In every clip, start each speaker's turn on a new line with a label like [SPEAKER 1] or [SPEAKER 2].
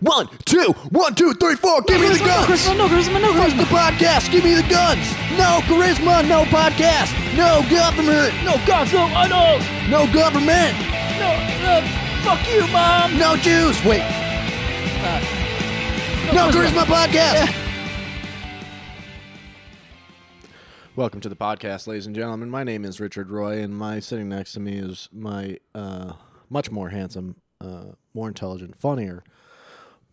[SPEAKER 1] One, two, one, two, three, four. Give me the guns.
[SPEAKER 2] Charisma, no charisma, no
[SPEAKER 1] Fuck the
[SPEAKER 2] charisma.
[SPEAKER 1] podcast. Give me the guns. No charisma. No podcast. No government.
[SPEAKER 2] No guns, no idols.
[SPEAKER 1] No government.
[SPEAKER 2] No, uh, fuck you, mom.
[SPEAKER 1] No Jews. Wait. Uh, No charisma podcast. Welcome to the podcast, ladies and gentlemen. My name is Richard Roy, and my sitting next to me is my uh, much more handsome, uh, more intelligent, funnier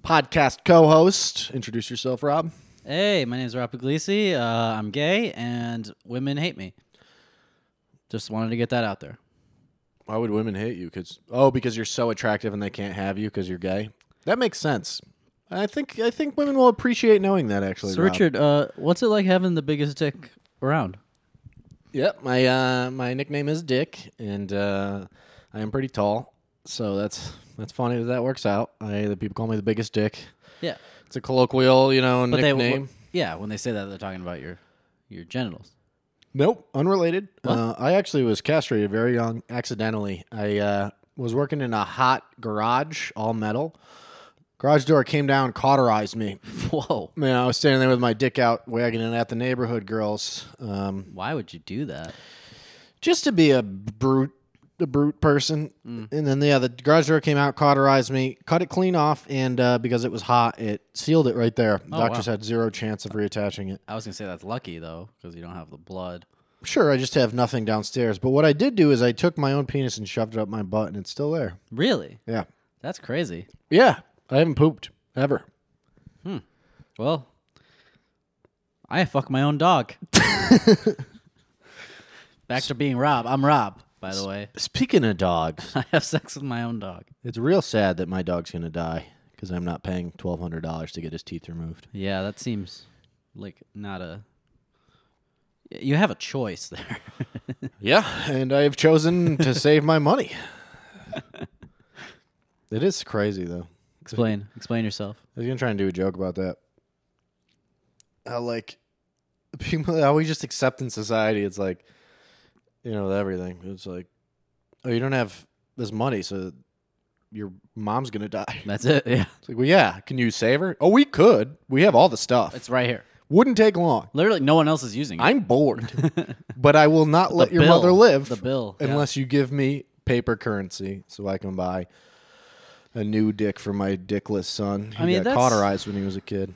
[SPEAKER 1] podcast co-host. Introduce yourself, Rob.
[SPEAKER 2] Hey, my name is Rob Puglisi. Uh, I'm gay, and women hate me. Just wanted to get that out there.
[SPEAKER 1] Why would women hate you? Cause oh, because you're so attractive and they can't have you because you're gay. That makes sense. I think I think women will appreciate knowing that. Actually,
[SPEAKER 2] So,
[SPEAKER 1] Rob.
[SPEAKER 2] Richard, uh, what's it like having the biggest dick around?
[SPEAKER 1] Yep, my uh, my nickname is Dick, and uh, I am pretty tall, so that's that's funny that that works out. I the people call me the biggest dick.
[SPEAKER 2] Yeah,
[SPEAKER 1] It's a colloquial, you know,
[SPEAKER 2] but they,
[SPEAKER 1] nickname.
[SPEAKER 2] w- yeah, when they say that, they're talking about your your genitals.
[SPEAKER 1] nope, unrelated. Uh, I actually was castrated very young, accidentally. I uh, was working in a hot garage, all metal. Garage door came down, cauterized me.
[SPEAKER 2] Whoa,
[SPEAKER 1] Man, I was standing there with my dick out, wagging it at the neighborhood girls. Um,
[SPEAKER 2] why would you do that?
[SPEAKER 1] just to be a brute a brute person and then yeah the garage door came out cauterized me cut it clean off and uh, because it was hot it sealed it right there doctors had zero chance of reattaching it
[SPEAKER 2] I was gonna say that's lucky though, because you don't have the blood.
[SPEAKER 1] sure i just have nothing downstairs but what i did do is i took my own penis and shoved it up my butt and it's still there
[SPEAKER 2] Really?
[SPEAKER 1] yeah
[SPEAKER 2] That's crazy.
[SPEAKER 1] yeah i haven't pooped ever
[SPEAKER 2] Well, I fuck my own dog. Back to being Rob. I'm Rob, by the way.
[SPEAKER 1] speaking of dogs
[SPEAKER 2] I have sex with my own dog.
[SPEAKER 1] it's real sad that my dog's gonna die because i'm not paying $1200 to get his teeth removed
[SPEAKER 2] Yeah, that seems like not a. You have a choice there.
[SPEAKER 1] Yeah, and I have chosen to save my money. It is crazy though.
[SPEAKER 2] explain. Explain yourself.
[SPEAKER 1] I was gonna try and do a joke about that. How like people how we just accept in society it's like you know, with everything. It's like oh you don't have this money, so your mom's gonna die.
[SPEAKER 2] That's it. Yeah,
[SPEAKER 1] It's like, well yeah, can you save her? Oh we could. We have all the stuff.
[SPEAKER 2] it's right here.
[SPEAKER 1] Wouldn't take long.
[SPEAKER 2] Literally, no one else is using it.
[SPEAKER 1] I'm bored. but I will not let your
[SPEAKER 2] bill.
[SPEAKER 1] mother live.
[SPEAKER 2] The bill, yeah.
[SPEAKER 1] Unless you give me paper currency so I can buy a new dick for my dickless son. He
[SPEAKER 2] I
[SPEAKER 1] got
[SPEAKER 2] mean, that's-
[SPEAKER 1] cauterized when he was a kid.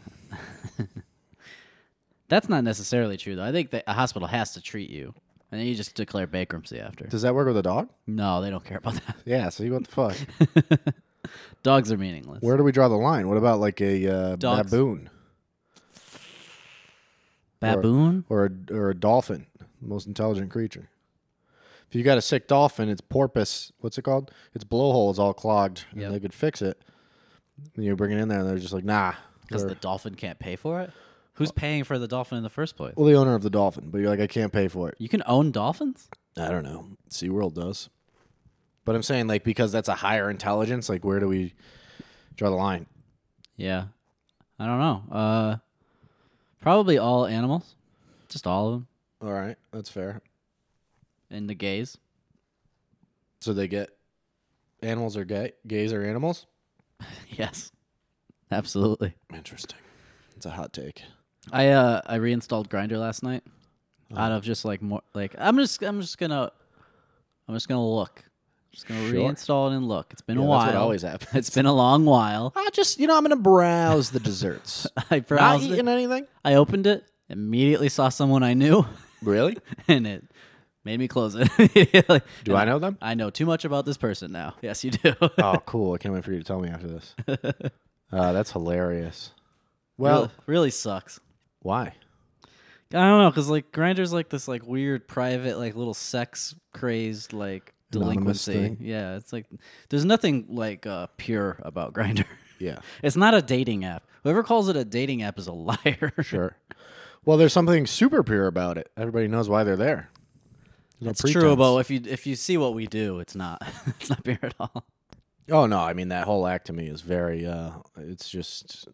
[SPEAKER 2] That's not necessarily true, though. I think that a hospital has to treat you, and then you just declare bankruptcy after.
[SPEAKER 1] Does that work with a dog?
[SPEAKER 2] No, they don't care about that.
[SPEAKER 1] Yeah, see what the fuck.
[SPEAKER 2] Dogs are meaningless.
[SPEAKER 1] Where do we draw the line? What about like a uh,
[SPEAKER 2] Dogs.
[SPEAKER 1] baboon
[SPEAKER 2] Baboon.
[SPEAKER 1] or a, or a dolphin, the most intelligent creature? If you got a sick dolphin, its porpoise, what's it called? Its blowhole is all clogged, and
[SPEAKER 2] Yep.
[SPEAKER 1] they could fix it. And you bring it in there, and they're just like, nah.
[SPEAKER 2] Because
[SPEAKER 1] Or-
[SPEAKER 2] the dolphin can't pay for it? Who's paying for the dolphin in the first place?
[SPEAKER 1] Well, the owner of the dolphin, but you're like, I can't pay for it.
[SPEAKER 2] You can own dolphins?
[SPEAKER 1] I don't know. SeaWorld does. But I'm saying, like, because that's a higher intelligence, like, where do we draw the line?
[SPEAKER 2] Yeah. I don't know. Uh, probably all animals. Just all of them.
[SPEAKER 1] All right. That's fair.
[SPEAKER 2] And the gays.
[SPEAKER 1] So they get animals are gay, gays are animals?
[SPEAKER 2] yes. Absolutely.
[SPEAKER 1] Interesting. It's a hot take.
[SPEAKER 2] I uh I reinstalled Grinder last night.
[SPEAKER 1] Oh.
[SPEAKER 2] Out of just like more like I'm just I'm just gonna I'm just gonna look. Just gonna
[SPEAKER 1] Sure.
[SPEAKER 2] reinstall it and look. It's been a
[SPEAKER 1] Yeah,
[SPEAKER 2] while.
[SPEAKER 1] That's what always happens.
[SPEAKER 2] it's been a long while.
[SPEAKER 1] I just, you know, I'm going to browse the desserts.
[SPEAKER 2] I
[SPEAKER 1] Not e-
[SPEAKER 2] browsed
[SPEAKER 1] eating
[SPEAKER 2] it.
[SPEAKER 1] anything?
[SPEAKER 2] I opened it, immediately saw someone I knew.
[SPEAKER 1] Really?
[SPEAKER 2] and it made me close it. Like,
[SPEAKER 1] Do
[SPEAKER 2] and
[SPEAKER 1] I know them?
[SPEAKER 2] I know too much about this person now. Yes, you do.
[SPEAKER 1] Oh, cool. I can't wait for you to tell me after this. Uh, that's hilarious. Well,
[SPEAKER 2] well, really sucks.
[SPEAKER 1] why?
[SPEAKER 2] I don't know, cause like Grinder's like this like weird private like little sex crazed like
[SPEAKER 1] Anonymous
[SPEAKER 2] delinquency.
[SPEAKER 1] thing.
[SPEAKER 2] Yeah, it's like there's nothing like uh, pure about Grinder.
[SPEAKER 1] Yeah.
[SPEAKER 2] It's not a dating app. Whoever calls it a dating app is a liar.
[SPEAKER 1] Sure. Well, there's something super pure about it. Everybody knows why they're there. No
[SPEAKER 2] it's
[SPEAKER 1] pretense.
[SPEAKER 2] true, but if you if you see what we do, it's not it's not pure at all.
[SPEAKER 1] Oh no, I mean that whole act to me is very. uh It's just.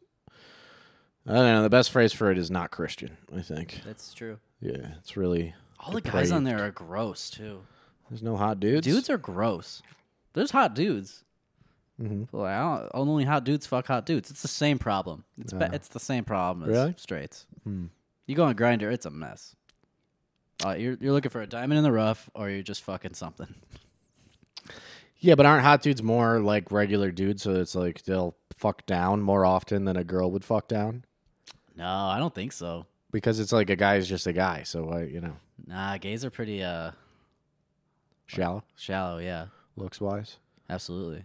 [SPEAKER 1] I don't know. The best phrase for it is not Christian. I think.
[SPEAKER 2] That's true.
[SPEAKER 1] Yeah, it's really.
[SPEAKER 2] All the guys on there are gross too.
[SPEAKER 1] There's no hot dudes.
[SPEAKER 2] Dudes are gross. There's hot dudes.
[SPEAKER 1] Mhm.
[SPEAKER 2] But like, I don't, only hot dudes fuck hot dudes. It's the same problem. It's ba-
[SPEAKER 1] Yeah.
[SPEAKER 2] it's the same problem as
[SPEAKER 1] Really?
[SPEAKER 2] straights.
[SPEAKER 1] Hmm.
[SPEAKER 2] You go on grinder, it's a mess. Uh, you're you're looking for a diamond in the rough, or you're just fucking something.
[SPEAKER 1] Yeah, but aren't hot dudes more like regular dudes? So it's like they'll fuck down more often than a girl would fuck down
[SPEAKER 2] No, I don't think so.
[SPEAKER 1] because it's like a guy is just a guy. So I, you know,
[SPEAKER 2] Nah, gays are pretty uh
[SPEAKER 1] shallow
[SPEAKER 2] shallow. Yeah,
[SPEAKER 1] looks wise.
[SPEAKER 2] absolutely.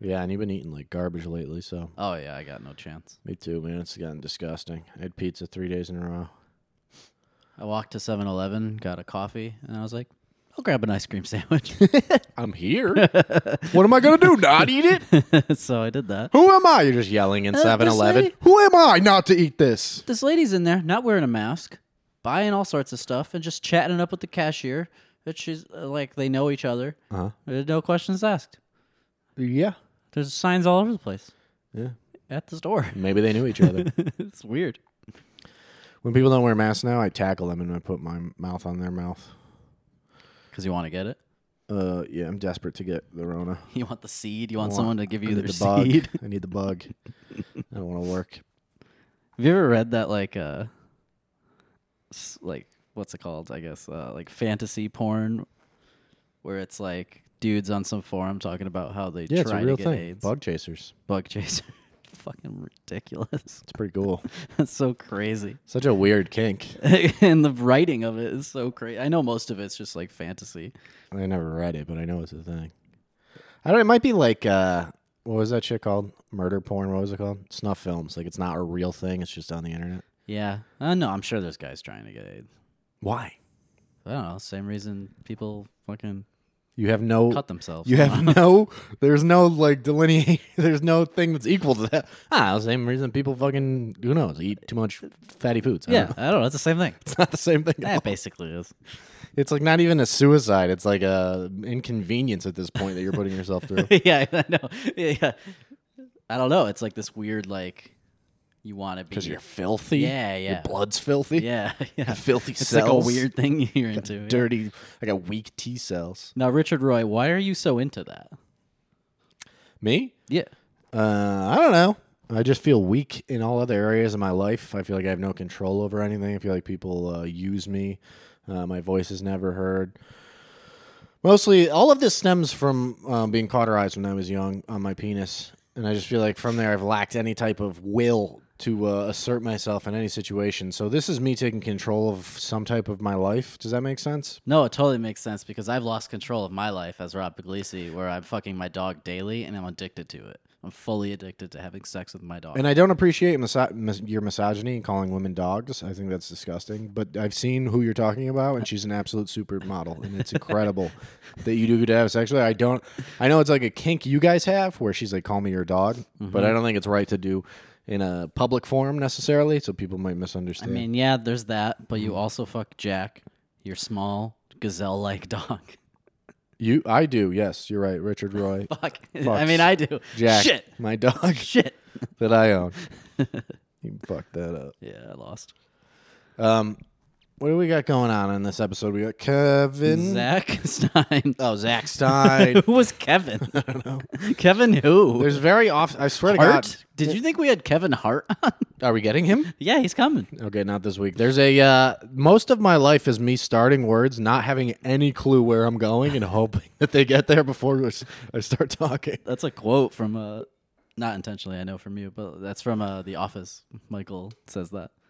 [SPEAKER 1] Yeah, and you've been eating like garbage lately, so
[SPEAKER 2] Oh yeah, I got no chance.
[SPEAKER 1] me too, man. It's gotten disgusting. I had pizza three days in a row.
[SPEAKER 2] I walked to 7-Eleven, got a coffee, and I was like, I'll grab an ice cream sandwich.
[SPEAKER 1] I'm here. what am I gonna do? Not eat it?
[SPEAKER 2] so I did that.
[SPEAKER 1] Who am I? You're just yelling in
[SPEAKER 2] Uh, this
[SPEAKER 1] 7-Eleven.
[SPEAKER 2] lady-
[SPEAKER 1] Who am I not to eat this?
[SPEAKER 2] This lady's in there, not wearing a mask, buying all sorts of stuff, and just chatting it up with the cashier. That she's uh, like they know each other.
[SPEAKER 1] Uh-huh.
[SPEAKER 2] There's no questions asked.
[SPEAKER 1] Yeah.
[SPEAKER 2] There's signs all over the place
[SPEAKER 1] Yeah.
[SPEAKER 2] at the store.
[SPEAKER 1] Maybe they knew each other.
[SPEAKER 2] it's weird.
[SPEAKER 1] when people don't wear masks now, I tackle them and I put my mouth on their mouth.
[SPEAKER 2] Because you want to get it.
[SPEAKER 1] Uh, yeah, I'm desperate to get the Rona.
[SPEAKER 2] You want the seed. You want,
[SPEAKER 1] want-
[SPEAKER 2] someone to
[SPEAKER 1] I
[SPEAKER 2] give you
[SPEAKER 1] need
[SPEAKER 2] their
[SPEAKER 1] the bug.
[SPEAKER 2] seed.
[SPEAKER 1] I need the bug. I don't want to work.
[SPEAKER 2] Have you ever read that like uh, s- like what's it called? I guess uh, like fantasy porn, where it's like dudes on some forum talking about how they
[SPEAKER 1] Yeah, it's
[SPEAKER 2] try
[SPEAKER 1] a real
[SPEAKER 2] to get
[SPEAKER 1] thing.
[SPEAKER 2] AIDS.
[SPEAKER 1] Bug chasers.
[SPEAKER 2] bug chaser. Fucking ridiculous.
[SPEAKER 1] It's pretty cool.
[SPEAKER 2] That's so crazy.
[SPEAKER 1] Such a weird kink.
[SPEAKER 2] and the writing of it is so crazy. I know most of it's just like fantasy.
[SPEAKER 1] I never read it, but I know it's a thing. I don't. It might be like uh, what was that shit called? Murder porn. What was it called? Snuff films. Like it's not a real thing. It's just on the internet.
[SPEAKER 2] Yeah. Uh, no, I'm sure there's guys trying to get AIDS.
[SPEAKER 1] Why?
[SPEAKER 2] I don't know. Same reason people fucking
[SPEAKER 1] You have no.
[SPEAKER 2] cut themselves.
[SPEAKER 1] You have no. There's no like delineate. There's no thing that's equal to that. Ah, the same reason people fucking who knows eat too much fatty foods. I don't
[SPEAKER 2] yeah.
[SPEAKER 1] know.
[SPEAKER 2] I don't know. It's the same thing.
[SPEAKER 1] it's not the same thing. at all.
[SPEAKER 2] That basically is.
[SPEAKER 1] It's like not even a suicide. It's like a inconvenience at this point that you're putting yourself through.
[SPEAKER 2] yeah, I know. Yeah, yeah. I don't know. It's like this weird like you want to be.
[SPEAKER 1] Because you're filthy.
[SPEAKER 2] Yeah, yeah.
[SPEAKER 1] Your blood's filthy.
[SPEAKER 2] yeah, yeah.
[SPEAKER 1] Filthy
[SPEAKER 2] It's like
[SPEAKER 1] cells.
[SPEAKER 2] a weird thing you're into. yeah.
[SPEAKER 1] dirty. I got weak T cells.
[SPEAKER 2] Now, Richard Roy, why are you so into that?
[SPEAKER 1] Me?
[SPEAKER 2] Yeah.
[SPEAKER 1] Uh, I don't know. I just feel weak in all other areas of my life. I feel like I have no control over anything. I feel like people uh, use me. Uh, my voice is never heard. Mostly, all of this stems from um, being cauterized when I was young on my penis, and I just feel like from there I've lacked any type of will to uh, assert myself in any situation. So this is me taking control of some type of my life. Does that make sense?
[SPEAKER 2] No, it totally makes sense because I've lost control of my life as Rob Puglisi, where I'm fucking my dog daily and I'm addicted to it. I'm fully addicted to having sex with my dog.
[SPEAKER 1] And I don't appreciate misa- mis- your misogyny and calling women dogs. I think that's disgusting. But I've seen who you're talking about, and she's an absolute supermodel, and it's incredible that you do get to have sex with her. I don't. I know it's like a kink you guys have, where she's like, "Call me your dog," but
[SPEAKER 2] Mm-hmm.
[SPEAKER 1] I don't think it's right to do in a public forum necessarily. So people might
[SPEAKER 2] I
[SPEAKER 1] misunderstand.
[SPEAKER 2] mean, yeah, there's that, but you also fuck Jack, your small gazelle-like dog.
[SPEAKER 1] you, I do. Yes, you're right, Richard Roy,
[SPEAKER 2] Fuck. I
[SPEAKER 1] Fucks.
[SPEAKER 2] mean, I do.
[SPEAKER 1] Jack,
[SPEAKER 2] Oh, Shit.
[SPEAKER 1] my dog
[SPEAKER 2] Shit.
[SPEAKER 1] that I own. you fucked that up.
[SPEAKER 2] Yeah, I lost.
[SPEAKER 1] Um, what do we got going on in this episode? We got Kevin.
[SPEAKER 2] Zach Stein.
[SPEAKER 1] Oh, Zach Stein.
[SPEAKER 2] who was Kevin? I don't know. Kevin who?
[SPEAKER 1] There's very often. I swear to
[SPEAKER 2] Hart? Did you think we had Kevin Hart on?
[SPEAKER 1] God, are we getting him?
[SPEAKER 2] yeah, he's coming.
[SPEAKER 1] Okay, not this week. There's a uh, most of my life is me starting words, not having any clue where I'm going, and hoping that they get there before s- I start talking.
[SPEAKER 2] That's a quote from uh not intentionally, I know from you, but that's from uh The Office. Michael says that.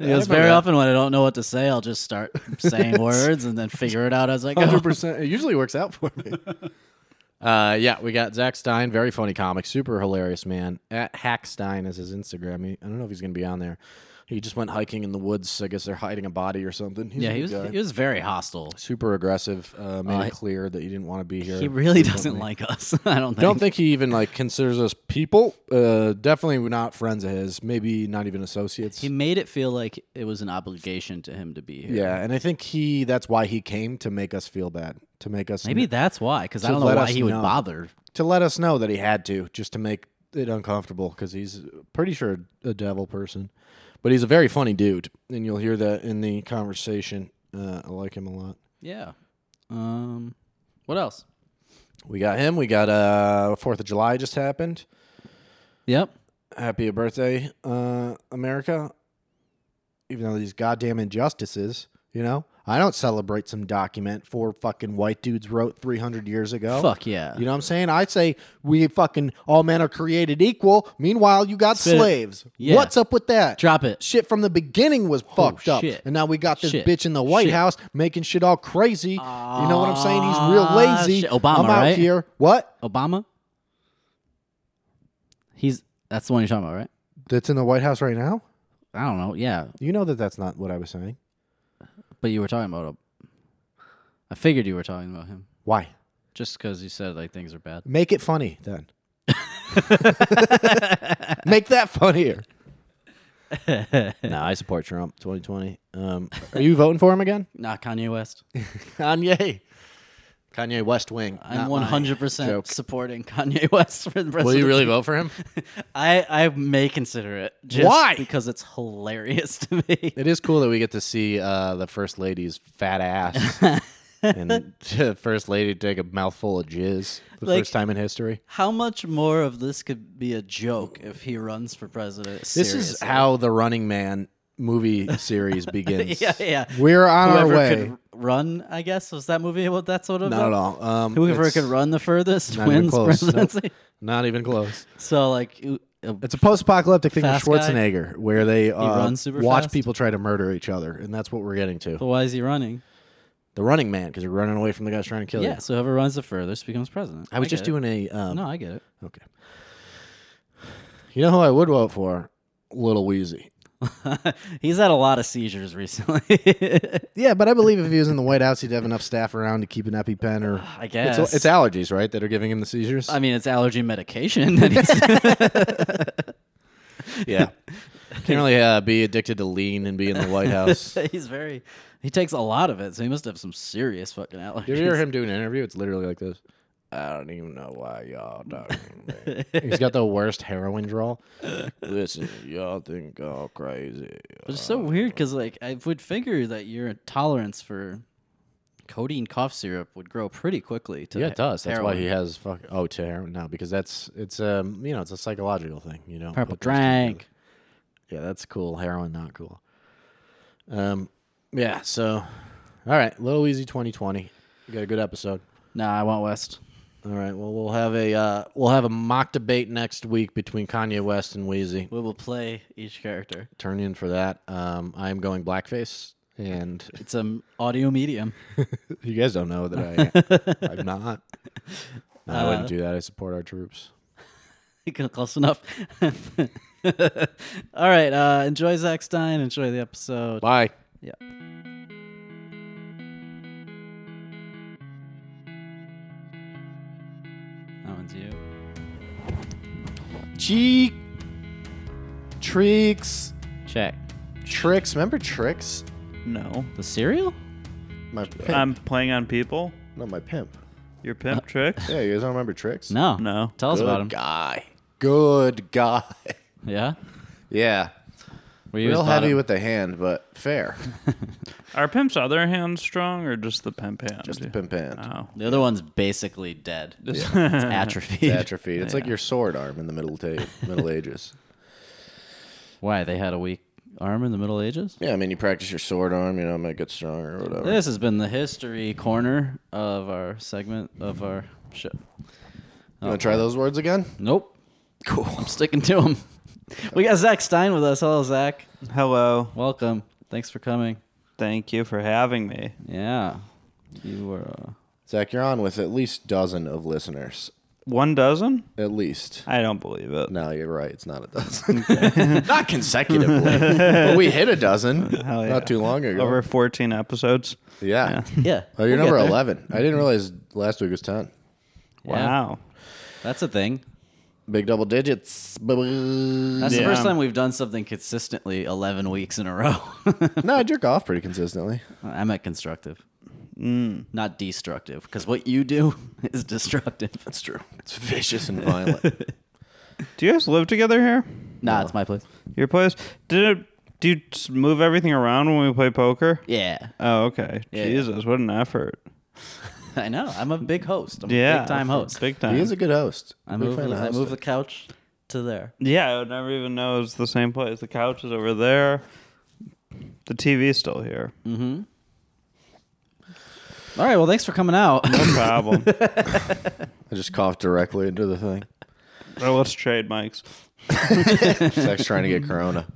[SPEAKER 2] It was very often when I don't know what to say, I'll just start saying words and then figure it out as I go.
[SPEAKER 1] Hundred percent. It usually works out for me. Uh, yeah, we got Zach Stein, very funny comic, super hilarious man. At Hackstein is his Instagram. He, I don't know if he's gonna be on there. He just went hiking in the woods. I guess they're hiding a body or something. He's a
[SPEAKER 2] Yeah, he
[SPEAKER 1] good
[SPEAKER 2] was
[SPEAKER 1] guy.
[SPEAKER 2] he was very hostile.
[SPEAKER 1] super aggressive. Uh, made
[SPEAKER 2] he-
[SPEAKER 1] it clear that he didn't want to be here.
[SPEAKER 2] He really doesn't like us. I don't think.
[SPEAKER 1] Don't think he even like considers us people. Uh, definitely not friends of his. Maybe not even associates.
[SPEAKER 2] he made it feel like it was an obligation to him to be here.
[SPEAKER 1] yeah, and I think he that's why he came to make us feel bad, to make us
[SPEAKER 2] Maybe that's why, because I
[SPEAKER 1] To
[SPEAKER 2] don't know
[SPEAKER 1] let
[SPEAKER 2] why
[SPEAKER 1] us
[SPEAKER 2] he would
[SPEAKER 1] know.
[SPEAKER 2] bother.
[SPEAKER 1] to let us know that he had to, just to make it uncomfortable because he's pretty sure a devil person, but he's a very funny dude, and you'll hear that in the conversation. Uh, I like him a lot.
[SPEAKER 2] Yeah. Um. What else?
[SPEAKER 1] We got him. We got uh Fourth of July just happened.
[SPEAKER 2] Yep.
[SPEAKER 1] Happy birthday, uh, America. Even though these goddamn injustices, you know, I don't celebrate some document four fucking white dudes wrote three hundred years ago.
[SPEAKER 2] Fuck yeah.
[SPEAKER 1] You know what I'm saying? I'd say we fucking all men are created equal. Meanwhile, you got
[SPEAKER 2] Spit it.
[SPEAKER 1] slaves.
[SPEAKER 2] Yeah.
[SPEAKER 1] What's up with that?
[SPEAKER 2] Drop it.
[SPEAKER 1] shit from the beginning was fucked up.
[SPEAKER 2] shit.
[SPEAKER 1] And now we got this
[SPEAKER 2] Shit.
[SPEAKER 1] bitch in the White
[SPEAKER 2] Shit.
[SPEAKER 1] House making shit all crazy. you know what I'm saying? He's real
[SPEAKER 2] Ah,
[SPEAKER 1] lazy.
[SPEAKER 2] shit. Obama,
[SPEAKER 1] I'm out
[SPEAKER 2] right?
[SPEAKER 1] here. What?
[SPEAKER 2] Obama. He's that's the one you're talking about, right?
[SPEAKER 1] That's in the White House right now?
[SPEAKER 2] I don't know. Yeah,
[SPEAKER 1] You know that that's not what I was saying.
[SPEAKER 2] but you were talking about. Ob- I figured you were talking about him
[SPEAKER 1] Why?
[SPEAKER 2] just because you said like things are bad.
[SPEAKER 1] Make it funny then. Make that funnier. nah, I support Trump 2020. Um, are you voting for him again?
[SPEAKER 2] Not Kanye West.
[SPEAKER 1] Kanye. Kanye West Wing.
[SPEAKER 2] I'm
[SPEAKER 1] Not mine.
[SPEAKER 2] 100
[SPEAKER 1] joke.
[SPEAKER 2] percent supporting Kanye West for the rest.
[SPEAKER 1] Will
[SPEAKER 2] of
[SPEAKER 1] you
[SPEAKER 2] the
[SPEAKER 1] really vote for him?
[SPEAKER 2] I I may consider it. Just
[SPEAKER 1] Why?
[SPEAKER 2] Because it's hilarious to me.
[SPEAKER 1] It is cool that we get to see uh, the first lady's fat ass and the first lady take a mouthful of jizz the
[SPEAKER 2] Like-
[SPEAKER 1] first time in history.
[SPEAKER 2] How much more of this could be a joke if he runs for president?
[SPEAKER 1] This is
[SPEAKER 2] Seriously.
[SPEAKER 1] how the Running Man movie series begins.
[SPEAKER 2] Yeah, yeah.
[SPEAKER 1] We're on
[SPEAKER 2] whoever
[SPEAKER 1] our way.
[SPEAKER 2] could run. I guess was that movie what that sort of
[SPEAKER 1] Not at all. Um,
[SPEAKER 2] Whoever
[SPEAKER 1] it's
[SPEAKER 2] could run the furthest
[SPEAKER 1] not even
[SPEAKER 2] wins
[SPEAKER 1] close. Nope.
[SPEAKER 2] presidency.
[SPEAKER 1] Not even close.
[SPEAKER 2] So like, ooh, uh,
[SPEAKER 1] It's a post-apocalyptic thing
[SPEAKER 2] Fast guy.
[SPEAKER 1] with Schwarzenegger, where they uh,
[SPEAKER 2] runs super
[SPEAKER 1] watch
[SPEAKER 2] fast.
[SPEAKER 1] people try to murder each other, and that's what we're getting to.
[SPEAKER 2] but why is he running?
[SPEAKER 1] The Running Man, because you're running away from the guys trying to kill
[SPEAKER 2] Yeah.
[SPEAKER 1] you.
[SPEAKER 2] So whoever runs the furthest becomes president.
[SPEAKER 1] I was
[SPEAKER 2] get
[SPEAKER 1] just
[SPEAKER 2] it.
[SPEAKER 1] doing a um,
[SPEAKER 2] No, I get it.
[SPEAKER 1] Okay. You know who I would vote for? Little Wheezy.
[SPEAKER 2] He's had a lot of seizures recently.
[SPEAKER 1] Yeah, but I believe if he was in the White House, he'd have enough staff around to keep an EpiPen or.
[SPEAKER 2] I
[SPEAKER 1] It's,
[SPEAKER 2] guess.
[SPEAKER 1] it's allergies, right, that are giving him the seizures?
[SPEAKER 2] I mean, it's allergy medication. That he's
[SPEAKER 1] yeah. Can't really uh, be addicted to lean and be in the White House.
[SPEAKER 2] he's very. He takes a lot of it, so he must have some serious fucking allergies.
[SPEAKER 1] you ever hear him do an interview? It's literally like this. I don't even know why y'all talking. to me." He's got the worst heroin drawl. Listen, y'all think all crazy.
[SPEAKER 2] But it's so weird because, like, I would figure that your tolerance for codeine cough syrup would grow pretty quickly. To
[SPEAKER 1] Yeah, it does. That's why
[SPEAKER 2] heroin.
[SPEAKER 1] he has fuck. Oh, to heroin now because that's it's um you know it's a psychological thing. You know,
[SPEAKER 2] purple
[SPEAKER 1] put those together.
[SPEAKER 2] drank.
[SPEAKER 1] Yeah, that's cool. Heroin not cool. Um, yeah. So, all right, little easy twenty twenty. We got a good episode.
[SPEAKER 2] Nah, I want West.
[SPEAKER 1] All right. Well, we'll have a uh, we'll have a mock debate next week between Kanye West and Wheezy.
[SPEAKER 2] We will play each character.
[SPEAKER 1] Turn in for that. Um, I am going blackface, and
[SPEAKER 2] It's an audio medium.
[SPEAKER 1] you guys don't know that I I'm not. No, I wouldn't do that. I support our troops.
[SPEAKER 2] Close enough. All right. Uh, enjoy Zach Stein. Enjoy the episode.
[SPEAKER 1] Bye.
[SPEAKER 2] Yeah. That one's you.
[SPEAKER 1] Cheek. Tricks.
[SPEAKER 2] Check.
[SPEAKER 1] Tricks. Remember tricks?
[SPEAKER 3] No.
[SPEAKER 2] The cereal?
[SPEAKER 1] My pimp.
[SPEAKER 2] Um,
[SPEAKER 3] I'm playing on people.
[SPEAKER 1] no, my pimp.
[SPEAKER 3] Your pimp tricks.
[SPEAKER 1] Yeah, you guys don't remember tricks?
[SPEAKER 2] No.
[SPEAKER 3] No.
[SPEAKER 2] Tell us
[SPEAKER 1] Good
[SPEAKER 2] about him.
[SPEAKER 1] guy. Good guy.
[SPEAKER 2] Yeah.
[SPEAKER 1] yeah.
[SPEAKER 2] Were you
[SPEAKER 1] Real
[SPEAKER 2] his bottom?
[SPEAKER 1] heavy with the hand, but fair.
[SPEAKER 3] Are pimps other hands strong or just the pimp hand?
[SPEAKER 1] Just a pimp hand.
[SPEAKER 3] Oh.
[SPEAKER 2] The other one's basically dead. It's atrophied.
[SPEAKER 1] It's atrophied. It's like your sword arm in the middle ta- Middle Ages.
[SPEAKER 2] Why they had a weak arm in the Middle Ages?
[SPEAKER 1] Yeah, I mean, you practice your sword arm, you know, make it stronger or whatever.
[SPEAKER 2] This has been the history corner of our segment of our show.
[SPEAKER 1] you
[SPEAKER 2] oh,
[SPEAKER 1] want to try those words again?
[SPEAKER 2] Nope,
[SPEAKER 1] Cool.
[SPEAKER 2] sticking to him. we got Zach Stein with us. Hello, Zach.
[SPEAKER 3] Hello.
[SPEAKER 2] Welcome. Thanks for coming.
[SPEAKER 3] Thank you for having me.
[SPEAKER 2] Yeah, you were. Uh,
[SPEAKER 1] Zach, you're on with at least dozen of listeners.
[SPEAKER 3] One dozen?
[SPEAKER 1] At least.
[SPEAKER 3] I don't believe it.
[SPEAKER 1] No, you're right. It's not a dozen. not consecutively. but we hit a dozen
[SPEAKER 3] Hell yeah.
[SPEAKER 1] not too long ago.
[SPEAKER 3] Over 14 episodes.
[SPEAKER 1] yeah.
[SPEAKER 2] yeah.
[SPEAKER 1] Oh, you're
[SPEAKER 2] we'll get
[SPEAKER 1] number
[SPEAKER 2] there.
[SPEAKER 1] 11. I didn't realize last week was 10.
[SPEAKER 2] Yeah.
[SPEAKER 3] Wow.
[SPEAKER 2] That's a thing.
[SPEAKER 1] Big double digits. No,
[SPEAKER 2] That's the
[SPEAKER 3] Yeah.
[SPEAKER 2] first time we've done something consistently eleven weeks in a row.
[SPEAKER 1] I jerk off pretty consistently.
[SPEAKER 2] I meant constructive,
[SPEAKER 3] Mm.
[SPEAKER 2] not destructive, because what you do is destructive.
[SPEAKER 1] That's true. It's vicious and violent.
[SPEAKER 3] Do you guys live together here?
[SPEAKER 2] Nah, it's my place.
[SPEAKER 3] Your place? Did it? Do you s- move everything around when we play poker?
[SPEAKER 2] Yeah.
[SPEAKER 3] Oh, okay.
[SPEAKER 2] Yeah, yeah.
[SPEAKER 3] Jesus, what an effort.
[SPEAKER 2] I know. I'm a big host. I'm
[SPEAKER 3] yeah,
[SPEAKER 2] a big time host.
[SPEAKER 3] Big time.
[SPEAKER 1] He is a good host.
[SPEAKER 2] I
[SPEAKER 1] Big
[SPEAKER 2] move,
[SPEAKER 1] fan of
[SPEAKER 2] I move the
[SPEAKER 1] hosting.
[SPEAKER 2] couch to there.
[SPEAKER 3] yeah, I would never even know it's the same place. The couch is over there. The TV's still here.
[SPEAKER 2] Mm-hmm. All right. Well, thanks for coming out.
[SPEAKER 3] No problem.
[SPEAKER 1] I just coughed directly into the thing.
[SPEAKER 3] well, let's trade mics.
[SPEAKER 1] Zach's trying to get corona.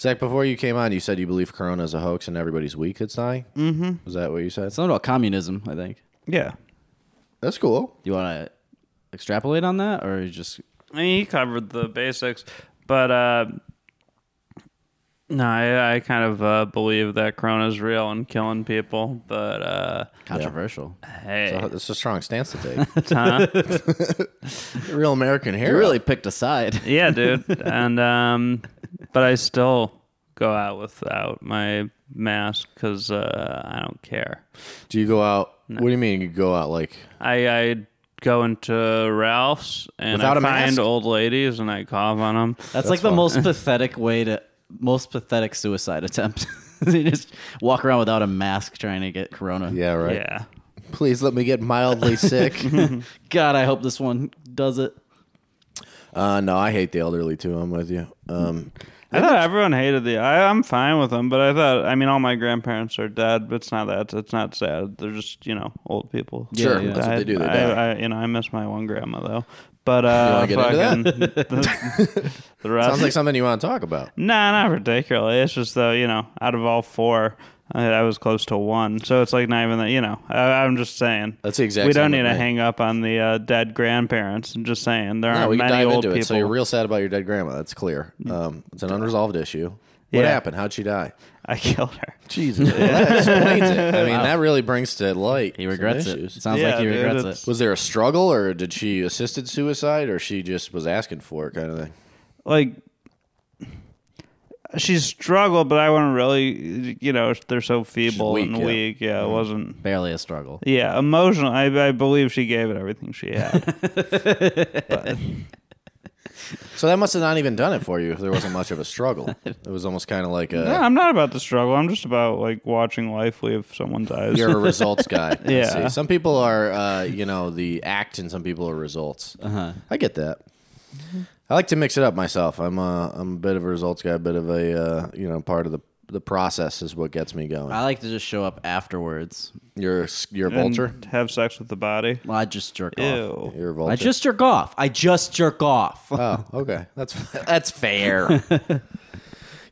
[SPEAKER 1] Zach, before you came on, you said you believe corona is a hoax and everybody's weak that's dying.
[SPEAKER 3] Mm-hmm.
[SPEAKER 1] Was that what you said?
[SPEAKER 2] Something about communism. I think.
[SPEAKER 3] Yeah.
[SPEAKER 1] That's cool.
[SPEAKER 2] You want to extrapolate on that, or you just
[SPEAKER 3] I mean, he covered the basics, but uh, no, I, I kind of uh, believe that Corona's real and killing people. But uh,
[SPEAKER 2] controversial?
[SPEAKER 3] hey,
[SPEAKER 1] So It's a strong stance to take.
[SPEAKER 3] huh?
[SPEAKER 1] Real American hero.
[SPEAKER 2] You really picked a side.
[SPEAKER 3] yeah, dude. And um, but I still go out without my mask because uh, I don't care.
[SPEAKER 1] Do you go out? What do you mean you go out like?
[SPEAKER 3] I, I go into Ralph's and
[SPEAKER 1] Without
[SPEAKER 3] I
[SPEAKER 1] a
[SPEAKER 3] find
[SPEAKER 1] mask?
[SPEAKER 3] old ladies and I cough on them.
[SPEAKER 2] That's, like the most pathetic way to most pathetic suicide attempt. you just walk around without a mask trying to get corona.
[SPEAKER 1] Yeah, right.
[SPEAKER 3] Yeah.
[SPEAKER 1] Please let me get mildly sick.
[SPEAKER 2] God, I hope this one does it.
[SPEAKER 1] uh, no, I hate the elderly too. I'm with you. Um,
[SPEAKER 3] I thought everyone hated the. I, I'm fine with them, but I thought. I mean, all my grandparents are dead, but it's not that. It's not sad. They're just you know old people.
[SPEAKER 2] Yeah,
[SPEAKER 1] sure,
[SPEAKER 2] yeah.
[SPEAKER 1] that's what they do. They
[SPEAKER 3] I,
[SPEAKER 1] die.
[SPEAKER 3] I, you know, I miss my one grandma though. But uh,
[SPEAKER 1] You wanna
[SPEAKER 3] fucking the, the rest.
[SPEAKER 1] Sounds like something you want to talk about.
[SPEAKER 3] nah, not particularly. It's just though you know, out of all four, I, I was close to one. So it's like not even that. You know, I, I'm just saying.
[SPEAKER 1] That's the exact
[SPEAKER 3] We
[SPEAKER 1] same
[SPEAKER 3] don't need
[SPEAKER 1] with
[SPEAKER 3] to
[SPEAKER 1] me.
[SPEAKER 3] hang up on the uh, dead grandparents. I'm just saying there
[SPEAKER 1] No,
[SPEAKER 3] are
[SPEAKER 1] we can
[SPEAKER 3] many
[SPEAKER 1] dive
[SPEAKER 3] old
[SPEAKER 1] into
[SPEAKER 3] people. Mm.
[SPEAKER 1] it. So you're real sad about your dead grandma. That's clear. Um, it's an unresolved issue. What
[SPEAKER 3] Yeah.
[SPEAKER 1] happened? How'd she die?
[SPEAKER 3] I killed her.
[SPEAKER 1] Jesus, well, that explains it. I mean, that really brings to light.
[SPEAKER 2] He regrets it.
[SPEAKER 1] issues.
[SPEAKER 2] Sounds
[SPEAKER 3] Yeah,
[SPEAKER 2] like he
[SPEAKER 3] dude,
[SPEAKER 2] regrets
[SPEAKER 3] it's-
[SPEAKER 2] it.
[SPEAKER 1] Was there a struggle, or did she assisted suicide, or she just was asking for it, kind of thing?
[SPEAKER 3] like she struggled, but I wasn't really, you know, they're so feeble
[SPEAKER 1] weak,
[SPEAKER 3] and
[SPEAKER 1] yeah. Mm.
[SPEAKER 3] weak. Yeah, it wasn't.
[SPEAKER 2] Barely a struggle.
[SPEAKER 3] Yeah, emotional. I, I believe she gave it everything she had.
[SPEAKER 1] So that must have not even done it for you if there wasn't much of a struggle. It was almost kind of like
[SPEAKER 3] no,
[SPEAKER 1] a
[SPEAKER 3] I'm not about the struggle. I'm just about like watching life leave someone's eyes.
[SPEAKER 1] you're a results guy. I
[SPEAKER 3] Yeah.
[SPEAKER 1] see. Some people are, uh, you know, the act, and some people are results.
[SPEAKER 2] Uh-huh.
[SPEAKER 1] I get that. I like to mix it up myself. I'm a, I'm a bit of a results guy, a bit of a uh, you know part of the the process is what gets me going.
[SPEAKER 2] I like to just show up afterwards.
[SPEAKER 1] You're a s- you're a
[SPEAKER 3] and
[SPEAKER 1] vulture.
[SPEAKER 3] have sex with the body.
[SPEAKER 2] Well, I just jerk off.
[SPEAKER 3] Ew.
[SPEAKER 1] You're a vulture.
[SPEAKER 2] I just jerk off. I just jerk off.
[SPEAKER 1] oh okay. That's that's fair. you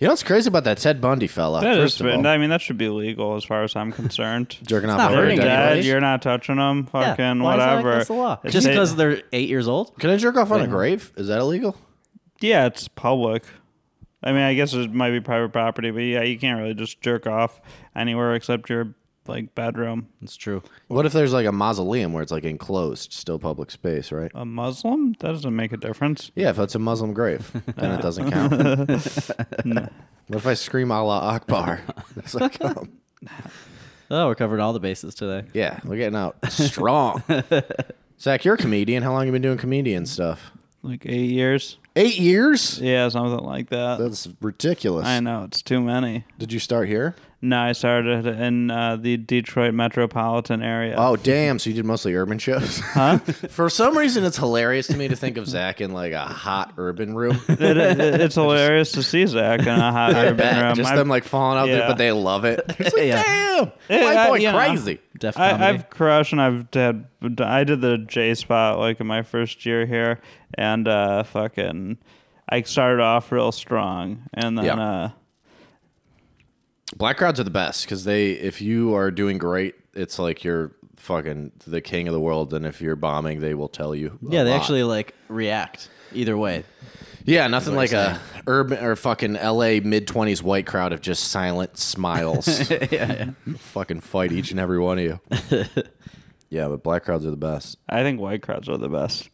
[SPEAKER 1] know what's crazy about that Ted Bundy fella?
[SPEAKER 3] That
[SPEAKER 1] first
[SPEAKER 3] is.
[SPEAKER 1] of all,
[SPEAKER 3] I mean, that should be legal as far as I'm concerned.
[SPEAKER 1] jerking off
[SPEAKER 2] not
[SPEAKER 1] over a
[SPEAKER 3] They're
[SPEAKER 2] hurting
[SPEAKER 1] dead
[SPEAKER 3] dead.
[SPEAKER 2] anybody.
[SPEAKER 1] body.
[SPEAKER 3] You're not touching them.
[SPEAKER 2] Yeah,
[SPEAKER 3] Fucking
[SPEAKER 2] why is that
[SPEAKER 3] whatever.
[SPEAKER 2] against the law?
[SPEAKER 3] It's-
[SPEAKER 2] Just
[SPEAKER 3] it-
[SPEAKER 2] because they're eight years old?
[SPEAKER 1] Can I jerk off on a grave? Is that illegal?
[SPEAKER 3] Yeah, it's public. I mean, I guess it might be private property, but yeah, you can't really just jerk off anywhere except your like bedroom.
[SPEAKER 2] It's true.
[SPEAKER 1] What if there's like a mausoleum where it's like enclosed, still public space, right?
[SPEAKER 3] A Muslim? That doesn't make a difference.
[SPEAKER 1] Yeah, if it's a Muslim grave, then it doesn't count. what if I scream Allah Akbar? Does that count?
[SPEAKER 2] Oh, we're covering all the bases today.
[SPEAKER 1] Yeah, we're getting out strong. Zach, you're a comedian. How long you been doing comedian stuff?
[SPEAKER 3] Like eight years?
[SPEAKER 1] Eight years?
[SPEAKER 3] Yeah, something like that.
[SPEAKER 1] That's ridiculous.
[SPEAKER 3] I know it's too many.
[SPEAKER 1] Did you start here?
[SPEAKER 3] No, I started in uh, the Detroit metropolitan area.
[SPEAKER 1] Oh, damn. So you did mostly urban shows? Huh? For some reason, it's hilarious to me to think of Zach in like a hot urban room.
[SPEAKER 3] It- it- it's hilarious to see Zach in a hot
[SPEAKER 1] I
[SPEAKER 3] urban
[SPEAKER 1] bet.
[SPEAKER 3] room.
[SPEAKER 1] Just
[SPEAKER 3] I've-
[SPEAKER 1] them like falling out there,
[SPEAKER 3] Yeah.
[SPEAKER 1] but they love it. It's like,
[SPEAKER 2] Yeah.
[SPEAKER 1] damn.
[SPEAKER 3] Yeah,
[SPEAKER 1] my
[SPEAKER 3] I-
[SPEAKER 1] boy,
[SPEAKER 3] you know.
[SPEAKER 1] crazy.
[SPEAKER 2] Def comedy.
[SPEAKER 3] I, I've crushed and I've had I did the J spot like in my first year here and uh fucking I started off real strong and then
[SPEAKER 1] Yeah.
[SPEAKER 3] uh
[SPEAKER 1] Black crowds are the best because they, if you are doing great, it's like you're fucking the king of the world. And if you're bombing, they will tell you. a
[SPEAKER 2] yeah, they
[SPEAKER 1] lot.
[SPEAKER 2] actually like react either way.
[SPEAKER 1] Yeah, nothing like a urban or fucking L.A. mid twenties white crowd of just silent smiles. Fucking fight each and every one of you. yeah, but black crowds are the best.
[SPEAKER 3] I think white crowds are the best.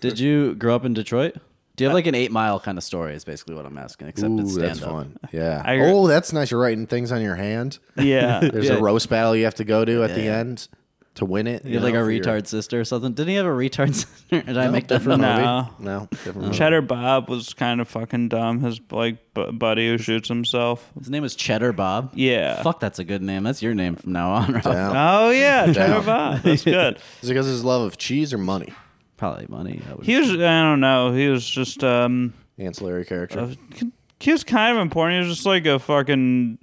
[SPEAKER 2] Did you grow up in Detroit? Do you have like an eight mile kind of story? Is basically what I'm asking. Except
[SPEAKER 1] Ooh,
[SPEAKER 2] it's
[SPEAKER 1] that's
[SPEAKER 2] stand up.
[SPEAKER 1] fun. Yeah.
[SPEAKER 3] I-
[SPEAKER 1] oh, that's nice. You're writing things on your hand.
[SPEAKER 3] Yeah.
[SPEAKER 1] There's
[SPEAKER 2] Yeah.
[SPEAKER 1] a roast battle you have to go to at the end. to win it.
[SPEAKER 2] You
[SPEAKER 1] you
[SPEAKER 2] have like a
[SPEAKER 1] know, for your-
[SPEAKER 2] retard sister or something. Didn't he have a retard sister? Did I
[SPEAKER 1] No,
[SPEAKER 2] make that
[SPEAKER 1] different
[SPEAKER 2] up?
[SPEAKER 1] movie.
[SPEAKER 3] No.
[SPEAKER 1] No, different movie.
[SPEAKER 3] Cheddar Bob was kind of fucking dumb. His like bu- buddy who shoots himself.
[SPEAKER 2] His name was Cheddar Bob.
[SPEAKER 3] Yeah.
[SPEAKER 2] Fuck, that's a good name. That's your name from now on, Rob.
[SPEAKER 1] Damn.
[SPEAKER 3] Oh yeah, Cheddar
[SPEAKER 1] Damn.
[SPEAKER 3] Bob. That's good.
[SPEAKER 1] Is it because of his love of cheese or money?
[SPEAKER 2] Probably money. I would-
[SPEAKER 3] He was. I don't know. He was just. um
[SPEAKER 1] Ancillary character.
[SPEAKER 3] uh, He was kind of important. He was just like a fucking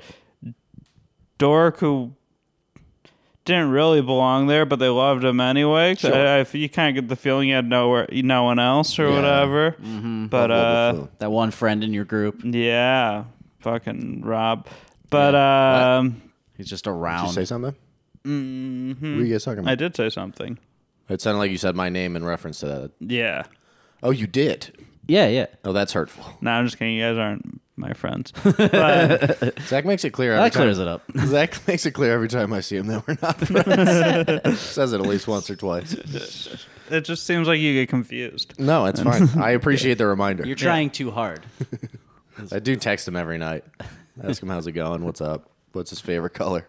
[SPEAKER 3] dork who didn't really belong there, but they loved him anyway. 'Cause
[SPEAKER 1] Sure.
[SPEAKER 3] I, I- you kind of get the feeling he had nowhere, no one else
[SPEAKER 1] Yeah.
[SPEAKER 3] or
[SPEAKER 1] Mm-hmm.
[SPEAKER 3] whatever.
[SPEAKER 1] Love
[SPEAKER 3] But uh,
[SPEAKER 1] of food.
[SPEAKER 2] that one friend in your group.
[SPEAKER 3] yeah, fucking Rob. But
[SPEAKER 1] Uh,
[SPEAKER 3] um,
[SPEAKER 2] He's just
[SPEAKER 1] Did you
[SPEAKER 2] around.
[SPEAKER 1] say something? What were you guys talking about?
[SPEAKER 3] I did say something.
[SPEAKER 1] It sounded like you said my name in reference to that.
[SPEAKER 3] Yeah.
[SPEAKER 1] Oh, you did.
[SPEAKER 2] yeah, yeah.
[SPEAKER 1] Oh, that's hurtful.
[SPEAKER 3] No, I'm just kidding. You guys aren't my friends. But,
[SPEAKER 1] Zach makes it clear. Every
[SPEAKER 2] That
[SPEAKER 1] time,
[SPEAKER 2] clears it up.
[SPEAKER 1] Zach makes it clear every time I see him that we're not friends. Says it at least once or twice.
[SPEAKER 3] it just seems like you get confused.
[SPEAKER 1] No, it's fine. I appreciate the reminder.
[SPEAKER 2] You're trying too hard.
[SPEAKER 1] I do text him every night. Ask him how's it going, what's up, what's his favorite color,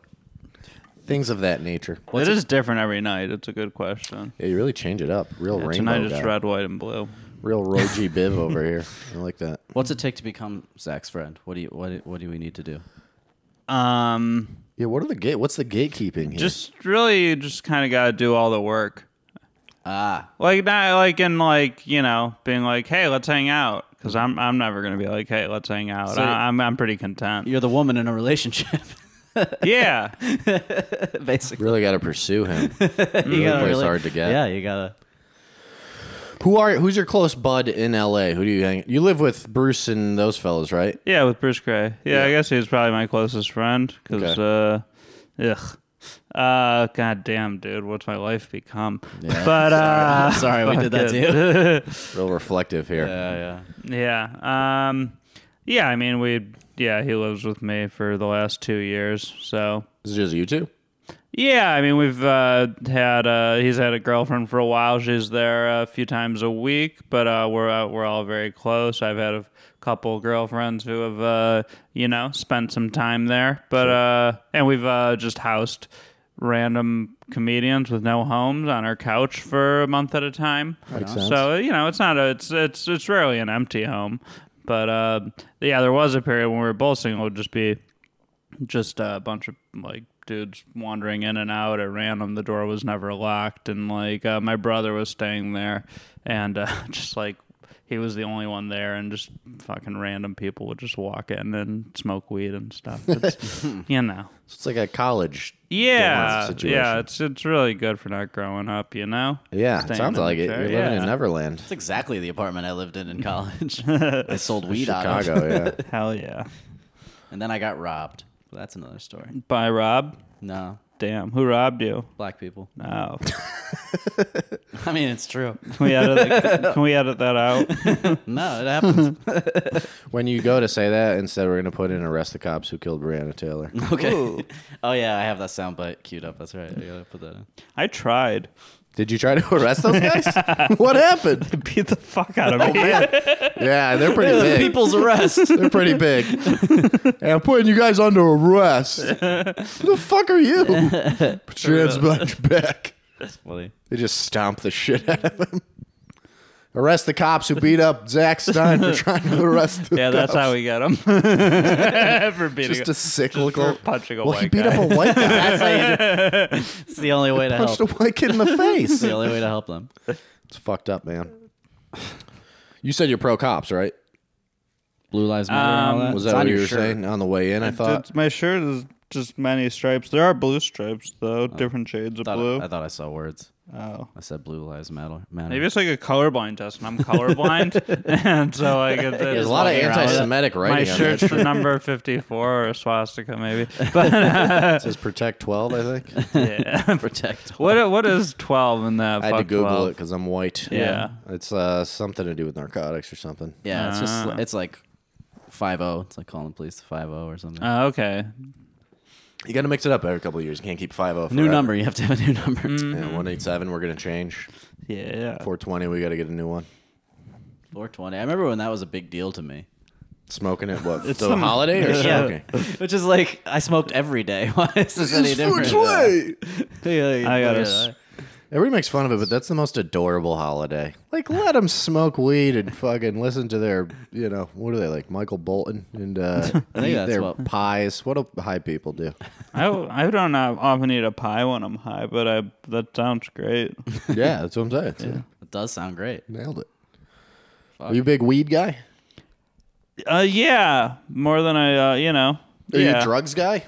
[SPEAKER 1] things of that nature.
[SPEAKER 3] it is different every night. It's a good question.
[SPEAKER 1] Yeah, you really change it up. Real
[SPEAKER 3] Yeah,
[SPEAKER 1] rainbow
[SPEAKER 3] tonight it's
[SPEAKER 1] guy.
[SPEAKER 3] red, white, and blue.
[SPEAKER 1] Real Roji Biv over here. I like that.
[SPEAKER 2] What's it take to become Zach's friend? What do you what do- what do we need to do?
[SPEAKER 3] Um,
[SPEAKER 1] Yeah, what are the gate? What's the gatekeeping here?
[SPEAKER 3] just really, you just kind of got to do all the work.
[SPEAKER 2] Ah,
[SPEAKER 3] Like not like in like you know being like, hey, let's hang out. Because I'm I'm never gonna be like, hey, let's hang out.
[SPEAKER 2] So-
[SPEAKER 3] I, I'm I'm pretty content.
[SPEAKER 2] you're the woman in a relationship,
[SPEAKER 3] yeah,
[SPEAKER 2] basically.
[SPEAKER 1] really got to pursue him.
[SPEAKER 2] You
[SPEAKER 3] Mm-hmm.
[SPEAKER 1] Really
[SPEAKER 2] gotta
[SPEAKER 1] plays hard to get.
[SPEAKER 2] Yeah, you gotta.
[SPEAKER 1] Who are who's your close bud in LA? Who do you hang? You live with Bruce and those fellas, right?
[SPEAKER 3] yeah, with Bruce Gray. Yeah, I
[SPEAKER 1] Yeah.
[SPEAKER 3] guess he's probably my closest friend. Because uh, ugh. Uh, goddamn, dude, what's my life become? But uh,
[SPEAKER 2] Sorry, we did that to you. Yeah,
[SPEAKER 1] Real reflective here.
[SPEAKER 2] yeah.
[SPEAKER 3] Yeah. Um yeah, I mean we yeah, he lives with me for the last 2 years. So,
[SPEAKER 1] This is just you two.
[SPEAKER 3] yeah, I mean we've uh had uh he's had a girlfriend for a while. She's there a few times a week, but uh we're uh, we're all very close. I've had a couple girlfriends who have uh you know, spent some time there, but uh and we've uh just housed random comedians with no homes on our couch for a month at a time.
[SPEAKER 1] Makes sense.
[SPEAKER 3] So you know, it's not a it's it's it's rarely an empty home, but uh, yeah, there was a period when we were both single. It would just be just a bunch of like dudes wandering in and out at random. The door was never locked, and like uh, my brother was staying there, and uh, just like. He was the only one there, and just fucking random people would just walk in and smoke weed and stuff. It's, you know,
[SPEAKER 1] So it's like a college.
[SPEAKER 3] yeah,
[SPEAKER 1] situation.
[SPEAKER 3] yeah, it's it's really good for not growing up, you know.
[SPEAKER 1] Yeah,
[SPEAKER 3] Staying
[SPEAKER 1] sounds
[SPEAKER 3] in
[SPEAKER 1] like it.
[SPEAKER 3] the
[SPEAKER 1] You're
[SPEAKER 3] chair,
[SPEAKER 1] living in
[SPEAKER 3] yeah.
[SPEAKER 1] Neverland,
[SPEAKER 2] It's exactly the apartment I lived in in college. I sold weed out of,
[SPEAKER 1] Chicago. yeah,
[SPEAKER 3] Hell yeah!
[SPEAKER 2] and then I got robbed. But that's another story.
[SPEAKER 3] Bye, Rob.
[SPEAKER 2] No,
[SPEAKER 3] Damn, who robbed you?
[SPEAKER 2] black people.
[SPEAKER 3] No,
[SPEAKER 2] I mean, it's true.
[SPEAKER 3] can we edit? can we edit that out?
[SPEAKER 2] No, it happens.
[SPEAKER 1] When you go to say that, instead we're gonna put in arrest the cops who killed Breonna Taylor.
[SPEAKER 2] Okay. Oh yeah, I have that soundbite queued up. That's right. I gotta put that in.
[SPEAKER 3] I tried.
[SPEAKER 1] Did you try to arrest those guys? what happened?
[SPEAKER 3] They beat the fuck out of me.
[SPEAKER 1] Yeah, they're pretty big.
[SPEAKER 2] People's arrest.
[SPEAKER 1] They're pretty big. and I'm putting you guys under arrest. Who the fuck are you? Put your hands behind your back.
[SPEAKER 2] Funny.
[SPEAKER 1] They just stomp the shit out of him. Arrest the cops who beat up Zach Stein for trying to arrest the
[SPEAKER 3] yeah, that's
[SPEAKER 1] cops.
[SPEAKER 3] how we get them. for beating
[SPEAKER 1] Just a cyclical.
[SPEAKER 3] for punching a
[SPEAKER 1] well, he
[SPEAKER 3] white
[SPEAKER 1] beat
[SPEAKER 3] guy.
[SPEAKER 1] up a white guy.
[SPEAKER 2] That's how you do. It's the only way to help.
[SPEAKER 1] Punched a white kid in the face.
[SPEAKER 2] It's the only way to help them.
[SPEAKER 1] It's fucked up, man. You said you're pro cops, right?
[SPEAKER 2] Blue lives matter. and all
[SPEAKER 3] Um,
[SPEAKER 2] that.
[SPEAKER 1] Was
[SPEAKER 2] It's
[SPEAKER 1] that
[SPEAKER 2] on
[SPEAKER 1] what you
[SPEAKER 2] your
[SPEAKER 1] were
[SPEAKER 2] shirt.
[SPEAKER 1] saying on the way in? I thought.
[SPEAKER 3] It's- my shirt is just many stripes. There are blue stripes though, different shades of
[SPEAKER 2] Thought-
[SPEAKER 3] blue.
[SPEAKER 2] I thought I saw words.
[SPEAKER 3] oh.
[SPEAKER 2] I said blue lives matter. matter.
[SPEAKER 3] Maybe it's like a colorblind test, and I'm colorblind, and so like it's,
[SPEAKER 1] There's a lot of anti-Semitic
[SPEAKER 3] My
[SPEAKER 1] writing on that
[SPEAKER 3] shirt's the number fifty-four or a swastika, maybe. But uh,
[SPEAKER 1] It says Protect 12, I think.
[SPEAKER 3] yeah.
[SPEAKER 2] protect.
[SPEAKER 3] What uh, what is twelve in that?
[SPEAKER 1] I had
[SPEAKER 3] fuck
[SPEAKER 1] to Google
[SPEAKER 3] 12?
[SPEAKER 1] it because I'm white.
[SPEAKER 3] Yeah.
[SPEAKER 1] It's uh, something to do with narcotics or something.
[SPEAKER 2] Yeah, it's just
[SPEAKER 3] Ah.
[SPEAKER 2] it's like five zero. It's like calling the police five zero or something.
[SPEAKER 3] Oh, okay.
[SPEAKER 1] You got to mix it up every couple of years. You can't keep 5 0.
[SPEAKER 2] new number. You have to have a new number.
[SPEAKER 1] Yeah, 187, we're going to change.
[SPEAKER 3] Mm. Yeah.
[SPEAKER 1] 420, we got to get a new one.
[SPEAKER 2] Four twenty. I remember when that was a big deal to me.
[SPEAKER 1] Smoking at what?
[SPEAKER 3] It's
[SPEAKER 1] the
[SPEAKER 3] some-
[SPEAKER 1] holiday or
[SPEAKER 3] Yeah.
[SPEAKER 1] smoking?
[SPEAKER 2] Which is like I smoked every day. Why is this any different? Yeah, yeah,
[SPEAKER 3] I gotta
[SPEAKER 2] yeah.
[SPEAKER 3] s-
[SPEAKER 1] Everybody makes fun of it, but that's the most adorable holiday. Like, let them smoke weed and fucking listen to their, you know, what are they like, Michael Bolton and uh,
[SPEAKER 2] think
[SPEAKER 1] eat
[SPEAKER 2] that's
[SPEAKER 1] their
[SPEAKER 2] what-
[SPEAKER 1] pies. What do high people do?
[SPEAKER 3] I, I don't uh, often eat a pie when I'm high, but I that sounds great.
[SPEAKER 1] yeah, that's what I'm saying. So,
[SPEAKER 2] It does sound great.
[SPEAKER 1] Nailed it. Are you a big weed guy?
[SPEAKER 3] Uh, yeah, more than I, uh, you know.
[SPEAKER 1] Are you
[SPEAKER 3] yeah.
[SPEAKER 1] a drugs guy?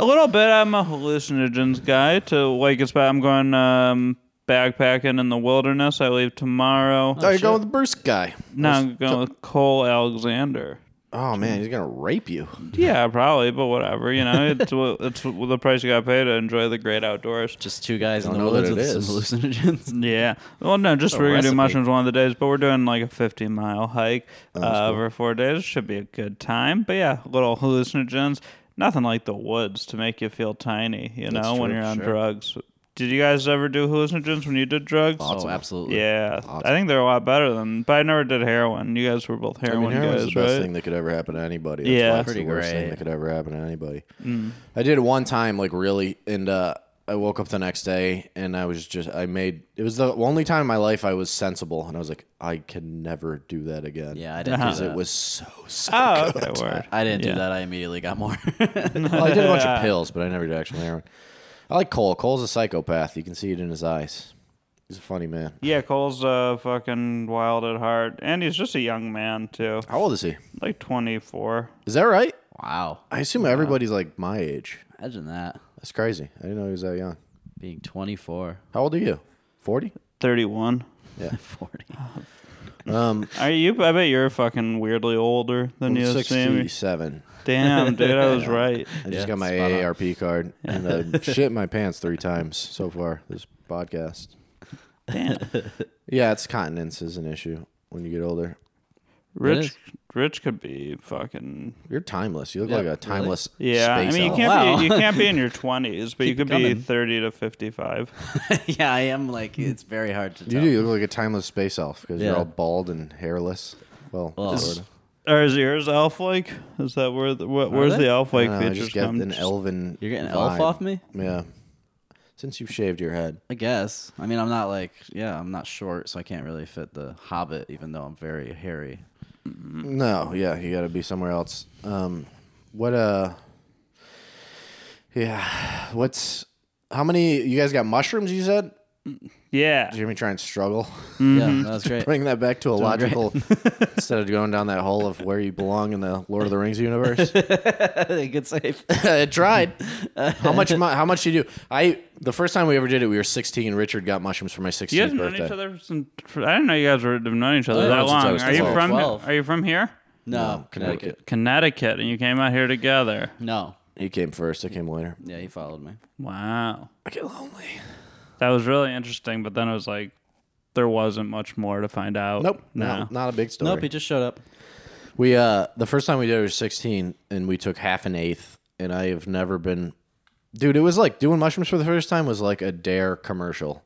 [SPEAKER 3] A little bit. I'm a hallucinogens guy. To like, it's I'm going um, backpacking in the wilderness. I leave tomorrow.
[SPEAKER 1] Are you going with the Bruce guy?
[SPEAKER 3] No, I'm going with Cole Alexander.
[SPEAKER 1] Oh man, he's gonna rape you.
[SPEAKER 3] Yeah, probably, but whatever. You know, it's what- it's what the price you got to pay to enjoy the great outdoors.
[SPEAKER 2] Just two guys in
[SPEAKER 1] Don't
[SPEAKER 2] the
[SPEAKER 1] know that
[SPEAKER 2] woods
[SPEAKER 1] it
[SPEAKER 2] with some
[SPEAKER 1] is.
[SPEAKER 2] hallucinogens.
[SPEAKER 3] Yeah. Well, no, just
[SPEAKER 1] a
[SPEAKER 3] we're gonna do
[SPEAKER 1] recipe.
[SPEAKER 3] mushrooms one of the days, but we're doing like a 50 mile hike
[SPEAKER 1] Oh,
[SPEAKER 3] uh, over four days. Should be a good time. But yeah, little hallucinogens. Nothing like the woods to make you feel tiny. You know, when
[SPEAKER 1] true,
[SPEAKER 3] you're on
[SPEAKER 1] sure.
[SPEAKER 3] drugs. Did you guys ever do hallucinogens when you did drugs?
[SPEAKER 2] Oh, absolutely.
[SPEAKER 3] Yeah, I think they're a lot better than. But I never did heroin. You guys were both
[SPEAKER 1] I mean,
[SPEAKER 3] heroin
[SPEAKER 1] heroin's
[SPEAKER 3] guys,
[SPEAKER 1] the best
[SPEAKER 3] right?
[SPEAKER 1] thing that could ever happen to anybody. That's
[SPEAKER 3] Yeah. Mm.
[SPEAKER 1] why it's
[SPEAKER 2] Pretty
[SPEAKER 1] the worst thing
[SPEAKER 2] great.
[SPEAKER 1] that could ever happen to anybody. I did it one time, like really, and uh, I woke up the next day and I was just, I made, it was the only time in my life I was sensible, and I was like, I can never do that again.
[SPEAKER 2] Yeah, I didn't do
[SPEAKER 1] because
[SPEAKER 2] that.
[SPEAKER 1] it was so. so
[SPEAKER 3] Uh-huh. Oh,
[SPEAKER 1] good.
[SPEAKER 3] okay, word.
[SPEAKER 2] I didn't
[SPEAKER 3] Yeah.
[SPEAKER 2] do that. I immediately got more.
[SPEAKER 1] Well, I did a bunch of pills, but I never did actual heroin. I like Cole. Cole's a psychopath. You can see it in his eyes. He's a funny man.
[SPEAKER 3] Yeah, Cole's uh, fucking wild at heart, and he's just a young man too,
[SPEAKER 1] How old is he?
[SPEAKER 3] like 24.
[SPEAKER 1] Is that right?
[SPEAKER 2] wow.
[SPEAKER 1] I assume everybody's like my age.
[SPEAKER 2] Imagine that.
[SPEAKER 1] That's crazy. I didn't know he was that young.
[SPEAKER 2] Being 24,
[SPEAKER 1] How old are you? Forty?
[SPEAKER 3] 31.
[SPEAKER 2] 40.
[SPEAKER 1] Um,
[SPEAKER 3] Are you? I bet you're fucking weirdly older
[SPEAKER 1] I'm
[SPEAKER 3] than you seem.
[SPEAKER 1] sixty-seven.
[SPEAKER 3] Damn, dude, I was right.
[SPEAKER 1] I just
[SPEAKER 2] Yeah,
[SPEAKER 1] got my
[SPEAKER 2] spot on.
[SPEAKER 1] AARP card and I shit my pants three times so far this podcast.
[SPEAKER 3] Damn.
[SPEAKER 1] Yeah, it's continence is an issue when you get older.
[SPEAKER 3] Rich,
[SPEAKER 2] is.
[SPEAKER 3] Rich could be fucking.
[SPEAKER 1] You're timeless. You look
[SPEAKER 2] Yeah,
[SPEAKER 1] like a
[SPEAKER 2] really.
[SPEAKER 1] timeless.
[SPEAKER 3] Yeah, I
[SPEAKER 1] space
[SPEAKER 3] mean you
[SPEAKER 1] owl.
[SPEAKER 3] can't
[SPEAKER 2] Wow.
[SPEAKER 3] be you can't be in your 20s, but you
[SPEAKER 2] Keep
[SPEAKER 3] could be
[SPEAKER 2] coming.
[SPEAKER 3] 30 to 55.
[SPEAKER 2] yeah, I am like, it's very hard to
[SPEAKER 1] You
[SPEAKER 2] tell.
[SPEAKER 1] do. You look like a timeless space elf because you're
[SPEAKER 2] Yeah.
[SPEAKER 1] all bald and hairless. Well,
[SPEAKER 2] Well,
[SPEAKER 1] sort of.
[SPEAKER 3] Or is yours elf like? Is that where the, wh- where's
[SPEAKER 2] they?
[SPEAKER 3] the elf like
[SPEAKER 1] I don't know, I
[SPEAKER 3] features
[SPEAKER 1] just get
[SPEAKER 3] come?
[SPEAKER 1] an elven.
[SPEAKER 2] You're getting
[SPEAKER 1] vibe.
[SPEAKER 2] elf off me?
[SPEAKER 1] Yeah. Since you've shaved your head,
[SPEAKER 2] I guess. I mean, I'm not like, yeah, I'm not short, so I can't really fit the hobbit, even though I'm very hairy.
[SPEAKER 1] no, yeah, you got to be somewhere else. Um, what uh, yeah, what's how many? You guys got mushrooms? You said.
[SPEAKER 3] yeah.
[SPEAKER 1] Did you hear me try and struggle?
[SPEAKER 2] Yeah, that was great.
[SPEAKER 1] Bring that back to a logical instead of going down that hole of where you belong in the Lord of the Rings universe.
[SPEAKER 2] Good save.
[SPEAKER 1] I tried. How much? mu- How much did you do? I the first time we ever did it, we were 16. Richard got mushrooms for my
[SPEAKER 3] You
[SPEAKER 1] 16th
[SPEAKER 3] guys known
[SPEAKER 1] birthday.
[SPEAKER 3] each other since I didn't know you guys were have known each other
[SPEAKER 2] I've
[SPEAKER 3] that
[SPEAKER 1] known since I
[SPEAKER 3] long.
[SPEAKER 1] was
[SPEAKER 3] Are you
[SPEAKER 1] 12.
[SPEAKER 3] from
[SPEAKER 2] 12.
[SPEAKER 3] Are you from here?
[SPEAKER 2] No,
[SPEAKER 1] Connecticut.
[SPEAKER 3] Connecticut, and you came out here together.
[SPEAKER 2] No.
[SPEAKER 1] He came first. I came later.
[SPEAKER 2] Yeah, he followed me.
[SPEAKER 3] Wow,
[SPEAKER 1] I get lonely.
[SPEAKER 3] that was really interesting. But then it was like there wasn't much more to find out.
[SPEAKER 1] Nope.
[SPEAKER 3] no.
[SPEAKER 1] Not, not a big story.
[SPEAKER 2] Oh, Nope, he just showed up.
[SPEAKER 1] We uh the first time we did it was 16 and we took half an eighth and I have never been Dude, it was like doing mushrooms for the first time was like a dare commercial.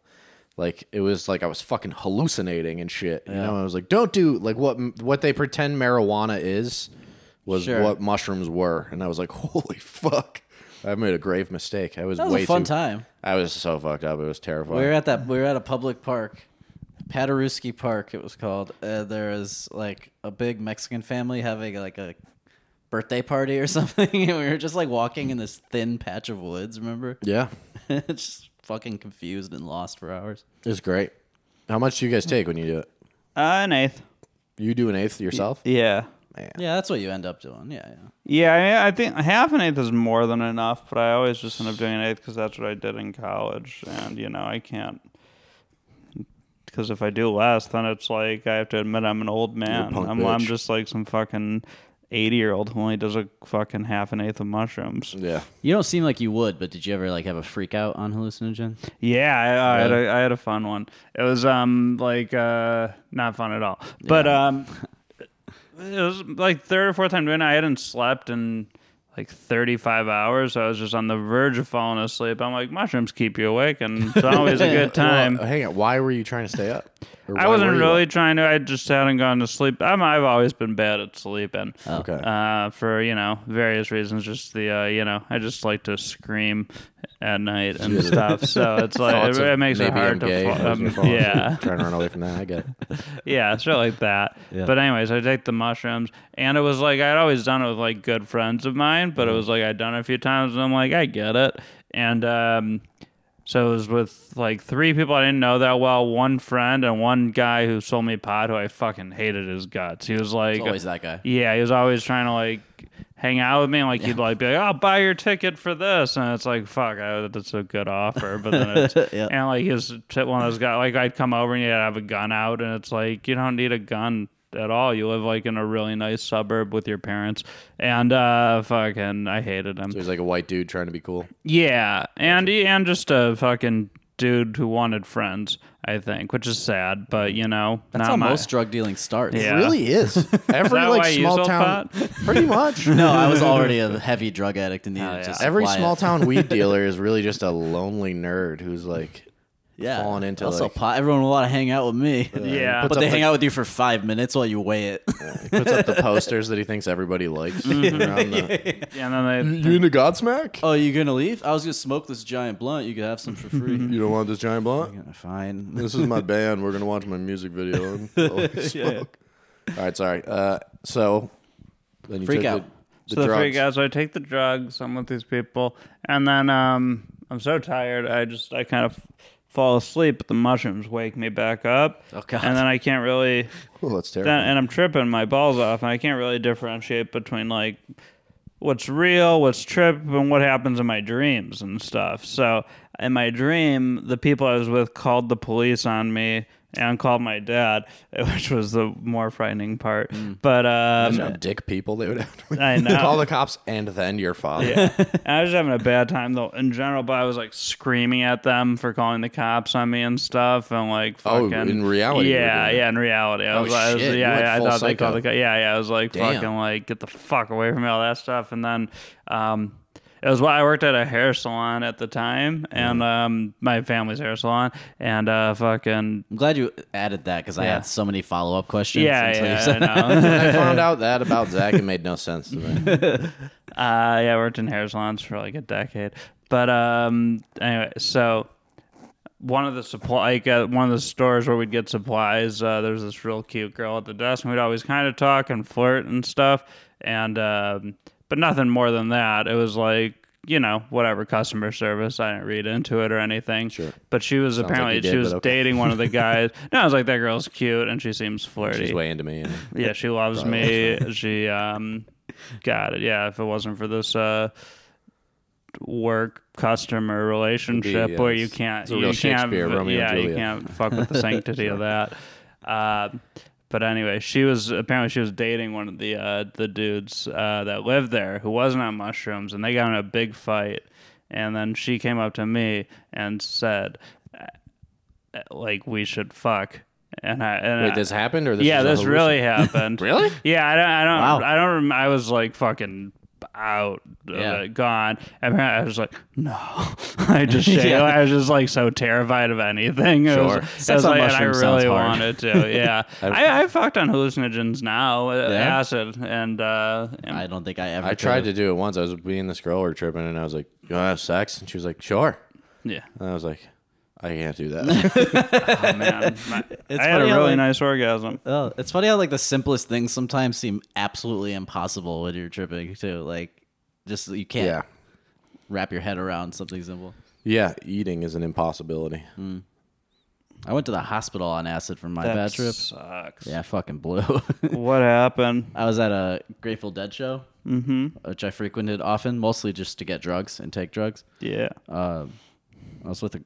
[SPEAKER 1] Like it was like I was fucking hallucinating and shit. You know, I was like, "Don't do like what what they pretend marijuana is was
[SPEAKER 2] Sure.
[SPEAKER 1] what mushrooms were." And I was like, "Holy fuck. I made a grave mistake. I was,
[SPEAKER 2] That was
[SPEAKER 1] way
[SPEAKER 2] a fun
[SPEAKER 1] too,
[SPEAKER 2] time.
[SPEAKER 1] I was so fucked up. It was
[SPEAKER 2] We were
[SPEAKER 1] terrifying.
[SPEAKER 2] at that. We were at a public park, Paderewski Park. It was called. Uh, there was like a big Mexican family having like a birthday party or something, and we were just like walking in this thin patch of woods. Remember?
[SPEAKER 1] Yeah.
[SPEAKER 2] just fucking confused and lost for hours.
[SPEAKER 1] It was great. How much do you guys take when you do it?
[SPEAKER 3] Uh, an eighth.
[SPEAKER 1] You do an eighth yourself?
[SPEAKER 3] Yeah.
[SPEAKER 2] Yeah, that's what you end up doing. Yeah, yeah.
[SPEAKER 3] Yeah, I, mean, I think half an eighth is more than enough, but I always just end up doing an eighth because that's what I did in college, and you know I can't. Because if I do less, then it's like I have to admit I'm an old man.
[SPEAKER 1] punk
[SPEAKER 3] I'm, I'm
[SPEAKER 1] bitch.
[SPEAKER 3] just like some fucking eighty year old who only does a fucking half an eighth of mushrooms.
[SPEAKER 1] Yeah.
[SPEAKER 2] You don't seem like you would, but did you ever like have a freak out on hallucinogen?
[SPEAKER 3] Yeah, I, I, had a, I had a fun one. It was um like uh not fun at all, but um it was like third or fourth time doing it. I hadn't slept in like 35 hours. So I was just on the verge of falling asleep. I'm like mushrooms keep you awake, and it's always a good time.
[SPEAKER 1] Well, hang on. Why were you trying to stay up? Or
[SPEAKER 3] I
[SPEAKER 1] why
[SPEAKER 3] wasn't
[SPEAKER 1] were you
[SPEAKER 3] really
[SPEAKER 1] up?
[SPEAKER 3] trying to. I just hadn't gone to sleep. I'm, I've always been bad at sleeping.
[SPEAKER 1] Okay.
[SPEAKER 3] Uh, for you know various reasons, just the uh, you know I just like to scream at night and stuff. So it's like
[SPEAKER 4] Thoughts
[SPEAKER 3] it,
[SPEAKER 4] of
[SPEAKER 3] it makes it
[SPEAKER 4] maybe
[SPEAKER 3] hard
[SPEAKER 4] I'm
[SPEAKER 3] to.
[SPEAKER 4] gay.
[SPEAKER 3] fo-
[SPEAKER 4] I was
[SPEAKER 1] I was
[SPEAKER 3] um,
[SPEAKER 1] gonna fall asleep
[SPEAKER 3] yeah,
[SPEAKER 1] Trying to run away from that. I get it.
[SPEAKER 3] yeah, shit like that.
[SPEAKER 2] Yeah.
[SPEAKER 3] But anyways, I take the mushrooms, and it was like I'd always done it with like good friends of mine,
[SPEAKER 4] Mm-hmm.
[SPEAKER 3] but it was like I'd done it a few times, and I'm like, I get it. And um, so it was with like three people I didn't know that well, one friend and one guy who sold me pot, who I fucking hated his guts. He was like,
[SPEAKER 4] It's always that guy.
[SPEAKER 3] yeah, he was always trying to like hang out with me. And, like he'd like be like, "I'll buy your ticket for this," and it's like, "Fuck, I, that's a good offer." But then, it's,
[SPEAKER 2] Yeah.
[SPEAKER 3] and like his tip one of those guys, like I'd come over and he'd have a gun out, and it's like you don't need a gun at all. You live like in a really nice suburb with your parents, and uh, fucking, I hated him.
[SPEAKER 4] So he's like a white dude trying to be cool.
[SPEAKER 3] Yeah, and and just a fucking dude who wanted friends, I think, which is sad, but you know,
[SPEAKER 2] That's
[SPEAKER 3] not
[SPEAKER 2] how
[SPEAKER 3] my-
[SPEAKER 2] most drug dealing starts.
[SPEAKER 3] Yeah.
[SPEAKER 1] It really is. Every
[SPEAKER 3] that
[SPEAKER 1] like
[SPEAKER 3] why you
[SPEAKER 1] small
[SPEAKER 3] sold
[SPEAKER 1] town,
[SPEAKER 3] pot?
[SPEAKER 1] pretty much.
[SPEAKER 2] No, I was already a heavy drug addict and needed
[SPEAKER 3] yeah.
[SPEAKER 2] just
[SPEAKER 1] Every
[SPEAKER 2] quiet.
[SPEAKER 1] small town weed dealer is really just a lonely nerd who's like,
[SPEAKER 2] yeah.
[SPEAKER 1] falling into,
[SPEAKER 2] also
[SPEAKER 1] like-
[SPEAKER 2] pot. Everyone will want to hang out with me.
[SPEAKER 3] Yeah.
[SPEAKER 2] but they hang out with you for five minutes while you weigh it.
[SPEAKER 1] he puts up the posters that he thinks everybody likes. around the-
[SPEAKER 3] and then they
[SPEAKER 1] You into Godsmack?
[SPEAKER 2] oh, you gonna leave? I was gonna smoke this giant blunt. You could have some for free.
[SPEAKER 1] You don't want this giant blunt?
[SPEAKER 2] Yeah, Fine.
[SPEAKER 1] This is my band. We're gonna watch my music video. And while we smoke. All right, sorry. Uh, so then you
[SPEAKER 2] Freak
[SPEAKER 1] took
[SPEAKER 2] out.
[SPEAKER 1] The, the
[SPEAKER 3] so the
[SPEAKER 1] drugs.
[SPEAKER 3] three guys. So I take the drugs. I'm with these people, and then um, I'm so tired. I just I kind of fall asleep, but the mushrooms wake me back up.
[SPEAKER 2] Oh, God.
[SPEAKER 3] And then I can't really.
[SPEAKER 1] Oh, that's
[SPEAKER 3] Then, um,
[SPEAKER 1] terrible.
[SPEAKER 3] and I'm tripping my balls off, and I can't really differentiate between like what's real, what's trip, and what happens in my dreams and stuff. So in my dream, the people I was with called the police on me. And called my dad, which was the more frightening part. But um,
[SPEAKER 1] Imagine how dick people they would have to
[SPEAKER 3] I know.
[SPEAKER 1] call the cops and then your father.
[SPEAKER 3] And I was having a bad time though in general, but I was like screaming at them for calling the cops on me and stuff, and like
[SPEAKER 1] Oh,
[SPEAKER 3] fucking.
[SPEAKER 1] in reality you were
[SPEAKER 3] yeah,
[SPEAKER 1] doing
[SPEAKER 3] yeah, in reality, I
[SPEAKER 1] Oh,
[SPEAKER 3] was, I was
[SPEAKER 1] shit, you
[SPEAKER 3] yeah,
[SPEAKER 1] went
[SPEAKER 3] yeah, I
[SPEAKER 1] full
[SPEAKER 3] thought they called the
[SPEAKER 1] psycho.
[SPEAKER 3] co- yeah, yeah, I was like
[SPEAKER 1] Damn.
[SPEAKER 3] fucking like get the fuck away from me, all that stuff, and then um. It was why I worked at a hair salon at the time, and um, my family's hair salon, and uh, fucking
[SPEAKER 2] I'm glad you added that because I
[SPEAKER 3] Yeah.
[SPEAKER 2] had so many follow up questions.
[SPEAKER 3] yeah,
[SPEAKER 2] until you
[SPEAKER 3] yeah,
[SPEAKER 2] said-
[SPEAKER 3] I know.
[SPEAKER 1] When I found out that about Zach, it made no sense to me.
[SPEAKER 3] Uh, yeah, I worked in hair salons for like a decade. But um, anyway, so one of the supply, like, uh, one of the stores where we'd get supplies, uh, there was this real cute girl at the desk, and we'd always kind of talk and flirt and stuff, and um, but nothing more than that. It was like you know whatever customer service. I didn't read into it or anything. Sure. But she was
[SPEAKER 1] like
[SPEAKER 3] apparently
[SPEAKER 1] you did,
[SPEAKER 3] she was
[SPEAKER 1] but okay.
[SPEAKER 3] dating one of the guys. no, I was like that girl's cute and she seems flirty.
[SPEAKER 1] She's way into me. And
[SPEAKER 3] Yeah, she loves me. she um got it. Yeah, if it wasn't for this uh work customer relationship
[SPEAKER 1] yeah,
[SPEAKER 3] where
[SPEAKER 1] it's-
[SPEAKER 3] you can't
[SPEAKER 1] it's a
[SPEAKER 3] you
[SPEAKER 1] real
[SPEAKER 3] can't
[SPEAKER 1] Shakespeare, Romeo and
[SPEAKER 3] yeah, you
[SPEAKER 1] Juliet.
[SPEAKER 3] can't fuck with the sanctity of that. Uh, but anyway, she was apparently she was dating one of the uh, the dudes uh, that lived there who wasn't on mushrooms, and they got in a big fight. And then she came up to me and said, uh, "Like we should fuck." And I and
[SPEAKER 1] Wait,
[SPEAKER 3] I-
[SPEAKER 1] this happened or this?
[SPEAKER 3] yeah,
[SPEAKER 1] is a
[SPEAKER 3] this
[SPEAKER 1] hallucin-
[SPEAKER 3] really happened.
[SPEAKER 1] Really?
[SPEAKER 3] Yeah, I don't. I don't.
[SPEAKER 2] Wow.
[SPEAKER 3] I don't. Rem- I was like fucking out,
[SPEAKER 2] Yeah.
[SPEAKER 3] uh, gone. And I was like, no. I just, shake-
[SPEAKER 2] Yeah.
[SPEAKER 3] I was just like so terrified of anything. It was,
[SPEAKER 1] Sure.
[SPEAKER 3] it
[SPEAKER 2] Sex
[SPEAKER 3] was
[SPEAKER 2] on
[SPEAKER 3] like, and I
[SPEAKER 2] mushrooms sounds
[SPEAKER 3] really
[SPEAKER 2] hard.
[SPEAKER 3] wanted to. Yeah, I, I fucked on hallucinogens now, uh,
[SPEAKER 2] Yeah?
[SPEAKER 3] acid, and, uh, and
[SPEAKER 2] I don't think I ever.
[SPEAKER 1] I tried to do it once. I was being this girl or tripping, and I was like, "You want to have sex?" And she was like, "Sure."
[SPEAKER 3] yeah.
[SPEAKER 1] And I was like, "I can't do that."
[SPEAKER 3] Oh man, My-
[SPEAKER 2] It's
[SPEAKER 3] I had a
[SPEAKER 2] funny how,
[SPEAKER 3] really
[SPEAKER 2] like-
[SPEAKER 3] nice orgasm.
[SPEAKER 2] Oh, it's funny how like the simplest things sometimes seem absolutely impossible when you're tripping too. Like, just you can't
[SPEAKER 1] yeah,
[SPEAKER 2] wrap your head around something simple.
[SPEAKER 1] yeah. Eating is an impossibility.
[SPEAKER 2] I went to the hospital on acid from my
[SPEAKER 3] That
[SPEAKER 2] bad trip.
[SPEAKER 3] sucks.
[SPEAKER 2] Yeah, I fucking blew.
[SPEAKER 3] What happened?
[SPEAKER 2] I was at a Grateful Dead show, mm-hmm. which I frequented often, mostly just to get drugs and take drugs.
[SPEAKER 3] Yeah.
[SPEAKER 2] uh, I was with a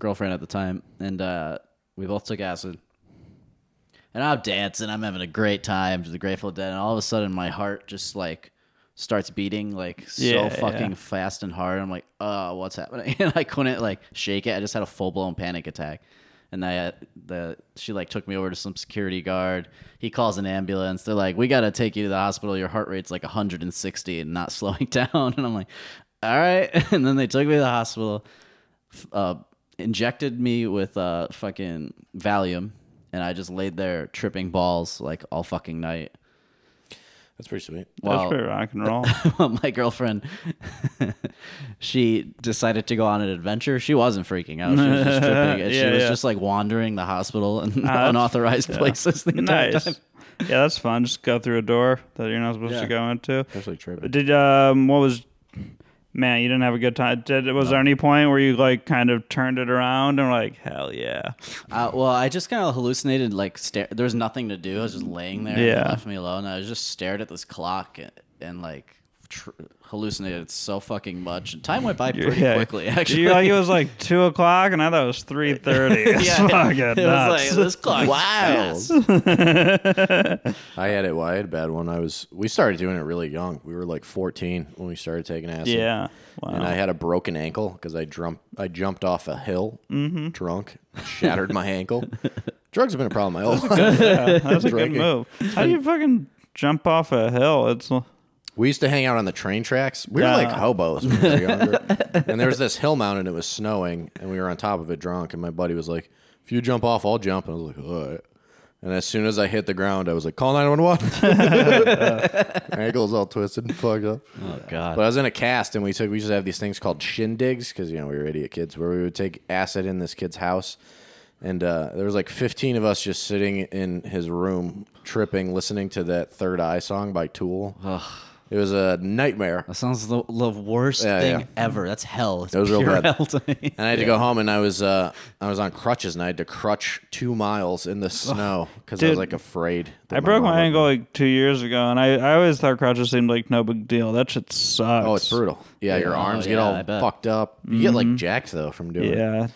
[SPEAKER 2] girlfriend at the time, and uh, we both took acid. And I'm dancing, I'm having a great time to the Grateful Dead, and all of a sudden my heart just like starts beating like so
[SPEAKER 3] Yeah,
[SPEAKER 2] fucking
[SPEAKER 3] yeah.
[SPEAKER 2] fast and hard. I'm like, uh, what's happening? And I couldn't like shake it. I just had a full blown panic attack. And I, uh, the she like took me over to some security guard. He calls an ambulance. They're like, "We gotta take you to the hospital. Your heart rate's like 160 and not slowing down." And I'm like, "All right." And then they took me to the hospital uh, injected me with uh, fucking Valium and I just laid there tripping balls like all fucking night.
[SPEAKER 1] That's pretty sweet.
[SPEAKER 3] That's
[SPEAKER 2] While-
[SPEAKER 3] pretty rock and roll.
[SPEAKER 2] well, my girlfriend, she decided to go on an adventure. She wasn't freaking out. She was just tripping. And
[SPEAKER 3] Yeah,
[SPEAKER 2] she was
[SPEAKER 3] yeah. Ah,
[SPEAKER 2] just like wandering the hospital and
[SPEAKER 3] that's-
[SPEAKER 2] unauthorized places the entire
[SPEAKER 3] nice.
[SPEAKER 2] time.
[SPEAKER 3] Yeah, that's fun. Just go through a door that you're not supposed
[SPEAKER 2] Yeah.
[SPEAKER 3] to go into.
[SPEAKER 1] Especially tripping.
[SPEAKER 3] Did um what was man, you didn't have a good time. Did was there any point where you like kind of turned it around and were like, hell yeah.
[SPEAKER 2] Uh, well, I just kind of hallucinated. Like, stare. there was nothing to do. I was just laying there.
[SPEAKER 3] Yeah.
[SPEAKER 2] And it left me alone. I was just stared at this clock and, and like tr- hallucinated so fucking much. And time went by pretty
[SPEAKER 3] Yeah.
[SPEAKER 2] quickly. Actually,
[SPEAKER 3] You, like, it was like two o'clock and I thought it was three thirty. yeah, fucking
[SPEAKER 2] it
[SPEAKER 3] nuts.
[SPEAKER 2] was like this clock. Wow. Oh,
[SPEAKER 1] I had it. Well, I had a bad one. I was. We started doing it really young. We were like 14 when we started taking acid.
[SPEAKER 3] yeah. Wow.
[SPEAKER 1] And I had a broken ankle because I jumped. I jumped off a hill,
[SPEAKER 3] Mm-hmm.
[SPEAKER 1] drunk, shattered my ankle. Drugs have been a problem my whole life.
[SPEAKER 3] Yeah, that's a good
[SPEAKER 1] Drinking.
[SPEAKER 3] move. How do you fucking jump off a hill? It's
[SPEAKER 1] We used to hang out on the train tracks. We
[SPEAKER 3] Yeah.
[SPEAKER 1] were like hobos when we were younger. and there was this hill mountain. It was snowing, and we were on top of it drunk. And my buddy was like, "If you jump off, I'll jump." And I was like, "All right." And as soon as I hit the ground, I was like, "Call 911." Ankle's all twisted and fucked up.
[SPEAKER 2] Oh god.
[SPEAKER 1] But I was in a cast, and we took we used to have these things called shindigs because you know we were idiot kids, where we would take acid in this kid's house, and uh, there was like fifteen of us just sitting in his room, tripping, listening to that Third Eye song by Tool. It was a nightmare.
[SPEAKER 2] That sounds the, the worst
[SPEAKER 1] Yeah,
[SPEAKER 2] thing
[SPEAKER 1] yeah.
[SPEAKER 2] ever. That's hell. It's
[SPEAKER 1] was real
[SPEAKER 2] pure
[SPEAKER 1] bad.
[SPEAKER 2] hell to me.
[SPEAKER 1] And I had to go home, and I was uh, I was on crutches, and I had to crutch two miles in the snow because I
[SPEAKER 3] Dude.
[SPEAKER 1] was like afraid. that
[SPEAKER 3] I broke
[SPEAKER 1] mom
[SPEAKER 3] my
[SPEAKER 1] would-
[SPEAKER 3] ankle like two years ago, and I, I always thought crutches seemed like no big deal. That shit sucks.
[SPEAKER 1] Oh, it's brutal. Yeah, your
[SPEAKER 2] Yeah,
[SPEAKER 1] arms
[SPEAKER 2] oh,
[SPEAKER 1] get
[SPEAKER 2] yeah,
[SPEAKER 1] all
[SPEAKER 2] I bet.
[SPEAKER 1] fucked up. You get like jacked though from doing it.
[SPEAKER 3] Yeah,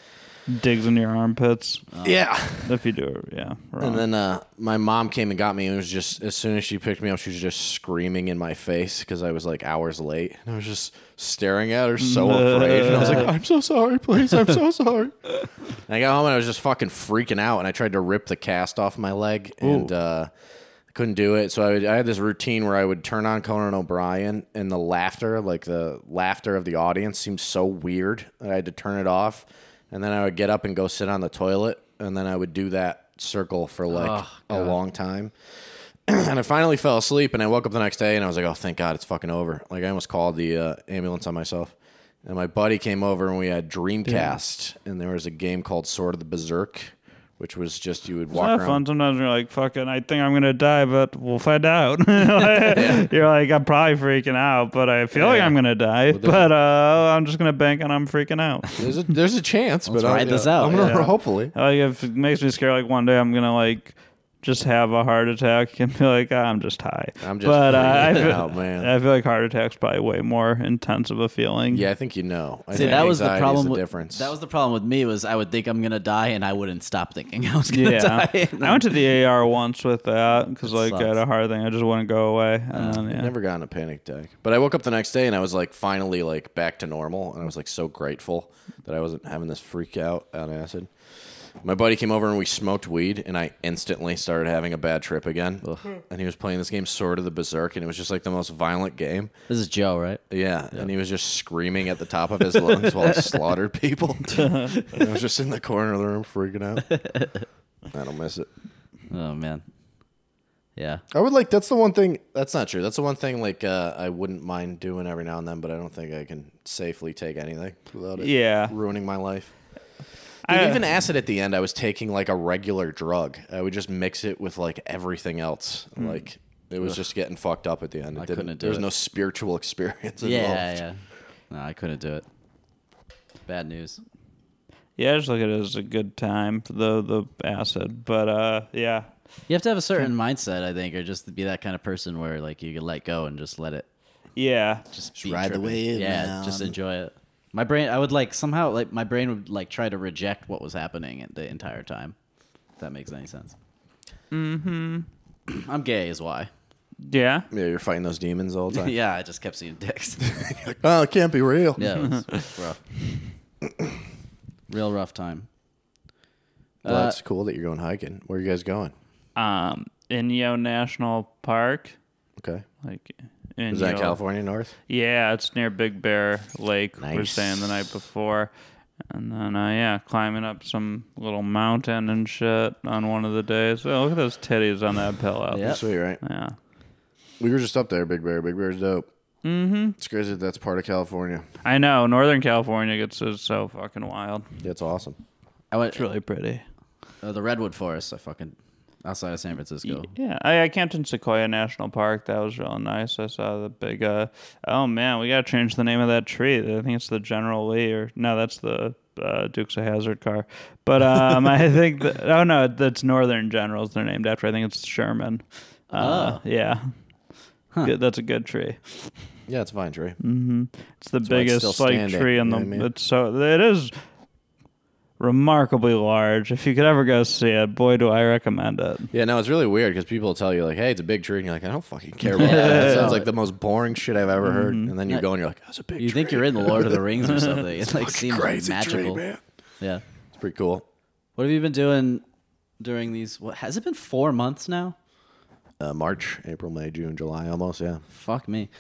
[SPEAKER 3] digs in your armpits
[SPEAKER 1] Yeah.
[SPEAKER 3] if you do it. Yeah, wrong.
[SPEAKER 1] And then uh, my mom came and got me. And it was just as soon as she picked me up, she was just screaming in my face because I was like hours late. And I was just staring at her, so afraid. And I was like, "I'm so sorry, please. I'm so sorry." and I got home and I was just fucking freaking out. And I tried to rip the cast off my leg and uh, couldn't do it. So I, would, I had this routine where I would turn on Conan O'Brien, and the laughter, like the laughter of the audience, seemed so weird that I had to turn it off. And then I would get up and go sit on the toilet, and then I would do that circle for like a long time. and I finally fell asleep, and I woke up the next day, and I was like, "Oh, thank God, it's fucking over!" Like I almost called the uh, ambulance on myself. And my buddy came over, and we had Dreamcast, and there was a game called Sword of the Berserk, which was just you would
[SPEAKER 3] it's
[SPEAKER 1] walk
[SPEAKER 3] not
[SPEAKER 1] around.
[SPEAKER 3] fun. Sometimes you're like, "Fucking, I think I'm gonna die," but we'll find out. You're like, "I'm probably freaking out," but I feel like I'm gonna die. but uh, I'm just gonna bank on I'm freaking out.
[SPEAKER 1] There's a there's a chance, but
[SPEAKER 2] ride
[SPEAKER 1] I,
[SPEAKER 2] this out,
[SPEAKER 1] I'm gonna
[SPEAKER 3] yeah.
[SPEAKER 1] hopefully.
[SPEAKER 3] like, if it makes me scared, like one day I'm gonna like just have a heart attack and be like, "Ah, "I'm just high."
[SPEAKER 1] I'm just
[SPEAKER 3] But uh, I
[SPEAKER 1] freaking
[SPEAKER 3] feel,
[SPEAKER 1] out, man.
[SPEAKER 3] I feel like heart attack's probably way more intense of a feeling.
[SPEAKER 1] Yeah, I think you know. I
[SPEAKER 2] See,
[SPEAKER 1] think
[SPEAKER 2] that was the
[SPEAKER 1] anxiety is
[SPEAKER 2] problem. with-
[SPEAKER 1] difference.
[SPEAKER 2] That was the problem with me was I would think I'm gonna die and I wouldn't stop thinking I was gonna
[SPEAKER 3] Yeah,
[SPEAKER 2] die.
[SPEAKER 3] I went to the AR once with that because like I had
[SPEAKER 2] sucks.
[SPEAKER 3] a hard thing. I just wouldn't go away. And then, yeah.
[SPEAKER 1] I never got in a panic attack, but I woke up the next day and I was like finally like back to normal, and I was like so grateful that I wasn't having this freak out on acid. My buddy came over and we smoked weed, and I instantly started having a bad trip again. And he was playing this game Sword of the Berserk, and it was just like the most violent game.
[SPEAKER 2] this is Joe, right?
[SPEAKER 1] Yeah, and he was just screaming at the top of his lungs while he slaughtered people. And I was just in the corner of the room freaking out. I don't miss it.
[SPEAKER 2] Oh man. Yeah.
[SPEAKER 1] I would like. That's the one thing. That's not true. That's the one thing. Like uh, I wouldn't mind doing every now and then, but I don't think I can safely take anything without it.
[SPEAKER 3] Yeah.
[SPEAKER 1] ruining my life. Dude,
[SPEAKER 3] I-
[SPEAKER 1] even acid at the end, I was taking like a regular drug. I would just mix it with like everything else.
[SPEAKER 3] Hmm.
[SPEAKER 1] Like it was just getting fucked up at the end. It didn't.
[SPEAKER 2] couldn't do
[SPEAKER 1] there was
[SPEAKER 2] it.
[SPEAKER 1] no spiritual experience
[SPEAKER 2] Yeah,
[SPEAKER 1] involved.
[SPEAKER 2] yeah. No, I couldn't do it. Bad news.
[SPEAKER 3] Yeah, I just look at it as a good time for the the acid. But uh, yeah,
[SPEAKER 2] You have to have a certain mindset, I think, or just be that kind of person where like you can let go and just let it
[SPEAKER 3] yeah,
[SPEAKER 2] just,
[SPEAKER 1] Just
[SPEAKER 2] be
[SPEAKER 1] ride the
[SPEAKER 2] driven.
[SPEAKER 1] wave,
[SPEAKER 2] Yeah,
[SPEAKER 1] man.
[SPEAKER 2] just enjoy it. My brain, I would like somehow like my brain would like try to reject what was happening at the entire time. If that makes any sense. Mm-hmm. I'm gay, is why.
[SPEAKER 3] yeah.
[SPEAKER 1] Yeah, you're fighting those demons all the time.
[SPEAKER 2] yeah, I just kept seeing dicks.
[SPEAKER 1] Like, oh, it can't be real.
[SPEAKER 2] yeah, it was rough. Real rough time.
[SPEAKER 1] Well,
[SPEAKER 2] Uh,
[SPEAKER 1] that's cool that you're going hiking. Where are you guys going?
[SPEAKER 3] Um, Inyo National Park,
[SPEAKER 1] Okay.
[SPEAKER 3] like in
[SPEAKER 1] Is that California North?
[SPEAKER 3] Yeah, it's near Big Bear Lake. We were staying the night before, And then, uh, yeah, climbing up some little mountain and shit on one of the days. Oh, look at those titties on that pillow.
[SPEAKER 2] Yep.
[SPEAKER 1] Sweet, right?
[SPEAKER 3] Yeah.
[SPEAKER 1] We were just up there, Big Bear. Big Bear's dope. Mm-hmm. It's crazy that that's part of California.
[SPEAKER 3] I know. Northern California gets is so fucking wild.
[SPEAKER 1] That's awesome.
[SPEAKER 2] I went
[SPEAKER 3] It's really pretty.
[SPEAKER 2] uh, the redwood forest. I fucking outside of San Francisco.
[SPEAKER 3] Yeah, I, I camped in Sequoia National Park. That was real nice. I saw the big. Uh, oh man, we gotta change the name of that tree. I think it's the General Lee, or no, that's the uh, Dukes of Hazard car. But um, I think the, oh no, that's Northern Generals. They're named after. I think it's Sherman. Uh, Yeah, Good- that's a good tree.
[SPEAKER 1] Yeah, it's a vine tree.
[SPEAKER 3] It's the
[SPEAKER 1] why it's
[SPEAKER 3] biggest
[SPEAKER 1] still
[SPEAKER 3] like
[SPEAKER 1] standing,
[SPEAKER 3] tree
[SPEAKER 1] you
[SPEAKER 3] in
[SPEAKER 1] know
[SPEAKER 3] the.
[SPEAKER 1] what I mean?
[SPEAKER 3] It's so it is remarkably large. If you could ever go see it, boy, do I recommend it.
[SPEAKER 1] Yeah, no, it's really weird because people tell you like, "Hey, it's a big tree," and you're like, "I don't fucking care about that." It sounds like the most boring shit I've ever heard. And then you go and you're like, "That's a big
[SPEAKER 2] You
[SPEAKER 1] tree."
[SPEAKER 2] think you're in the Lord of the Rings or something? It like seems
[SPEAKER 1] crazy
[SPEAKER 2] magical.
[SPEAKER 1] tree, man.
[SPEAKER 2] yeah.
[SPEAKER 1] It's pretty cool.
[SPEAKER 2] What have you been doing during these? What has it been four months now?
[SPEAKER 1] Uh, March, April, May, June, July, almost. Yeah.
[SPEAKER 2] Fuck me.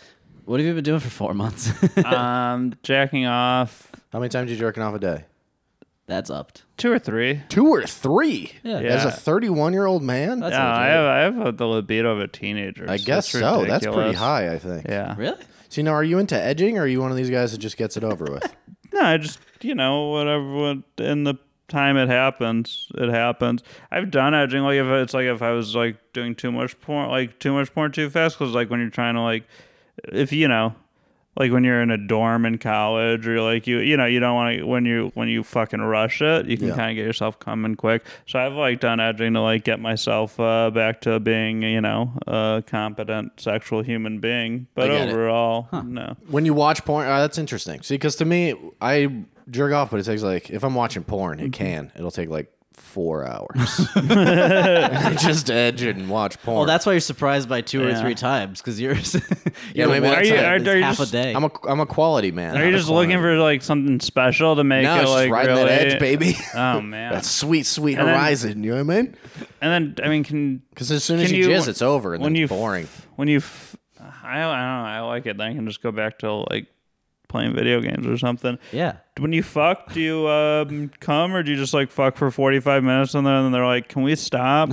[SPEAKER 2] What have you been doing for four months?
[SPEAKER 3] um, jacking off
[SPEAKER 1] How many times are you jerking off a day?
[SPEAKER 2] That's upped.
[SPEAKER 3] two or three.
[SPEAKER 1] Two or three.
[SPEAKER 2] Yeah.
[SPEAKER 1] As a
[SPEAKER 3] Yeah.
[SPEAKER 1] 31 year old man,
[SPEAKER 2] That's-
[SPEAKER 3] Yeah, I
[SPEAKER 2] legit.
[SPEAKER 3] have, I have uh, the libido of a teenager.
[SPEAKER 1] I
[SPEAKER 3] so
[SPEAKER 1] guess
[SPEAKER 3] it's
[SPEAKER 1] so. That's pretty
[SPEAKER 3] ridiculous.
[SPEAKER 1] high, I think.
[SPEAKER 3] Yeah.
[SPEAKER 2] Really?
[SPEAKER 1] So now, are you into edging, or are you one of these guys that just gets it over with?
[SPEAKER 3] No, I just you know whatever what in the time it happens, it happens. I've done edging like if it's like if I was like doing too much porn, like too much porn too fast, because like when you're trying to like, if you know. Like when you're in a dorm in college, or like you, you know, you don't want to when you when you fucking rush it, you can
[SPEAKER 1] Yeah.
[SPEAKER 3] kind of get yourself coming quick. So I've like done edging to like get myself uh, back to being, you know, a competent sexual human being. But
[SPEAKER 1] get it.
[SPEAKER 3] overall, no.
[SPEAKER 1] when you watch porn, oh, that's interesting. See, because to me, I jerk off, but it takes like if I'm watching porn,
[SPEAKER 3] Mm-hmm.
[SPEAKER 1] it can. It'll take like four hours. I just edge it and watch porn.
[SPEAKER 2] Well, that's why you're surprised by two or
[SPEAKER 3] Yeah.
[SPEAKER 2] three times because you're,
[SPEAKER 1] Yeah,
[SPEAKER 2] you're
[SPEAKER 1] maybe
[SPEAKER 2] one
[SPEAKER 1] that's- Are you-
[SPEAKER 2] time
[SPEAKER 3] are-
[SPEAKER 2] is
[SPEAKER 3] are you
[SPEAKER 2] half
[SPEAKER 3] just-
[SPEAKER 2] a day.
[SPEAKER 1] I'm a I'm a quality man.
[SPEAKER 3] Are you
[SPEAKER 1] not a
[SPEAKER 3] just looking
[SPEAKER 1] quantity.
[SPEAKER 3] for like something special to make
[SPEAKER 1] No,
[SPEAKER 3] it
[SPEAKER 1] it's just
[SPEAKER 3] like
[SPEAKER 1] riding
[SPEAKER 3] really?
[SPEAKER 1] that edge, baby.
[SPEAKER 3] Oh man!
[SPEAKER 1] That sweet, sweet
[SPEAKER 3] And then-
[SPEAKER 1] horizon. you know what I mean?
[SPEAKER 3] and then I mean, can
[SPEAKER 1] Because as soon as
[SPEAKER 3] Can
[SPEAKER 1] you,
[SPEAKER 3] you-
[SPEAKER 1] jizz, it's over, and
[SPEAKER 3] when
[SPEAKER 1] then
[SPEAKER 3] you
[SPEAKER 1] it's boring.
[SPEAKER 3] f- when you, f- I, I don't know. I like it. Then I can just go back to like playing video games or something.
[SPEAKER 2] yeah.
[SPEAKER 3] When you fuck, do you um, come or do you just like fuck for forty five minutes and then they're like, "Can we stop?"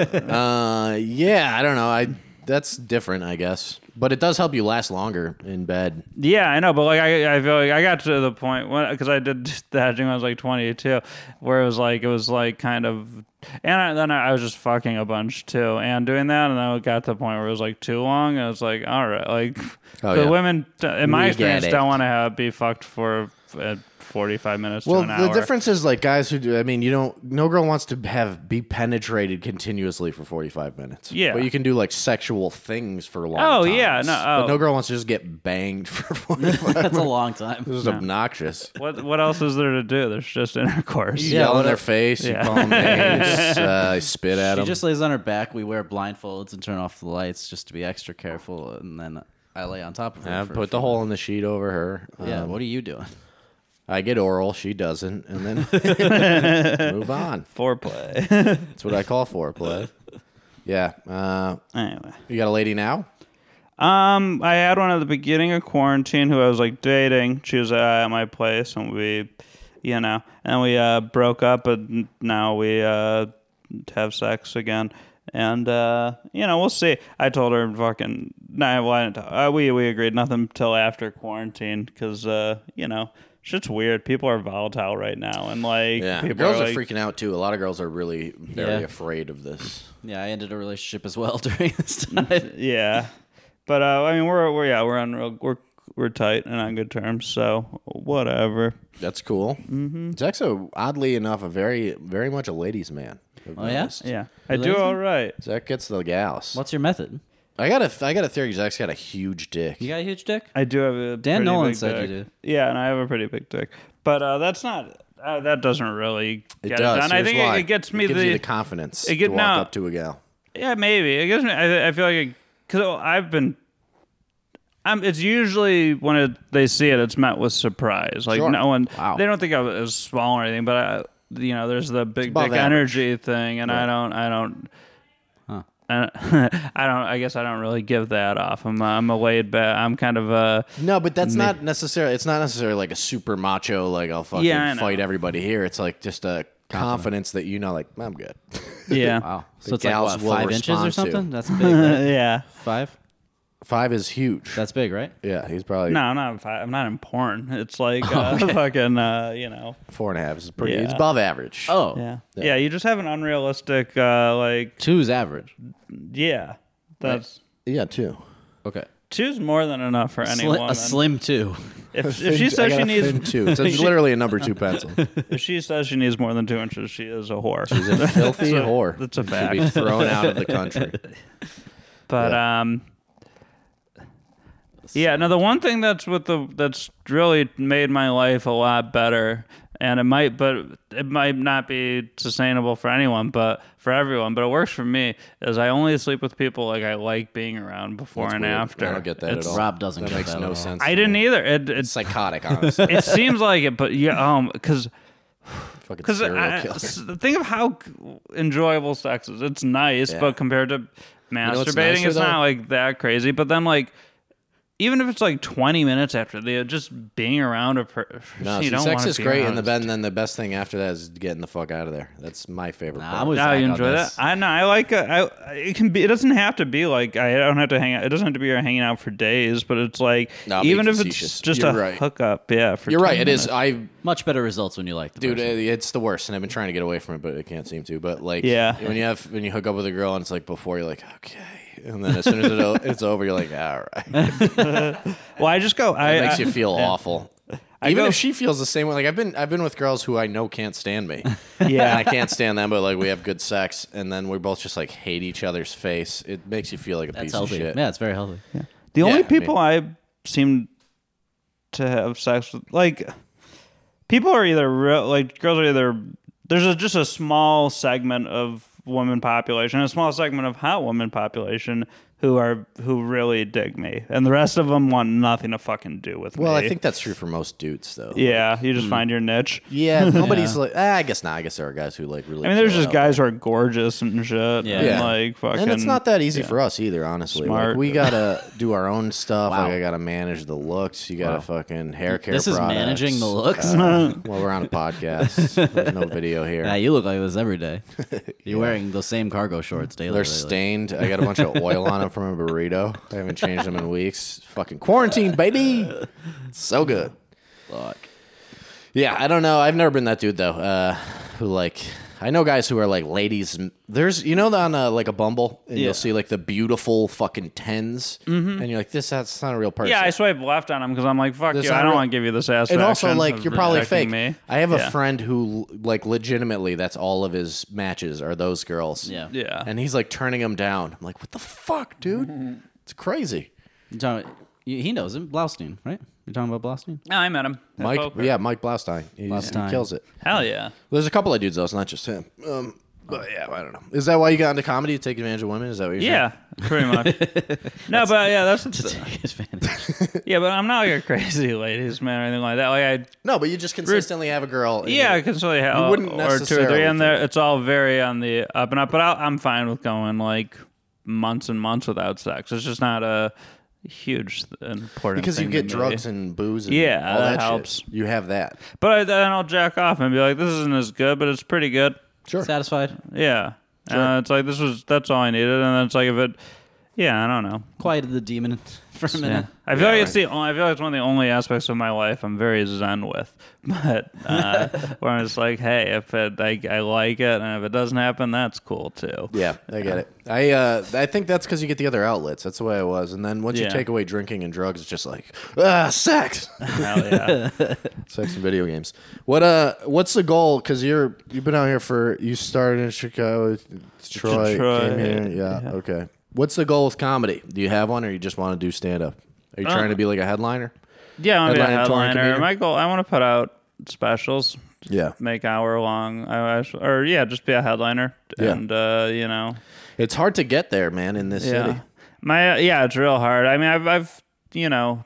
[SPEAKER 1] Uh, yeah, I don't know. I that's different, I guess, but it does help you last longer in bed.
[SPEAKER 3] Yeah, I know, but like I, I feel like I got to the point when because I did the hedging when I was like 22, where it was like it was like kind of, and I, then I, was just fucking a bunch too, and doing that, and then it got to the point where it was like too long, and it's like all right, like
[SPEAKER 1] Oh,
[SPEAKER 3] the
[SPEAKER 1] yeah.
[SPEAKER 3] women t- in
[SPEAKER 1] We
[SPEAKER 3] my
[SPEAKER 1] get
[SPEAKER 3] experience
[SPEAKER 1] it.
[SPEAKER 3] don't want to have be fucked for uh, 45 minutes
[SPEAKER 1] Well,
[SPEAKER 3] to an
[SPEAKER 1] the
[SPEAKER 3] hour.
[SPEAKER 1] difference is like guys who do. I mean, you don't. No girl wants to have be penetrated continuously for forty five minutes.
[SPEAKER 3] Yeah.
[SPEAKER 1] but you can do like sexual things for a long.
[SPEAKER 3] Oh,
[SPEAKER 1] times.
[SPEAKER 3] yeah, no,
[SPEAKER 1] But
[SPEAKER 3] oh.
[SPEAKER 1] no girl wants to just get banged for forty five.
[SPEAKER 2] That's a long time.
[SPEAKER 1] this is obnoxious.
[SPEAKER 3] What what else is there to do? There's just intercourse.
[SPEAKER 1] You yell in their face. You
[SPEAKER 3] yeah.
[SPEAKER 1] call them names. uh, you spit at
[SPEAKER 2] She
[SPEAKER 1] them.
[SPEAKER 2] just lays on her back. We wear blindfolds and turn off the lights just to be extra careful. And then I lay on top of her.
[SPEAKER 1] I
[SPEAKER 2] for-
[SPEAKER 1] put the hole in the sheet over her.
[SPEAKER 2] yeah.
[SPEAKER 1] Um,
[SPEAKER 2] what are you doing?
[SPEAKER 1] I get oral. She doesn't, and then move on.
[SPEAKER 3] Foreplay.
[SPEAKER 1] That's what I call for play. Yeah. Uh,
[SPEAKER 3] anyway.
[SPEAKER 1] you got a lady now?
[SPEAKER 3] Um, I had one at the beginning of quarantine who I was like dating. She was uh, at my place, and we, you know, and we uh, broke up, and now we uh, have sex again. And uh, you know, we'll see. I told her fucking no. Well, I didn't tell- uh, we we agreed nothing till after quarantine because uh, you know, shit's weird. People are volatile right now, and like
[SPEAKER 1] Yeah,
[SPEAKER 3] people
[SPEAKER 1] girls
[SPEAKER 3] are,
[SPEAKER 1] are,
[SPEAKER 3] like,
[SPEAKER 1] freaking out too. A lot of girls are really very
[SPEAKER 2] Yeah.
[SPEAKER 1] afraid of this.
[SPEAKER 2] Yeah, I ended a relationship as well during this time.
[SPEAKER 3] yeah. But uh, I mean, we're we're yeah, we're on real we're we're tight and on good terms, so whatever.
[SPEAKER 1] That's cool. Mm-hmm. Zach's a, oddly enough a very very much a ladies' man. I've
[SPEAKER 2] Oh, yeah?
[SPEAKER 1] noticed.
[SPEAKER 3] Yeah, I
[SPEAKER 2] Really?
[SPEAKER 3] do all right.
[SPEAKER 1] Zach gets the gals.
[SPEAKER 2] What's your method?
[SPEAKER 1] I got a I got a theory. Zach's got a huge dick.
[SPEAKER 2] You got a huge dick?
[SPEAKER 3] I do have a
[SPEAKER 2] Dan
[SPEAKER 3] pretty
[SPEAKER 2] Nolan
[SPEAKER 3] big
[SPEAKER 2] said
[SPEAKER 3] dick.
[SPEAKER 2] you do.
[SPEAKER 3] Yeah, and I have a pretty big dick, but uh, that's not uh, that doesn't really
[SPEAKER 1] it
[SPEAKER 3] get
[SPEAKER 1] does.
[SPEAKER 3] it done. I
[SPEAKER 1] Here's
[SPEAKER 3] think
[SPEAKER 1] why.
[SPEAKER 3] it, it gets me
[SPEAKER 1] It gives
[SPEAKER 3] the,
[SPEAKER 1] you the confidence
[SPEAKER 3] it get-
[SPEAKER 1] to walk
[SPEAKER 3] no.
[SPEAKER 1] up to a gal.
[SPEAKER 3] yeah maybe it gives me. I, I feel like because I've been. I'm, it's usually when it, they see it, it's met with surprise. Like
[SPEAKER 1] Sure.
[SPEAKER 3] no one,
[SPEAKER 1] Wow.
[SPEAKER 3] they don't think I was small or anything. But I, you know, there's the big
[SPEAKER 1] above
[SPEAKER 3] dick
[SPEAKER 1] average.
[SPEAKER 3] energy thing, and I don't, I don't. I don't, I don't. I guess I don't really give that off. I'm. I'm a laid back. I'm kind of a.
[SPEAKER 1] No, but that's not necessarily. It's not necessarily like a super macho, like I'll fucking
[SPEAKER 3] Yeah, I know.
[SPEAKER 1] fight everybody here. It's like just a confidence that you know, like I'm good.
[SPEAKER 3] Yeah.
[SPEAKER 2] Wow. So
[SPEAKER 1] The
[SPEAKER 2] it's like
[SPEAKER 1] gals
[SPEAKER 2] what,
[SPEAKER 1] will
[SPEAKER 2] five inches
[SPEAKER 1] respond
[SPEAKER 2] or
[SPEAKER 1] to.
[SPEAKER 2] something? That's big. Right?
[SPEAKER 3] yeah.
[SPEAKER 2] five?
[SPEAKER 1] Five is huge.
[SPEAKER 2] That's big, right?
[SPEAKER 1] yeah, he's probably
[SPEAKER 3] No, I'm not. I'm not in porn. It's like uh, fucking. Uh, you know.
[SPEAKER 1] four and a half. Is pretty. It's
[SPEAKER 3] Yeah.
[SPEAKER 1] above average.
[SPEAKER 2] Oh,
[SPEAKER 3] Yeah. yeah. You just have an unrealistic. Uh, like.
[SPEAKER 2] two's average.
[SPEAKER 3] Yeah. That's
[SPEAKER 1] yeah, two.
[SPEAKER 2] Okay.
[SPEAKER 3] two's more than enough for any
[SPEAKER 2] Sli-
[SPEAKER 3] woman.
[SPEAKER 2] a slim two.
[SPEAKER 3] if, if she
[SPEAKER 1] I
[SPEAKER 3] says
[SPEAKER 1] got
[SPEAKER 3] she
[SPEAKER 1] a
[SPEAKER 3] needs
[SPEAKER 1] thin two. So it's literally a number two pencil.
[SPEAKER 3] if she says she needs more than two inches, she is a whore.
[SPEAKER 1] He's a filthy whore.
[SPEAKER 3] that's a
[SPEAKER 1] Should be
[SPEAKER 3] fact.
[SPEAKER 1] thrown out of the country.
[SPEAKER 3] But um, yeah. Now the one thing that's with the that's really made my life a lot better, and it might, but it might not be sustainable for anyone, but for everyone. But it works for me. Is I only sleep with people like I like being around before
[SPEAKER 1] That's
[SPEAKER 3] and
[SPEAKER 1] weird.
[SPEAKER 3] after.
[SPEAKER 1] I don't get that
[SPEAKER 3] It's-
[SPEAKER 1] at all.
[SPEAKER 2] Rob doesn't
[SPEAKER 1] That
[SPEAKER 2] get
[SPEAKER 1] makes
[SPEAKER 2] that at
[SPEAKER 1] no
[SPEAKER 2] all.
[SPEAKER 1] sense.
[SPEAKER 3] I
[SPEAKER 1] to
[SPEAKER 3] didn't
[SPEAKER 1] me.
[SPEAKER 3] either. It it's,
[SPEAKER 1] Psychotic, honestly.
[SPEAKER 3] it seems like it, but yeah, um, because.
[SPEAKER 1] Fucking
[SPEAKER 3] Because
[SPEAKER 1] serial killer.
[SPEAKER 3] think of how c- enjoyable sex is. It's nice,
[SPEAKER 1] Yeah.
[SPEAKER 3] but compared to
[SPEAKER 1] what's
[SPEAKER 3] masturbating,
[SPEAKER 1] nicer,
[SPEAKER 3] it's not
[SPEAKER 1] though?
[SPEAKER 3] like that crazy. But then, like, even if it's like 20 minutes after the just being around a person,
[SPEAKER 1] No,
[SPEAKER 3] you
[SPEAKER 1] see,
[SPEAKER 3] don't
[SPEAKER 1] sex
[SPEAKER 3] wanna
[SPEAKER 1] is
[SPEAKER 3] be
[SPEAKER 1] great,
[SPEAKER 3] around.
[SPEAKER 1] and the ben, then the best thing after that is getting the fuck out of there. That's my favorite
[SPEAKER 2] Nah,
[SPEAKER 1] part.
[SPEAKER 2] I'm with
[SPEAKER 3] Oh,
[SPEAKER 2] Zach
[SPEAKER 3] you
[SPEAKER 2] on
[SPEAKER 3] enjoy that?
[SPEAKER 2] this.
[SPEAKER 3] I know. I like. uh, I it can be. It doesn't have to be like. I don't have to hang out. It doesn't have to be you're hanging out for days. But it's like
[SPEAKER 1] No, I'm
[SPEAKER 3] even
[SPEAKER 1] being
[SPEAKER 3] if
[SPEAKER 1] facetious.
[SPEAKER 3] it's just
[SPEAKER 1] You're
[SPEAKER 3] a
[SPEAKER 1] right.
[SPEAKER 3] hookup. Yeah, for
[SPEAKER 1] You're
[SPEAKER 3] 10
[SPEAKER 1] right. It is.
[SPEAKER 3] minutes.
[SPEAKER 1] I,
[SPEAKER 2] Much better results when you like the
[SPEAKER 1] dude, it,
[SPEAKER 2] person.
[SPEAKER 1] it's the worst, and I've been trying to get away from it, but I can't seem to. But like,
[SPEAKER 3] Yeah.
[SPEAKER 1] when you have when you hook up with a girl and it's like before, you're like, okay, and then as soon as it, o- it's over, you're like, all right.
[SPEAKER 3] Well, I just go. I,
[SPEAKER 1] It makes
[SPEAKER 3] I-
[SPEAKER 1] you feel awful. Even
[SPEAKER 3] go-
[SPEAKER 1] if she feels the same way, like I've been, I've been with girls who I know can't stand me.
[SPEAKER 3] Yeah.
[SPEAKER 1] and I can't stand them, but like we have good sex, and then we both just like hate each other's face. It makes you feel like a
[SPEAKER 2] That's
[SPEAKER 1] piece
[SPEAKER 2] healthy.
[SPEAKER 1] of shit.
[SPEAKER 2] Yeah, it's very healthy.
[SPEAKER 3] The
[SPEAKER 1] Yeah, I
[SPEAKER 3] only
[SPEAKER 1] mean-
[SPEAKER 3] people I, seem to have sex with, like, people are either real, like girls are either. There's a, just a small segment of women population, a small segment of hot women population who are who really dig me, and the rest of them want nothing to fucking do with
[SPEAKER 1] Well,
[SPEAKER 3] me.
[SPEAKER 1] I think that's true for most dudes, though.
[SPEAKER 3] Yeah, you just
[SPEAKER 1] Hmm.
[SPEAKER 3] find your niche.
[SPEAKER 1] Yeah, nobody's like. Ah, I guess not. I guess there are guys who like really.
[SPEAKER 3] I mean, there's
[SPEAKER 1] throw it
[SPEAKER 3] just
[SPEAKER 1] out
[SPEAKER 3] guys who are gorgeous and shit.
[SPEAKER 2] Yeah.
[SPEAKER 3] and,
[SPEAKER 1] Yeah.
[SPEAKER 3] like fucking.
[SPEAKER 1] there. and it's not that easy for us either, honestly. Like
[SPEAKER 3] Smart.
[SPEAKER 1] we gotta do our own stuff.
[SPEAKER 2] Wow.
[SPEAKER 1] Like I gotta manage the looks. You gotta fucking hair care.
[SPEAKER 2] This is
[SPEAKER 1] products.
[SPEAKER 2] managing the looks?
[SPEAKER 1] Uh, well, we're on a podcast. There's no video here.
[SPEAKER 2] Yeah, you look like this every day. You're wearing those same cargo shorts daily.
[SPEAKER 1] They're
[SPEAKER 2] lately.
[SPEAKER 1] stained. I got a bunch of oil on them from a burrito. I haven't changed them in weeks. Fucking quarantine, baby. So good.
[SPEAKER 2] Fuck.
[SPEAKER 1] Yeah, I don't know. I've never been that dude though. Uh, who like I know guys who are like ladies. There's you know on uh, like a Bumble, and
[SPEAKER 3] Yeah. Mm-hmm.
[SPEAKER 1] you'll see like the beautiful fucking 10s and you're like, this that's not a real person.
[SPEAKER 3] Yeah, I swipe left on them because I'm like, fuck
[SPEAKER 1] There's
[SPEAKER 3] you. I
[SPEAKER 1] not
[SPEAKER 3] don't
[SPEAKER 1] real-
[SPEAKER 3] want to give you the satisfaction.
[SPEAKER 1] and also like
[SPEAKER 3] of
[SPEAKER 1] you're probably fake.
[SPEAKER 3] rejecting Me.
[SPEAKER 1] I have a
[SPEAKER 3] Yeah.
[SPEAKER 1] friend who like legitimately that's all of his matches are those girls.
[SPEAKER 2] Yeah.
[SPEAKER 3] Yeah.
[SPEAKER 1] and he's like turning them down. I'm like, what the fuck, dude? It's crazy.
[SPEAKER 2] You're talking, you- he knows him. Blaustein, right? You're talking about Blaustein?
[SPEAKER 3] No, Oh, I met him. at
[SPEAKER 1] Mike,
[SPEAKER 3] poker.
[SPEAKER 1] yeah, Mike Blaustein. He's,
[SPEAKER 2] Blaustein.
[SPEAKER 1] He kills it.
[SPEAKER 3] Hell yeah.
[SPEAKER 1] There's a couple of dudes though. It's not just him. Um, but yeah, I don't know. Is that why you got into comedy to take advantage of women? Is that what you're
[SPEAKER 3] Yeah, pretty much. no, but yeah, that's
[SPEAKER 2] To take advantage.
[SPEAKER 3] yeah, but I'm not like a crazy ladies man or anything like that. Like I
[SPEAKER 1] No, but you just consistently have a girl. and
[SPEAKER 3] yeah, I
[SPEAKER 1] you-
[SPEAKER 3] can really have
[SPEAKER 1] wouldn't
[SPEAKER 3] or two or
[SPEAKER 1] necessarily
[SPEAKER 3] three in there.
[SPEAKER 1] think-
[SPEAKER 3] It's all very on the up and up. But I'll, I'm fine with going like months and months without sex. It's just not a huge th- important
[SPEAKER 1] because you
[SPEAKER 3] thing
[SPEAKER 1] get
[SPEAKER 3] to me.
[SPEAKER 1] drugs and booze. And
[SPEAKER 3] Yeah,
[SPEAKER 1] all that,
[SPEAKER 3] that
[SPEAKER 1] shit.
[SPEAKER 3] helps.
[SPEAKER 1] You have that.
[SPEAKER 3] But I, then I'll jack off and be like, this isn't as good, but it's pretty good.
[SPEAKER 1] Sure.
[SPEAKER 2] Satisfied?
[SPEAKER 3] Yeah, uh, it's like this was that's all I needed, and then it's like if it, yeah, I don't know.
[SPEAKER 2] Quieted the demon for a minute.
[SPEAKER 3] I feel like it's the only, I feel like it's one of the only aspects of my life I'm very zen with, but uh, where I'm just like, hey, if it I, I like it, and if it doesn't happen, that's cool too.
[SPEAKER 1] Yeah, I get it. I uh, I think that's because you get the other outlets. That's the way I was. And then once
[SPEAKER 3] Yeah.
[SPEAKER 1] you take away drinking and drugs, it's just like ah, sex,
[SPEAKER 3] Hell yeah.
[SPEAKER 1] sex and video games. What uh, what's the goal? Because you're you've been out here for you started in Chicago, Detroit,
[SPEAKER 3] Detroit,
[SPEAKER 1] came here. Yeah,
[SPEAKER 3] yeah.
[SPEAKER 1] okay. What's the goal with comedy? Do you have one, or you just want to do stand up? Are you trying to be like a headliner?
[SPEAKER 3] yeah, I'm gonna be a
[SPEAKER 1] Headline and touring
[SPEAKER 3] headliner.
[SPEAKER 1] comedian.
[SPEAKER 3] My goal, I want to put out specials,
[SPEAKER 1] Yeah,
[SPEAKER 3] make hour long, I- I- or yeah, just be a headliner,
[SPEAKER 1] Yeah.
[SPEAKER 3] and uh, you know,
[SPEAKER 1] it's hard to get there, man, in this
[SPEAKER 3] Yeah.
[SPEAKER 1] city.
[SPEAKER 3] My yeah, it's real hard. I mean, I've I've you know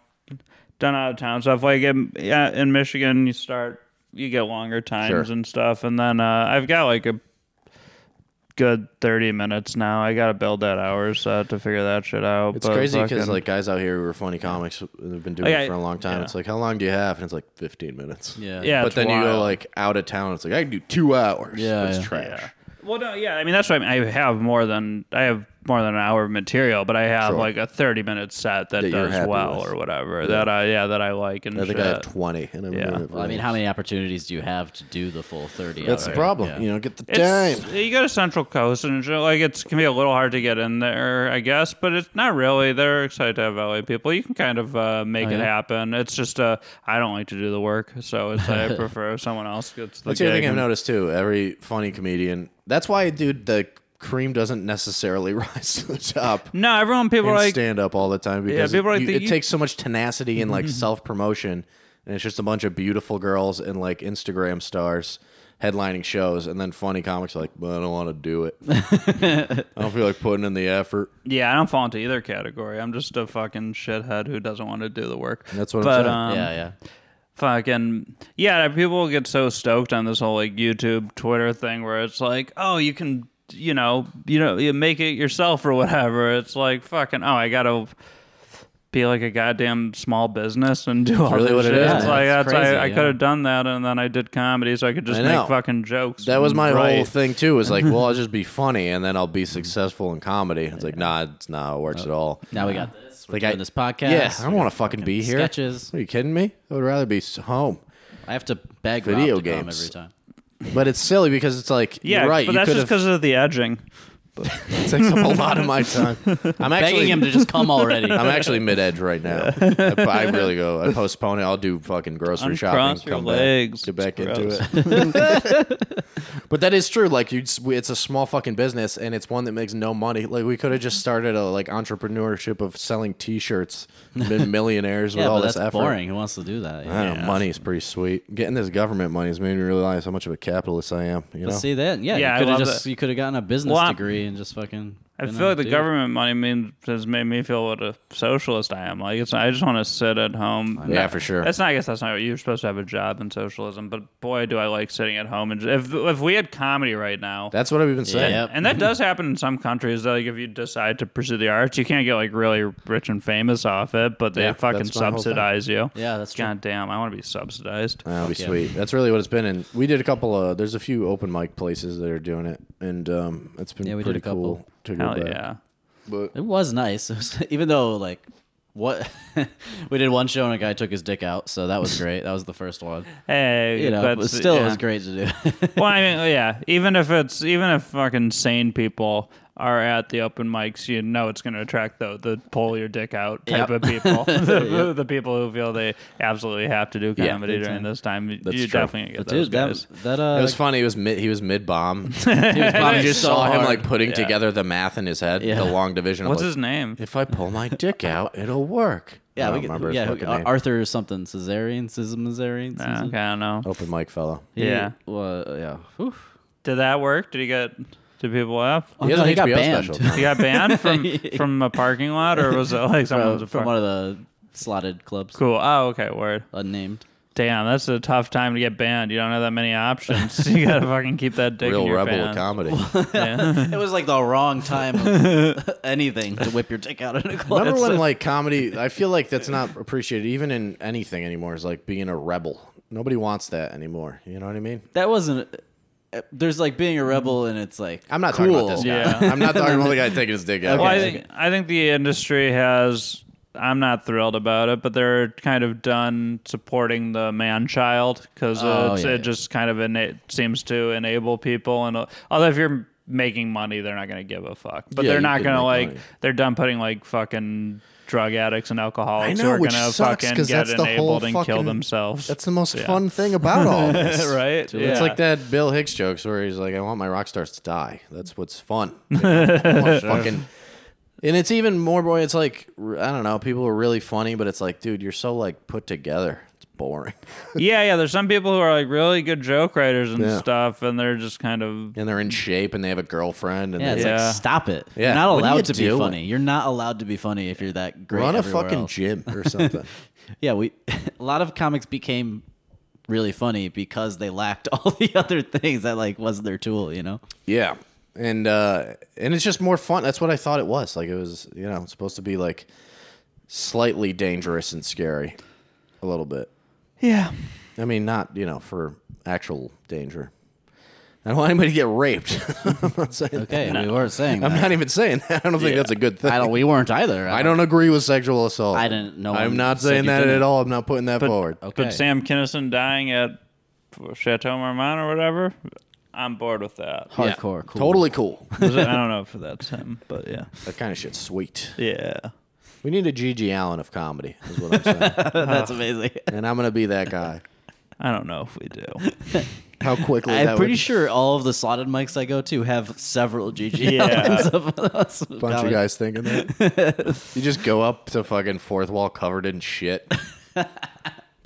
[SPEAKER 3] done out of town stuff. Like in yeah, in Michigan, you start you get longer times
[SPEAKER 1] Sure.
[SPEAKER 3] and stuff, and then uh, I've got like a good 30 minutes now. I got to build that hours uh, to figure that shit out.
[SPEAKER 1] It's
[SPEAKER 3] but
[SPEAKER 1] crazy because
[SPEAKER 3] fucking-
[SPEAKER 1] like guys out here who are funny comics who've been doing
[SPEAKER 3] Like,
[SPEAKER 1] it
[SPEAKER 3] I-
[SPEAKER 1] for a long time.
[SPEAKER 3] yeah.
[SPEAKER 1] It's like, how long do you have? And it's like 15 minutes.
[SPEAKER 2] Yeah.
[SPEAKER 3] Yeah,
[SPEAKER 1] but
[SPEAKER 3] it's
[SPEAKER 1] then you go
[SPEAKER 3] wild.
[SPEAKER 1] like out of town. It's like I can do two hours.
[SPEAKER 2] Yeah,
[SPEAKER 1] it's
[SPEAKER 2] yeah.
[SPEAKER 1] trash.
[SPEAKER 3] Yeah. Well, no, yeah. I mean, that's what I mean. I have more than I have more than an hour of material, but I have
[SPEAKER 1] Sure.
[SPEAKER 3] like a thirty-minute set that,
[SPEAKER 1] That you're
[SPEAKER 3] does
[SPEAKER 1] happy
[SPEAKER 3] well
[SPEAKER 1] with.
[SPEAKER 3] or whatever. That I yeah that I like and
[SPEAKER 1] I think
[SPEAKER 3] shit.
[SPEAKER 1] I have 20, and I'm
[SPEAKER 3] Yeah.
[SPEAKER 1] doing it. For
[SPEAKER 2] Well, I mean,
[SPEAKER 1] years.
[SPEAKER 2] how many opportunities do you have to do the full 30
[SPEAKER 1] That's the
[SPEAKER 2] hours?
[SPEAKER 1] problem.
[SPEAKER 2] Yeah.
[SPEAKER 1] You know, get the
[SPEAKER 3] It's,
[SPEAKER 1] time.
[SPEAKER 3] you go to Central Coast and it's, like it can be a little hard to get in there, I guess, but it's not really. They're excited to have LA people. You can kind of uh, make
[SPEAKER 2] Oh,
[SPEAKER 3] it
[SPEAKER 2] yeah?
[SPEAKER 3] happen. It's just uh, I don't like to do the work, so it's I prefer someone else gets the.
[SPEAKER 1] That's the other
[SPEAKER 3] gig
[SPEAKER 1] thing I've
[SPEAKER 3] and-
[SPEAKER 1] noticed too. Every funny comedian. That's why, dude, the cream doesn't necessarily rise to the top.
[SPEAKER 3] No, everyone people
[SPEAKER 1] and
[SPEAKER 3] are like
[SPEAKER 1] stand up all the time because
[SPEAKER 3] people
[SPEAKER 1] it,
[SPEAKER 3] like Mm-hmm.
[SPEAKER 1] you-
[SPEAKER 3] the-
[SPEAKER 1] it
[SPEAKER 3] you-
[SPEAKER 1] takes so much tenacity and like self promotion, and it's just a bunch of beautiful girls and like Instagram stars headlining shows, and then funny comics are like, well, I don't want to do it. I don't feel like putting in the effort.
[SPEAKER 3] Yeah, I don't fall into either category. I'm just a fucking shithead who doesn't want to do the work.
[SPEAKER 1] That's what I'm
[SPEAKER 3] but,
[SPEAKER 1] saying.
[SPEAKER 3] Um,
[SPEAKER 2] yeah, yeah.
[SPEAKER 3] Fucking yeah, people get so stoked on this whole like YouTube, Twitter thing where it's like, oh, you can, you know, you know, you make it yourself or whatever. It's like fucking, oh, I gotta be like a goddamn small business and do all
[SPEAKER 1] really
[SPEAKER 3] this
[SPEAKER 1] what it
[SPEAKER 3] shit.
[SPEAKER 1] is,
[SPEAKER 3] It's
[SPEAKER 1] man.
[SPEAKER 3] like
[SPEAKER 2] It's
[SPEAKER 3] that's I,
[SPEAKER 2] crazy,
[SPEAKER 3] I
[SPEAKER 2] yeah.
[SPEAKER 3] could have done that, and then I did comedy, so I could just
[SPEAKER 1] I know.
[SPEAKER 3] make fucking jokes.
[SPEAKER 1] That was my
[SPEAKER 3] right.
[SPEAKER 1] whole thing too. Is like, well, I'll just be funny, and then I'll be successful in comedy. It's like, nah, it's not how it
[SPEAKER 3] Uh,
[SPEAKER 1] works at all.
[SPEAKER 2] Now we got this. We're
[SPEAKER 1] Like,
[SPEAKER 2] doing
[SPEAKER 1] I-
[SPEAKER 2] this podcast.
[SPEAKER 1] Yes, I don't want to fucking be here.
[SPEAKER 2] sketches.
[SPEAKER 1] Are you kidding me? I would rather be s- home.
[SPEAKER 2] I have to beg
[SPEAKER 1] Video
[SPEAKER 2] Rob to come
[SPEAKER 1] games.
[SPEAKER 2] every time.
[SPEAKER 1] But it's silly because it's like,
[SPEAKER 3] Yeah,
[SPEAKER 1] you're right.
[SPEAKER 3] but
[SPEAKER 1] you
[SPEAKER 3] that's
[SPEAKER 1] could
[SPEAKER 3] just
[SPEAKER 1] have-
[SPEAKER 3] because of the edging.
[SPEAKER 1] it takes up a lot of my time. I'm actually
[SPEAKER 2] Begging him to just come already.
[SPEAKER 1] I'm actually mid edge right now. I, I really go. I postpone it. I'll do fucking grocery
[SPEAKER 3] Uncross
[SPEAKER 1] shopping.
[SPEAKER 3] your
[SPEAKER 1] come
[SPEAKER 3] legs.
[SPEAKER 1] Back, get back
[SPEAKER 3] It's
[SPEAKER 1] into it. but that is true. Like you, s- we- it's a small fucking business, and it's one that makes no money. Like we could have just started a like entrepreneurship of selling T-shirts, been millionaires
[SPEAKER 2] yeah,
[SPEAKER 1] with all
[SPEAKER 2] but
[SPEAKER 1] this
[SPEAKER 2] that's
[SPEAKER 1] effort.
[SPEAKER 2] boring. Who wants to do that?
[SPEAKER 1] I don't know, money's pretty sweet. Getting this government money has made me realize how much of a capitalist I am. You know,
[SPEAKER 2] But see that? Yeah,
[SPEAKER 3] Yeah, I
[SPEAKER 2] you could have
[SPEAKER 3] love
[SPEAKER 2] just
[SPEAKER 3] that.
[SPEAKER 2] you could have gotten a business
[SPEAKER 3] Well, I'm-
[SPEAKER 2] degree and just fucking.
[SPEAKER 3] I
[SPEAKER 2] been
[SPEAKER 3] feel
[SPEAKER 2] a
[SPEAKER 3] like the
[SPEAKER 2] dude.
[SPEAKER 3] government money means has made me feel what a socialist I am. Like it's, I just want to sit at home.
[SPEAKER 1] know. Yeah, for sure.
[SPEAKER 3] That's not. I guess that's not. what You're supposed to have a job in socialism, but boy, do I like sitting at home. And j- if if we had comedy right now,
[SPEAKER 1] that's what I've been saying.
[SPEAKER 2] Yep.
[SPEAKER 3] and that does happen in some countries. That, like if you decide to pursue the arts, you can't get like really rich and famous off it, but they
[SPEAKER 1] Yeah,
[SPEAKER 3] fucking
[SPEAKER 1] that's my whole thing.
[SPEAKER 3] subsidize you.
[SPEAKER 2] Yeah, that's true.
[SPEAKER 3] God damn, I want to be subsidized.
[SPEAKER 1] That'll be
[SPEAKER 2] yeah.
[SPEAKER 1] sweet. That's really what it's been. And we did a couple of. There's a few open mic places that are doing it, and um, it's been
[SPEAKER 2] Yeah, we did
[SPEAKER 1] pretty
[SPEAKER 2] a couple.
[SPEAKER 1] cool to go
[SPEAKER 3] Hell
[SPEAKER 1] back.
[SPEAKER 3] yeah.
[SPEAKER 1] But
[SPEAKER 2] It was nice, It was- even though like what we did one show and a guy took his dick out, so that was great. That was the first one.
[SPEAKER 3] Hey,
[SPEAKER 2] You know, but
[SPEAKER 3] that's-
[SPEAKER 2] still it
[SPEAKER 3] yeah.
[SPEAKER 2] was great to do.
[SPEAKER 3] well, I mean, yeah. Even if it's even if fucking sane people are at the open mics, you know it's going to attract the the pull your dick out type
[SPEAKER 2] Yep.
[SPEAKER 3] of people. the, the people who feel they absolutely have to do
[SPEAKER 1] Yeah.
[SPEAKER 3] comedy during this time.
[SPEAKER 1] That's
[SPEAKER 3] you
[SPEAKER 1] true.
[SPEAKER 3] definitely get
[SPEAKER 2] But
[SPEAKER 3] those
[SPEAKER 2] dude,
[SPEAKER 3] guys.
[SPEAKER 2] that that uh,
[SPEAKER 1] it was funny. He was mid. He was mid bomb.
[SPEAKER 2] he was probably
[SPEAKER 1] I
[SPEAKER 2] just
[SPEAKER 1] just
[SPEAKER 2] so
[SPEAKER 1] saw him
[SPEAKER 2] hard.
[SPEAKER 1] like putting
[SPEAKER 3] Yeah.
[SPEAKER 1] together the math in his head,
[SPEAKER 2] Yeah.
[SPEAKER 1] the long division. of,
[SPEAKER 3] What's
[SPEAKER 1] like,
[SPEAKER 3] his name?
[SPEAKER 1] If I pull my dick out, it'll work. I
[SPEAKER 2] Yeah,
[SPEAKER 1] don't
[SPEAKER 2] we
[SPEAKER 1] remember his
[SPEAKER 2] could, yeah, uh,
[SPEAKER 1] fucking
[SPEAKER 2] Ar-
[SPEAKER 1] name.
[SPEAKER 2] Arthur or something Caesarian, Cism Caesarian.
[SPEAKER 3] Uh,
[SPEAKER 2] Cism-
[SPEAKER 3] okay, I don't know.
[SPEAKER 1] open mic fellow.
[SPEAKER 2] He-
[SPEAKER 3] Yeah.
[SPEAKER 2] well, yeah. Whew.
[SPEAKER 3] Did that work? Did he get? Did people laugh?
[SPEAKER 2] Oh,
[SPEAKER 1] has
[SPEAKER 2] no,
[SPEAKER 1] an
[SPEAKER 2] he got
[SPEAKER 1] HBO
[SPEAKER 2] banned
[SPEAKER 1] special.
[SPEAKER 3] He got banned from from a parking lot, or was it like someone's
[SPEAKER 2] from,
[SPEAKER 3] a
[SPEAKER 2] from
[SPEAKER 3] park-
[SPEAKER 2] one of the slotted clubs,
[SPEAKER 3] Cool. Oh, okay. Word.
[SPEAKER 2] unnamed.
[SPEAKER 3] Damn, that's a tough time to get banned. You don't have that many options. you gotta fucking keep that dick in
[SPEAKER 1] Real
[SPEAKER 3] your
[SPEAKER 1] rebel of
[SPEAKER 3] pants.
[SPEAKER 1] comedy.
[SPEAKER 3] Yeah.
[SPEAKER 2] It was like the wrong time of anything to whip your dick out in a club.
[SPEAKER 1] Remember when like comedy? I feel like that's not appreciated even in anything anymore. Is like being a rebel. Nobody wants that anymore. You know what I mean?
[SPEAKER 2] That wasn't. uh, There's like being a rebel, and it's like
[SPEAKER 1] I'm not talking
[SPEAKER 2] cool.
[SPEAKER 1] about this guy.
[SPEAKER 3] Yeah.
[SPEAKER 1] I'm not talking about the guy taking his dick out.
[SPEAKER 3] Well, I think I think the industry has. I'm not thrilled about it, but they're kind of done supporting the man child because
[SPEAKER 2] Oh,
[SPEAKER 3] it's
[SPEAKER 2] yeah,
[SPEAKER 3] it
[SPEAKER 2] yeah.
[SPEAKER 3] just kind of ena- seems to enable people. And uh, although if you're making money, they're not going to give a fuck. But
[SPEAKER 1] Yeah,
[SPEAKER 3] they're
[SPEAKER 1] you
[SPEAKER 3] not
[SPEAKER 1] could
[SPEAKER 3] going to
[SPEAKER 1] make
[SPEAKER 3] like.
[SPEAKER 1] money.
[SPEAKER 3] They're done putting like fucking drug addicts and alcoholics
[SPEAKER 1] know,
[SPEAKER 3] who are
[SPEAKER 1] which
[SPEAKER 3] going to
[SPEAKER 1] sucks,
[SPEAKER 3] fucking
[SPEAKER 1] 'cause
[SPEAKER 3] get
[SPEAKER 1] that's the whole
[SPEAKER 3] enabled and kill
[SPEAKER 1] fucking-
[SPEAKER 3] themselves.
[SPEAKER 1] That's the most
[SPEAKER 3] Yeah.
[SPEAKER 1] fun thing about all this.
[SPEAKER 3] right. Yeah.
[SPEAKER 1] It's like that Bill Hicks jokes where he's like, "I want my rock stars to die." That's what's fun. You know? I want fucking. And it's even more boy. It's like I don't know. People are really funny, but it's like, dude, you're so like put together. It's boring,
[SPEAKER 3] Yeah, yeah. There's some people who are like really good joke writers and
[SPEAKER 1] Yeah.
[SPEAKER 3] stuff, and they're just kind of
[SPEAKER 1] and they're in shape, and they have a girlfriend, and
[SPEAKER 2] Mm. Yeah,
[SPEAKER 1] they
[SPEAKER 2] it's
[SPEAKER 3] Yeah.
[SPEAKER 2] like stop it.
[SPEAKER 1] Yeah.
[SPEAKER 2] You're not
[SPEAKER 1] What are you
[SPEAKER 2] allowed to be
[SPEAKER 1] doing?
[SPEAKER 2] funny. You're not allowed to be funny if you're that great.
[SPEAKER 1] run a
[SPEAKER 2] everywhere
[SPEAKER 1] fucking
[SPEAKER 2] else.
[SPEAKER 1] gym or something.
[SPEAKER 2] Yeah, we a lot of comics became really funny because they lacked all the other things that like was their tool, you know.
[SPEAKER 1] yeah, and uh, and it's just more fun. That's what I thought it was. Like it was, you know, supposed to be like slightly dangerous and scary, a little bit.
[SPEAKER 3] Yeah.
[SPEAKER 1] I mean, not you know for actual danger. I don't want anybody to get raped. I'm not saying.
[SPEAKER 2] Okay, we weren't saying
[SPEAKER 1] I'm
[SPEAKER 2] that.
[SPEAKER 1] not even saying that. I don't think that's a good thing.
[SPEAKER 2] I don't. We weren't either.
[SPEAKER 1] I don't agree with sexual assault.
[SPEAKER 2] I didn't- no
[SPEAKER 1] I'm
[SPEAKER 2] one
[SPEAKER 1] not
[SPEAKER 2] said
[SPEAKER 1] saying
[SPEAKER 2] you
[SPEAKER 1] that
[SPEAKER 2] didn't.
[SPEAKER 1] at all. I'm not putting that forward.
[SPEAKER 2] Okay.
[SPEAKER 3] But Sam Kinison dying at Chateau Marmont or whatever, I'm bored with that.
[SPEAKER 2] Hardcore. Cool.
[SPEAKER 1] Totally cool.
[SPEAKER 3] Was it- I don't know if that's him, but yeah.
[SPEAKER 1] that kind of shit's sweet.
[SPEAKER 3] Yeah.
[SPEAKER 1] We need a Gigi Allen of comedy, is what I'm saying.
[SPEAKER 2] That's amazing.
[SPEAKER 1] and I'm gonna be that guy.
[SPEAKER 3] I don't know if we do.
[SPEAKER 1] How quickly?
[SPEAKER 2] I'm
[SPEAKER 1] that
[SPEAKER 2] pretty
[SPEAKER 1] would-
[SPEAKER 2] sure all of the slotted mics I go to have several GG
[SPEAKER 3] Yeah.
[SPEAKER 2] Allens of us.
[SPEAKER 1] bunch of guys thinking that. you just go up to fucking fourth wall covered in shit. But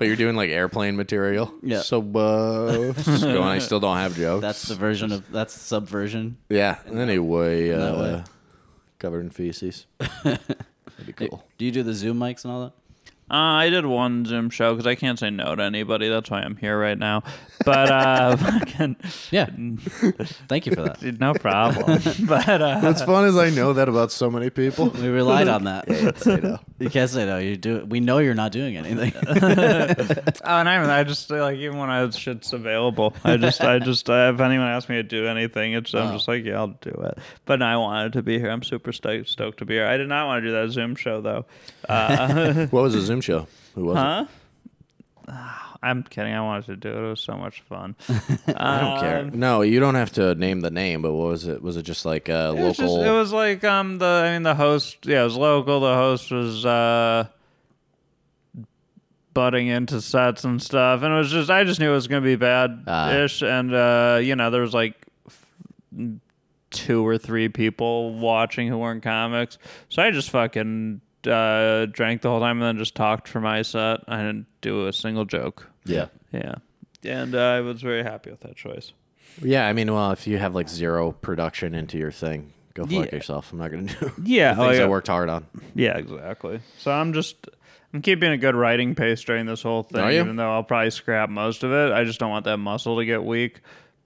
[SPEAKER 1] you're doing like airplane material.
[SPEAKER 2] Yeah.
[SPEAKER 1] So uh, just going, I still don't have jokes.
[SPEAKER 2] That's the version of that's subversion.
[SPEAKER 1] yeah. Anyway,
[SPEAKER 2] that
[SPEAKER 1] uh,
[SPEAKER 2] way.
[SPEAKER 1] covered in feces. That'd be cool.
[SPEAKER 2] Do you do the Zoom mics and all that?
[SPEAKER 3] Uh, I did one Zoom show because I can't say no to anybody. That's why I'm here right now. But uh, fucking,
[SPEAKER 2] Yeah. Thank you for that.
[SPEAKER 3] no problem. But uh,
[SPEAKER 1] What's fun is I know that about so many people.
[SPEAKER 2] We relied on that.
[SPEAKER 1] Say no.
[SPEAKER 2] You can't say no. You do. We know you're not doing anything.
[SPEAKER 3] oh, and I, I just like even when I shit's available, I just I just uh, if anyone asks me to do anything, it's
[SPEAKER 1] Oh.
[SPEAKER 3] I'm just like yeah, I'll do it. But no, I wanted to be here. I'm super stoked stoked to be here. I did not want to do that Zoom show though. Uh,
[SPEAKER 1] What was the Zoom show? Who was
[SPEAKER 3] huh? I'm kidding. I wanted to do it. It was so much fun. Um,
[SPEAKER 1] it? I don't care. No, you don't have to name the name, but what was it? Was it just like uh,
[SPEAKER 3] It was, just,
[SPEAKER 1] local?
[SPEAKER 3] it was like um the I mean the host yeah it was local the host was uh butting into sets and stuff and it was just I just knew it was gonna be bad ish and uh you know there was like f- two or three people watching who weren't comics so I just fucking uh drank the whole time and then just talked for my set I didn't do a single joke
[SPEAKER 1] yeah.
[SPEAKER 3] yeah and uh, I was very happy with that choice
[SPEAKER 1] Yeah, I mean, well, if you have like zero production into your thing, go fuck
[SPEAKER 3] Yeah.
[SPEAKER 1] yourself. I'm not gonna do
[SPEAKER 3] Yeah,
[SPEAKER 1] the things
[SPEAKER 3] like,
[SPEAKER 1] I
[SPEAKER 3] uh,
[SPEAKER 1] worked hard on.
[SPEAKER 3] Yeah, exactly. So I'm just I'm keeping a good writing pace during this whole thing,
[SPEAKER 1] Are you?
[SPEAKER 3] even though I'll probably scrap most of it. I just don't want that muscle to get weak.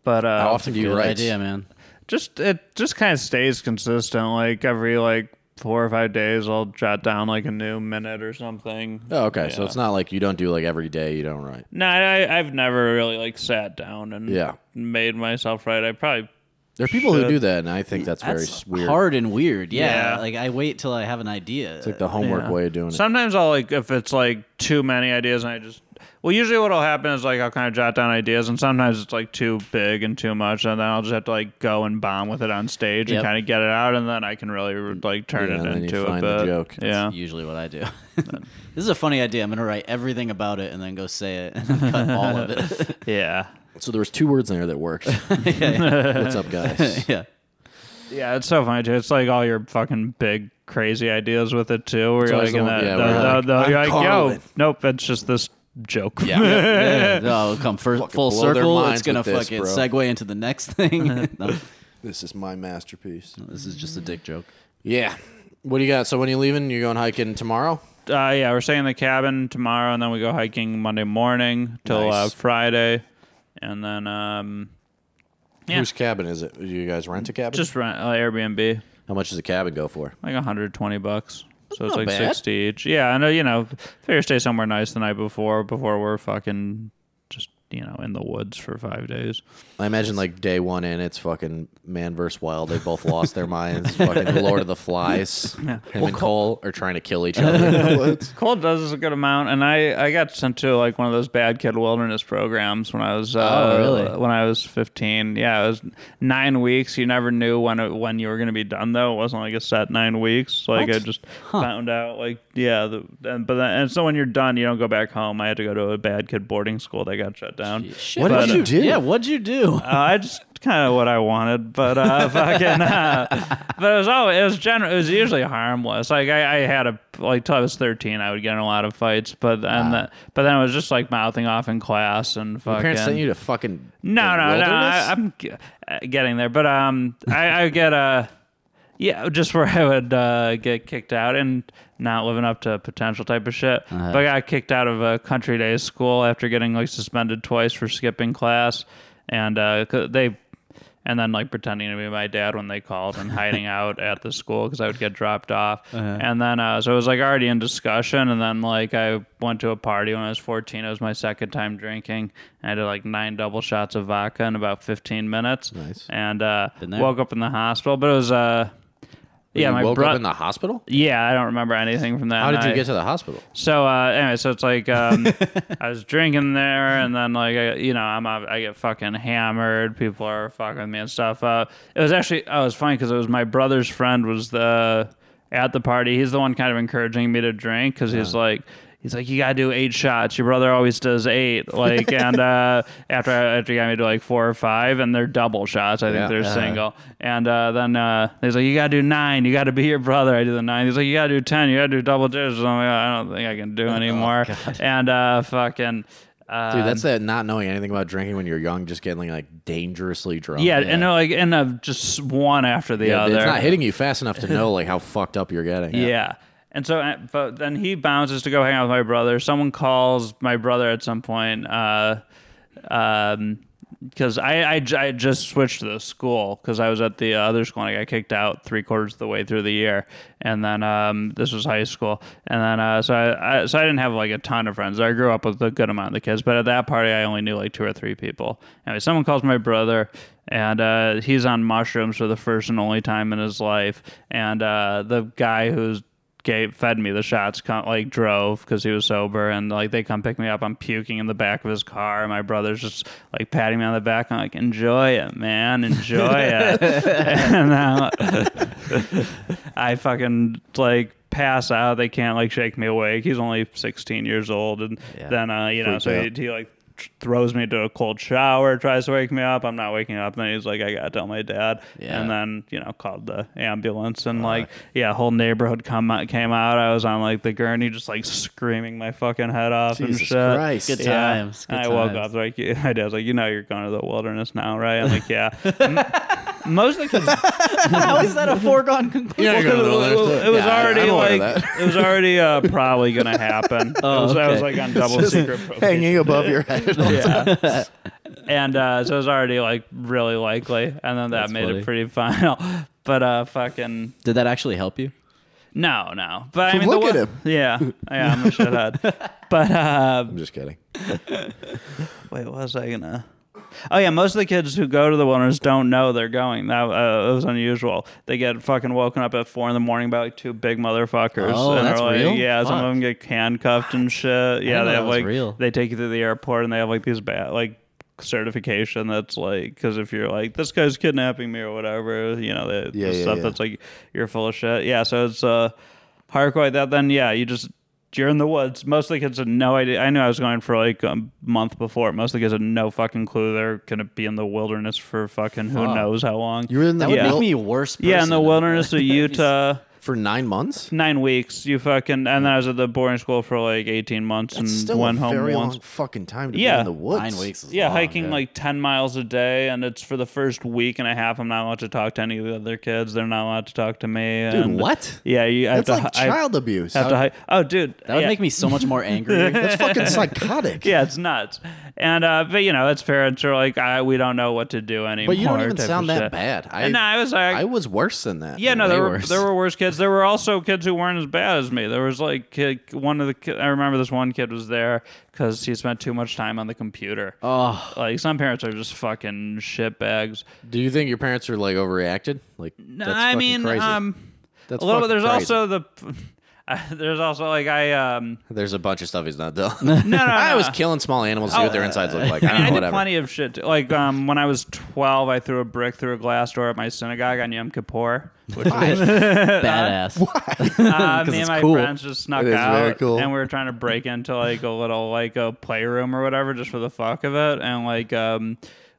[SPEAKER 3] But uh,
[SPEAKER 1] How often do you
[SPEAKER 2] Good
[SPEAKER 1] write?
[SPEAKER 2] idea, man.
[SPEAKER 3] just it just kind of stays consistent. Like every like four or five days, I'll jot down like a new minute or something.
[SPEAKER 1] Oh, okay. So
[SPEAKER 3] Yeah.
[SPEAKER 1] it's not like you don't do like every day. You don't write.
[SPEAKER 3] No, I, I've never really like sat down and
[SPEAKER 1] Yeah.
[SPEAKER 3] made myself write. I probably
[SPEAKER 1] There are people who
[SPEAKER 3] Shit.
[SPEAKER 1] do that, and I think that's, very
[SPEAKER 2] That's
[SPEAKER 1] s- weird.
[SPEAKER 2] hard and weird. Yeah.
[SPEAKER 3] Yeah.
[SPEAKER 2] Like I wait till I have an idea.
[SPEAKER 1] It's like the homework
[SPEAKER 3] Yeah.
[SPEAKER 1] way of doing it.
[SPEAKER 3] Sometimes I'll like if it's like too many ideas and I just well usually what'll happen is like I'll kind of jot down ideas and sometimes it's like too big and too much and then I'll just have to like go and bomb with it on stage
[SPEAKER 2] Yep.
[SPEAKER 3] and kind of get it out and then I can really like turn
[SPEAKER 1] Mm. Yeah,
[SPEAKER 3] it
[SPEAKER 1] and then you
[SPEAKER 3] into a
[SPEAKER 1] find the
[SPEAKER 3] bit.
[SPEAKER 1] joke.
[SPEAKER 3] Yeah.
[SPEAKER 2] usually what I do. this is a funny idea. I'm gonna write everything about it and then go say it and cut all of it.
[SPEAKER 3] Yeah.
[SPEAKER 1] So there was two words in there that worked. What's up, guys?
[SPEAKER 2] yeah.
[SPEAKER 3] Yeah, it's so funny too. It's like all your fucking big crazy ideas with it too where you're
[SPEAKER 1] always
[SPEAKER 3] like in
[SPEAKER 1] the one-
[SPEAKER 3] that
[SPEAKER 1] yeah,
[SPEAKER 3] the-
[SPEAKER 1] where you're
[SPEAKER 3] the-
[SPEAKER 1] like,
[SPEAKER 3] the-
[SPEAKER 1] "I'm
[SPEAKER 3] you're like, yo,
[SPEAKER 1] Carlin."
[SPEAKER 3] nope, it's just this joke.
[SPEAKER 2] yeah, no, it'll come fir- full
[SPEAKER 1] blow their
[SPEAKER 2] circle.
[SPEAKER 1] minds
[SPEAKER 2] It's gonna
[SPEAKER 1] with this,
[SPEAKER 2] fucking
[SPEAKER 1] bro.
[SPEAKER 2] segue into the next thing.
[SPEAKER 3] Uh-huh.
[SPEAKER 2] No,
[SPEAKER 1] This is my masterpiece.
[SPEAKER 2] this is just a dick joke.
[SPEAKER 1] Yeah. What do you got? So when are you leaving? You're going hiking tomorrow?
[SPEAKER 3] uh, yeah, we're staying in the cabin tomorrow, and then we go hiking Monday morning till uh,
[SPEAKER 1] Nice.
[SPEAKER 3] Friday, and then um, Yeah.
[SPEAKER 1] Whose cabin is it? Do you guys rent a cabin?
[SPEAKER 3] just rent uh, Airbnb,
[SPEAKER 1] How much does a cabin go for?
[SPEAKER 3] like 120 bucks. So it's
[SPEAKER 1] not
[SPEAKER 3] like
[SPEAKER 1] bad.
[SPEAKER 3] 60 each. Yeah, and uh, you know, figure stay somewhere nice the night before before we're fucking just you know in the woods for five days.
[SPEAKER 1] I imagine like day one in, it's fucking man versus wild. They both lost their minds. Fucking Lord of the Flies. Him and Cole are trying to kill each other. in the woods.
[SPEAKER 3] Cole does a good amount, and I, I got sent to like one of those bad kid wilderness programs when I was uh,
[SPEAKER 2] Oh, really?
[SPEAKER 3] when I was fifteen. Yeah, it was nine weeks. You never knew when it, when you were gonna be done though. It wasn't like a set nine weeks. Like I just found out like yeah, the, and, but then, and so when you're done, you don't go back home. I had to go to a bad kid boarding school that got shut down.
[SPEAKER 2] Shit,
[SPEAKER 1] What
[SPEAKER 3] did
[SPEAKER 2] but,
[SPEAKER 1] you
[SPEAKER 2] uh,
[SPEAKER 1] do?
[SPEAKER 2] Yeah, what'd you do?
[SPEAKER 3] Uh, I just kind of what I wanted, but uh, fucking, uh, but it was always it was general. It was usually harmless. Like I, I had a like till I was thirteen, I would get in a lot of fights, but and the, but then it was just like mouthing off in class and fucking.
[SPEAKER 1] Ah. Your parents sent you to fucking
[SPEAKER 3] no,
[SPEAKER 1] the
[SPEAKER 3] no, no.
[SPEAKER 1] wilderness?
[SPEAKER 3] I, I'm g- uh, getting there, but um, I, I would get uh, yeah, just where I would uh, get kicked out and not living up to potential type of shit.
[SPEAKER 1] Uh-huh.
[SPEAKER 3] But I got kicked out of a country day school after getting like suspended twice for skipping class, and uh, 'cause they and then like pretending to be my dad when they called and hiding out at the school because I would get dropped off.
[SPEAKER 4] Uh-huh.
[SPEAKER 3] And then uh, so it was like already in discussion. And then like I went to a party when I was 14. It was my second time drinking. And I did like nine double shots of vodka in about 15 minutes.
[SPEAKER 1] Nice.
[SPEAKER 3] And uh,
[SPEAKER 2] Been there.
[SPEAKER 3] woke up in the hospital, but it was uh, yeah,
[SPEAKER 4] you
[SPEAKER 3] my
[SPEAKER 4] woke up
[SPEAKER 3] brother.
[SPEAKER 4] in the hospital.
[SPEAKER 3] yeah, I don't remember anything from that.
[SPEAKER 4] How did you
[SPEAKER 3] night.
[SPEAKER 4] get to the hospital?
[SPEAKER 3] So uh, anyway, so it's like um, I was drinking there, and then like I, you know I'm ob- I get fucking hammered. People are fucking with me and stuff. Uh, it was actually oh, it was funny because it was my brother's friend was the at the party. He's the one kind of encouraging me to drink because he's like. He's like, you gotta do eight shots. Your brother always does eight. Like, and uh, after after he got me to like four or five, and they're double shots. I think
[SPEAKER 4] Yeah.
[SPEAKER 3] they're
[SPEAKER 4] Uh-huh.
[SPEAKER 3] single. And uh, then uh, he's like, you gotta do nine. You gotta be your brother. I do the nine. He's like, you gotta do ten. You gotta do double digits. I'm like, I don't think I can do anymore. and uh, fucking. Uh,
[SPEAKER 1] Oh, Dude, that's that not knowing anything about drinking when you're young, just getting like dangerously drunk.
[SPEAKER 3] yeah, and like, and uh, just one after the
[SPEAKER 1] oh, Yeah,
[SPEAKER 3] other.
[SPEAKER 1] it's not hitting you fast enough to know like how fucked up you're getting.
[SPEAKER 3] Yeah. And so, uh, but then he bounces to go hang out with my brother. Someone calls my brother at some point. Uh, um, because I, I, j- I just switched to the school because I was at the other school and I got kicked out three quarters of the way through the year, and then um, this was high school, and then uh, so I, I so I didn't have like a ton of friends. I grew up with a good amount of the kids, but at that party I only knew like two or three people. Anyway, someone calls my brother, and uh, he's on mushrooms for the first and only time in his life, and uh, the guy who's gave fed me the shots come, like drove because he was sober and like they come pick me up i'm puking in the back of his car and my brother's just like patting me on the back i'm like enjoy it man enjoy it and uh, i fucking like pass out they can't like shake me awake he's only 16 years old and then uh you know
[SPEAKER 1] Freaked
[SPEAKER 3] so he,
[SPEAKER 1] out.
[SPEAKER 3] he like tr- throws me into a cold shower tries to wake me up i'm not waking up and then he's like i gotta tell my dad
[SPEAKER 2] Yeah.
[SPEAKER 3] and then and you know called the ambulance and like yeah whole neighborhood come out, came out i was on like the gurney just like screaming my fucking head off
[SPEAKER 1] Jesus
[SPEAKER 3] and shit
[SPEAKER 1] Christ.
[SPEAKER 2] Good
[SPEAKER 3] Yeah.
[SPEAKER 2] times.
[SPEAKER 3] And
[SPEAKER 2] good
[SPEAKER 3] I woke
[SPEAKER 2] times.
[SPEAKER 3] up like yeah, my dad was like, you know, you're going to the wilderness now, right? I'm like, yeah. M- Mostly because
[SPEAKER 2] How is that a foregone conclusion?
[SPEAKER 1] You're not gonna know that.
[SPEAKER 3] it was
[SPEAKER 1] Yeah, I- I'm
[SPEAKER 3] already
[SPEAKER 1] aware of
[SPEAKER 3] like
[SPEAKER 1] that.
[SPEAKER 3] it was already uh, probably gonna happen.
[SPEAKER 2] Oh,
[SPEAKER 3] I, was, I was
[SPEAKER 2] okay.
[SPEAKER 3] like on double secret. probation.
[SPEAKER 1] hanging above your head.
[SPEAKER 3] yeah. and uh, so it was already like really likely, and then that
[SPEAKER 2] That's
[SPEAKER 3] made
[SPEAKER 2] funny.
[SPEAKER 3] it pretty final. But uh, fucking
[SPEAKER 2] Did that actually help you?
[SPEAKER 3] No, no. But I mean,
[SPEAKER 1] Look
[SPEAKER 3] the,
[SPEAKER 1] at
[SPEAKER 3] wo-
[SPEAKER 1] him.
[SPEAKER 3] Yeah, yeah, I'm a shithead. But uh,
[SPEAKER 1] I'm just kidding.
[SPEAKER 3] wait, what was I gonna? Oh yeah, most of the kids who go to the wilderness don't know they're going. That uh, it was unusual. They get fucking woken up at four in the morning by like two big motherfuckers.
[SPEAKER 2] Oh,
[SPEAKER 3] and they're
[SPEAKER 2] that's
[SPEAKER 3] like,
[SPEAKER 2] real?
[SPEAKER 3] Yeah, some
[SPEAKER 2] Fuck.
[SPEAKER 3] of them get handcuffed and shit. Yeah,
[SPEAKER 2] know
[SPEAKER 3] they
[SPEAKER 2] that
[SPEAKER 3] have
[SPEAKER 2] was
[SPEAKER 3] like
[SPEAKER 2] real.
[SPEAKER 3] they take you to the airport and they have like these bad like certification that's like because if you're like this guy's kidnapping me or whatever, you know, the,
[SPEAKER 1] Yeah,
[SPEAKER 3] the
[SPEAKER 1] yeah,
[SPEAKER 3] stuff
[SPEAKER 1] yeah.
[SPEAKER 3] that's like you're full of shit. Yeah, so it's uh hardcore like that. Then yeah, you just you're in the woods. Most of the kids had no idea. I knew I was going for like a month before. Most of the kids had no fucking clue they're gonna be in the wilderness for fucking who
[SPEAKER 2] Fuck.
[SPEAKER 3] knows how long.
[SPEAKER 1] You were in the
[SPEAKER 2] That would
[SPEAKER 3] Yeah.
[SPEAKER 2] make me a worse. Person
[SPEAKER 3] yeah, in the
[SPEAKER 2] than-
[SPEAKER 3] wilderness of Utah,
[SPEAKER 1] for nine months.
[SPEAKER 3] nine weeks. You fucking and then I was at the boarding school for like eighteen months
[SPEAKER 1] That's
[SPEAKER 3] and
[SPEAKER 1] still
[SPEAKER 3] went
[SPEAKER 1] a
[SPEAKER 3] home
[SPEAKER 1] very
[SPEAKER 3] once.
[SPEAKER 1] long fucking time to be
[SPEAKER 3] Yeah.
[SPEAKER 1] in the woods.
[SPEAKER 2] Nine weeks. Is
[SPEAKER 3] Yeah,
[SPEAKER 2] long,
[SPEAKER 3] hiking
[SPEAKER 2] yeah.
[SPEAKER 3] like 10 miles a day, and it's for the first week and a half. I'm not allowed to talk to any of the other kids. They're not allowed to talk to me.
[SPEAKER 1] Dude,
[SPEAKER 3] and
[SPEAKER 1] what?
[SPEAKER 3] Yeah, you I have
[SPEAKER 1] That's
[SPEAKER 3] to.
[SPEAKER 1] like
[SPEAKER 3] hi- I
[SPEAKER 1] child abuse.
[SPEAKER 3] have to hike. Oh, dude.
[SPEAKER 2] That would
[SPEAKER 3] yeah.
[SPEAKER 2] make me so much more angry.
[SPEAKER 1] That's fucking psychotic.
[SPEAKER 3] Yeah, it's nuts. And, uh, but, you know, it's parents are like, I, we don't know what to do anymore.
[SPEAKER 1] But you don't even
[SPEAKER 3] type of
[SPEAKER 1] sound that
[SPEAKER 3] shit.
[SPEAKER 1] bad. I,
[SPEAKER 3] And I was like,
[SPEAKER 1] I was worse than that.
[SPEAKER 3] Yeah, no,
[SPEAKER 2] Way
[SPEAKER 3] there were
[SPEAKER 2] worse.
[SPEAKER 3] there were worse kids. There were also kids who weren't as bad as me. There was like kid, one of the ki- I remember this one kid was there because he spent too much time on the computer.
[SPEAKER 2] oh,
[SPEAKER 3] Like some parents are just fucking shit bags.
[SPEAKER 1] Do you think your parents are like overreacted? Like,
[SPEAKER 3] No,
[SPEAKER 1] that's
[SPEAKER 3] I
[SPEAKER 1] fucking
[SPEAKER 3] mean,
[SPEAKER 1] crazy.
[SPEAKER 3] um,
[SPEAKER 1] That's
[SPEAKER 3] a little bit.
[SPEAKER 1] fucking
[SPEAKER 3] There's
[SPEAKER 1] crazy.
[SPEAKER 3] also the, I there's also like I um,
[SPEAKER 1] there's a bunch of stuff he's not done.
[SPEAKER 3] no, no,
[SPEAKER 1] I
[SPEAKER 3] no.
[SPEAKER 1] was killing small animals to see what their insides look like. I don't
[SPEAKER 3] I, mean, I
[SPEAKER 1] know,
[SPEAKER 3] did
[SPEAKER 1] whatever.
[SPEAKER 3] plenty of shit. too. Like um, when I was 12, I threw a brick through a glass door at my synagogue on Yom Kippur. Which
[SPEAKER 2] badass.
[SPEAKER 3] uh, me
[SPEAKER 2] it's
[SPEAKER 3] and my
[SPEAKER 2] cool.
[SPEAKER 3] friends just snuck
[SPEAKER 1] It is
[SPEAKER 3] out,
[SPEAKER 1] very cool.
[SPEAKER 3] and we were trying to break into like a little like a playroom or whatever, just for the fuck of it, and like um.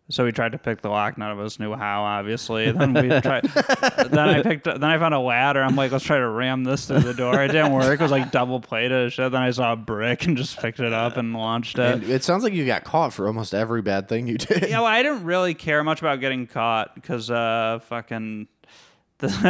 [SPEAKER 3] So we tried to pick the lock. None of us knew how, obviously. Then we tried. then I picked. Then I found a ladder. I'm like, let's try to ram this through the door. It didn't work. It was like double plated. and Shit. Then I saw a brick and just picked it up and launched it.
[SPEAKER 1] And it sounds like you got caught for almost every bad thing you did.
[SPEAKER 3] Yeah, well, I didn't really care much about getting caught because uh, fucking a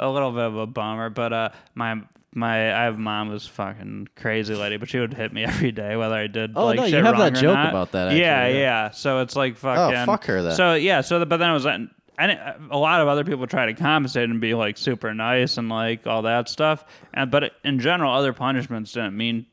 [SPEAKER 3] little bit of a bummer. But uh, my my I mom was fucking crazy lady, but she would hit me every day whether I did.
[SPEAKER 2] Oh,
[SPEAKER 3] like,
[SPEAKER 2] no, you
[SPEAKER 3] shit
[SPEAKER 2] have that
[SPEAKER 3] wrong or
[SPEAKER 2] joke
[SPEAKER 3] not.
[SPEAKER 2] about that,
[SPEAKER 3] yeah,
[SPEAKER 2] actually,
[SPEAKER 3] yeah. So it's like fucking.
[SPEAKER 1] Oh, fuck her then.
[SPEAKER 3] So yeah, so the, but then it was. uh, and it- a lot of other people try to compensate and be like super nice and like all that stuff. And but in general, other punishments didn't mean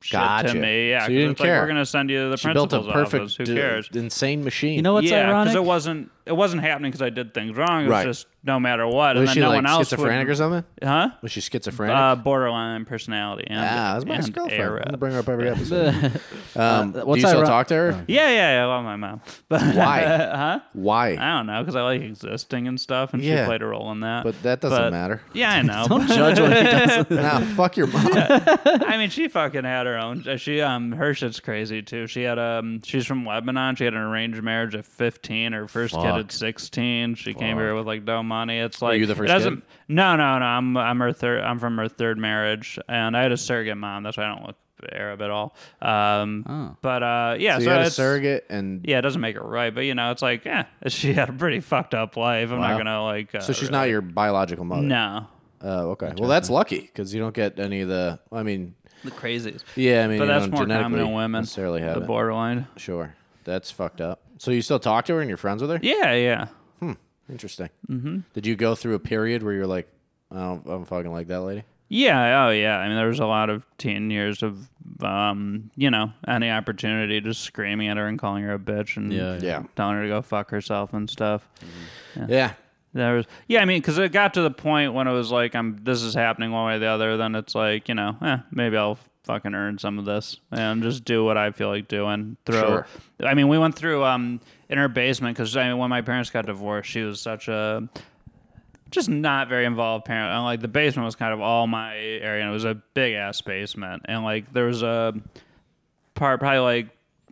[SPEAKER 3] shit
[SPEAKER 1] Gotcha.
[SPEAKER 3] to me. Yeah,
[SPEAKER 1] So
[SPEAKER 3] 'cause
[SPEAKER 1] you didn't
[SPEAKER 3] it's like
[SPEAKER 1] care.
[SPEAKER 3] we're gonna send you to the
[SPEAKER 1] She built a
[SPEAKER 3] principal's
[SPEAKER 1] perfect,
[SPEAKER 3] office. Who
[SPEAKER 1] d-
[SPEAKER 3] cares?
[SPEAKER 1] insane machine.
[SPEAKER 2] You know what's
[SPEAKER 3] yeah,
[SPEAKER 2] ironic?
[SPEAKER 3] it wasn't it wasn't happening because I did things wrong. It
[SPEAKER 1] Right.
[SPEAKER 3] was just no matter what, and
[SPEAKER 1] Was
[SPEAKER 3] then
[SPEAKER 1] she
[SPEAKER 3] no
[SPEAKER 1] like
[SPEAKER 3] one else
[SPEAKER 1] schizophrenic or
[SPEAKER 3] would,
[SPEAKER 1] something?
[SPEAKER 3] huh?
[SPEAKER 1] Was she schizophrenic?
[SPEAKER 3] Uh, borderline personality. And,
[SPEAKER 1] ah, that's my
[SPEAKER 3] and
[SPEAKER 1] girlfriend. I'm gonna
[SPEAKER 3] Arab.
[SPEAKER 1] bring her up every episode.
[SPEAKER 2] The-
[SPEAKER 1] Um,
[SPEAKER 2] Uh,
[SPEAKER 1] do you
[SPEAKER 2] what's
[SPEAKER 1] still
[SPEAKER 2] ironic-
[SPEAKER 1] talk to her?
[SPEAKER 3] Yeah, yeah, yeah. I love my mom. But
[SPEAKER 1] Why?
[SPEAKER 3] huh?
[SPEAKER 1] Why?
[SPEAKER 3] I don't know because I like existing and stuff, and
[SPEAKER 1] Yeah.
[SPEAKER 3] she played a role in that.
[SPEAKER 1] But that doesn't matter.
[SPEAKER 3] Yeah, I know.
[SPEAKER 2] don't judge when he doesn't.
[SPEAKER 1] Nah, fuck your mom.
[SPEAKER 3] I mean, she fucking had her own. She um, her shit's crazy too. She had um, she's from Lebanon. She had an arranged marriage at fifteen. Her first kid
[SPEAKER 2] Fuck.
[SPEAKER 3] at sixteen. She came here with like no money. It's like
[SPEAKER 1] you the
[SPEAKER 3] it
[SPEAKER 1] first
[SPEAKER 3] doesn't-
[SPEAKER 1] kid?
[SPEAKER 3] No, no, no. I'm I'm her third. I'm from her third marriage, and I had a surrogate mom. That's why I don't look Arab at all. Um,
[SPEAKER 2] Oh.
[SPEAKER 3] but uh, yeah.
[SPEAKER 1] So
[SPEAKER 3] So,
[SPEAKER 1] you had a
[SPEAKER 3] it's-
[SPEAKER 1] surrogate, and
[SPEAKER 3] Yeah, it doesn't make it right, but you know, it's like, yeah, she had a pretty fucked up life. I'm
[SPEAKER 1] Wow.
[SPEAKER 3] not gonna like. Uh,
[SPEAKER 1] so she's not your biological mother.
[SPEAKER 3] No,
[SPEAKER 1] Oh, okay. Well, that's lucky because you don't get any of the. I mean,
[SPEAKER 3] the crazies.
[SPEAKER 1] yeah, I mean,
[SPEAKER 3] But
[SPEAKER 1] you
[SPEAKER 3] that's
[SPEAKER 1] don't
[SPEAKER 3] more common
[SPEAKER 1] genetically
[SPEAKER 3] in women.
[SPEAKER 1] Necessarily have
[SPEAKER 3] the
[SPEAKER 1] it.
[SPEAKER 3] borderline.
[SPEAKER 1] Sure, that's fucked up. So you still talk to her and you're friends with her? Hmm.
[SPEAKER 3] Yeah, yeah.
[SPEAKER 1] Interesting. Mm-hmm. Did you go through a period where you're like, I don't, I don't fucking like that lady?
[SPEAKER 3] Yeah, oh yeah. I mean, there was a lot of teen years of, um, you know, any opportunity just screaming at her and calling her a bitch and
[SPEAKER 2] Yeah, yeah.
[SPEAKER 1] Yeah.
[SPEAKER 3] telling her to go fuck herself and stuff.
[SPEAKER 1] Yeah.
[SPEAKER 3] There was, yeah, I mean, because it got to the point when it was like, I'm this is happening one way or the other. Then it's like, you know, eh, maybe I'll fucking earn some of this and just do what I feel like doing. Throw.
[SPEAKER 1] Sure.
[SPEAKER 3] I mean, we went through um in her basement because I mean, when my parents got divorced, she was such a just not very involved parent. And like the basement was kind of all my area, and it was a big ass basement. And like there was a part probably like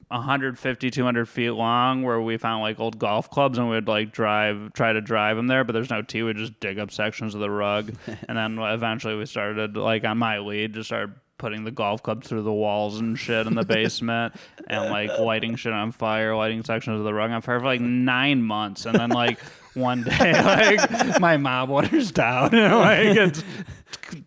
[SPEAKER 3] 150 200 feet long where we found like old golf clubs and we would like drive try to drive them there but there's no tee we'd just dig up sections of the rug and then eventually we started like on my lead just started putting the golf clubs through the walls and shit in the basement and like lighting shit on fire lighting sections of the rug on fire for like nine months and then like one day like my mom waters down and like it's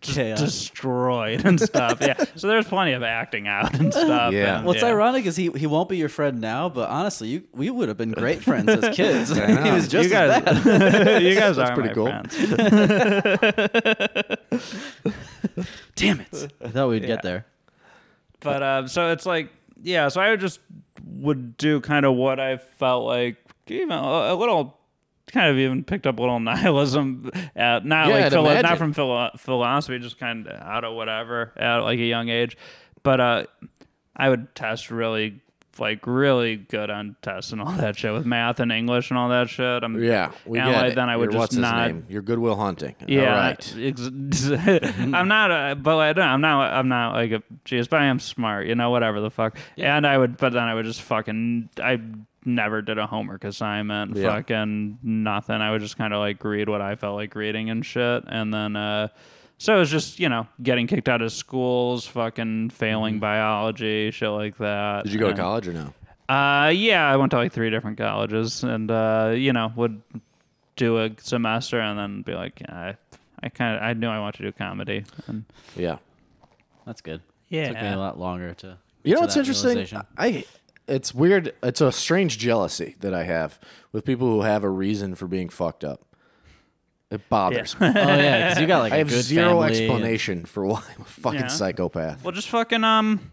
[SPEAKER 3] just
[SPEAKER 2] Chaos.
[SPEAKER 3] destroyed and stuff yeah so there's plenty of acting out and stuff
[SPEAKER 1] Yeah.
[SPEAKER 3] and-
[SPEAKER 2] What's ironic is he, he won't be your friend now, but honestly, you, we would have been great friends as kids. he
[SPEAKER 1] know.
[SPEAKER 2] was just
[SPEAKER 3] you guys,
[SPEAKER 2] as bad.
[SPEAKER 3] you guys
[SPEAKER 1] That's
[SPEAKER 3] are
[SPEAKER 1] pretty
[SPEAKER 3] my
[SPEAKER 1] cool.
[SPEAKER 3] friends.
[SPEAKER 2] Damn it! I thought we'd get there.
[SPEAKER 3] But uh, so it's like, yeah. So I would just would do kind of what I felt like, even a, a little, kind of even picked up a little nihilism, uh, not
[SPEAKER 1] Yeah, I'd
[SPEAKER 3] like philo-
[SPEAKER 1] imagine.
[SPEAKER 3] not from philo- philosophy, just kind of out of whatever at like a young age. But uh, I would test really. Like really good on tests and all that shit with math and English and all that shit. I'm
[SPEAKER 1] Yeah. We
[SPEAKER 3] and
[SPEAKER 1] get
[SPEAKER 3] like,
[SPEAKER 1] it.
[SPEAKER 3] then I would
[SPEAKER 1] Your-
[SPEAKER 3] just
[SPEAKER 1] what's
[SPEAKER 3] not
[SPEAKER 1] His name? Your Goodwill Hunting.
[SPEAKER 3] Yeah,
[SPEAKER 1] All Oh, right.
[SPEAKER 3] ex- I'm not, a, but like, I don't- I'm not, I'm not like a genius, but I am smart, you know, whatever the fuck. And I would, but then I would just fucking, I never did a homework assignment,
[SPEAKER 1] Yeah.
[SPEAKER 3] fucking nothing. I would just kind of like read what I felt like reading and shit, and then, uh, so it was just you know getting kicked out of schools, fucking failing biology, shit like that.
[SPEAKER 1] Mm-hmm. Did you go to
[SPEAKER 3] And-
[SPEAKER 1] college or no?
[SPEAKER 3] uh, yeah, I went to like three different colleges, and uh, you know, would do a semester and then be like, I, I kind of, I knew I wanted to do comedy. And
[SPEAKER 1] Yeah.
[SPEAKER 2] That's good.
[SPEAKER 3] Yeah.
[SPEAKER 2] took me a lot longer to.
[SPEAKER 1] You
[SPEAKER 2] to
[SPEAKER 1] know what's
[SPEAKER 2] that
[SPEAKER 1] interesting?
[SPEAKER 2] realization.
[SPEAKER 1] I it's weird. It's a strange jealousy that I have with people who have a reason for being fucked up. It bothers me.
[SPEAKER 2] Oh yeah, because you got like
[SPEAKER 1] I
[SPEAKER 2] a
[SPEAKER 1] have
[SPEAKER 2] good
[SPEAKER 1] zero
[SPEAKER 2] family and-
[SPEAKER 1] explanation for why I'm a fucking
[SPEAKER 3] Yeah.
[SPEAKER 1] psychopath.
[SPEAKER 3] well, just fucking um,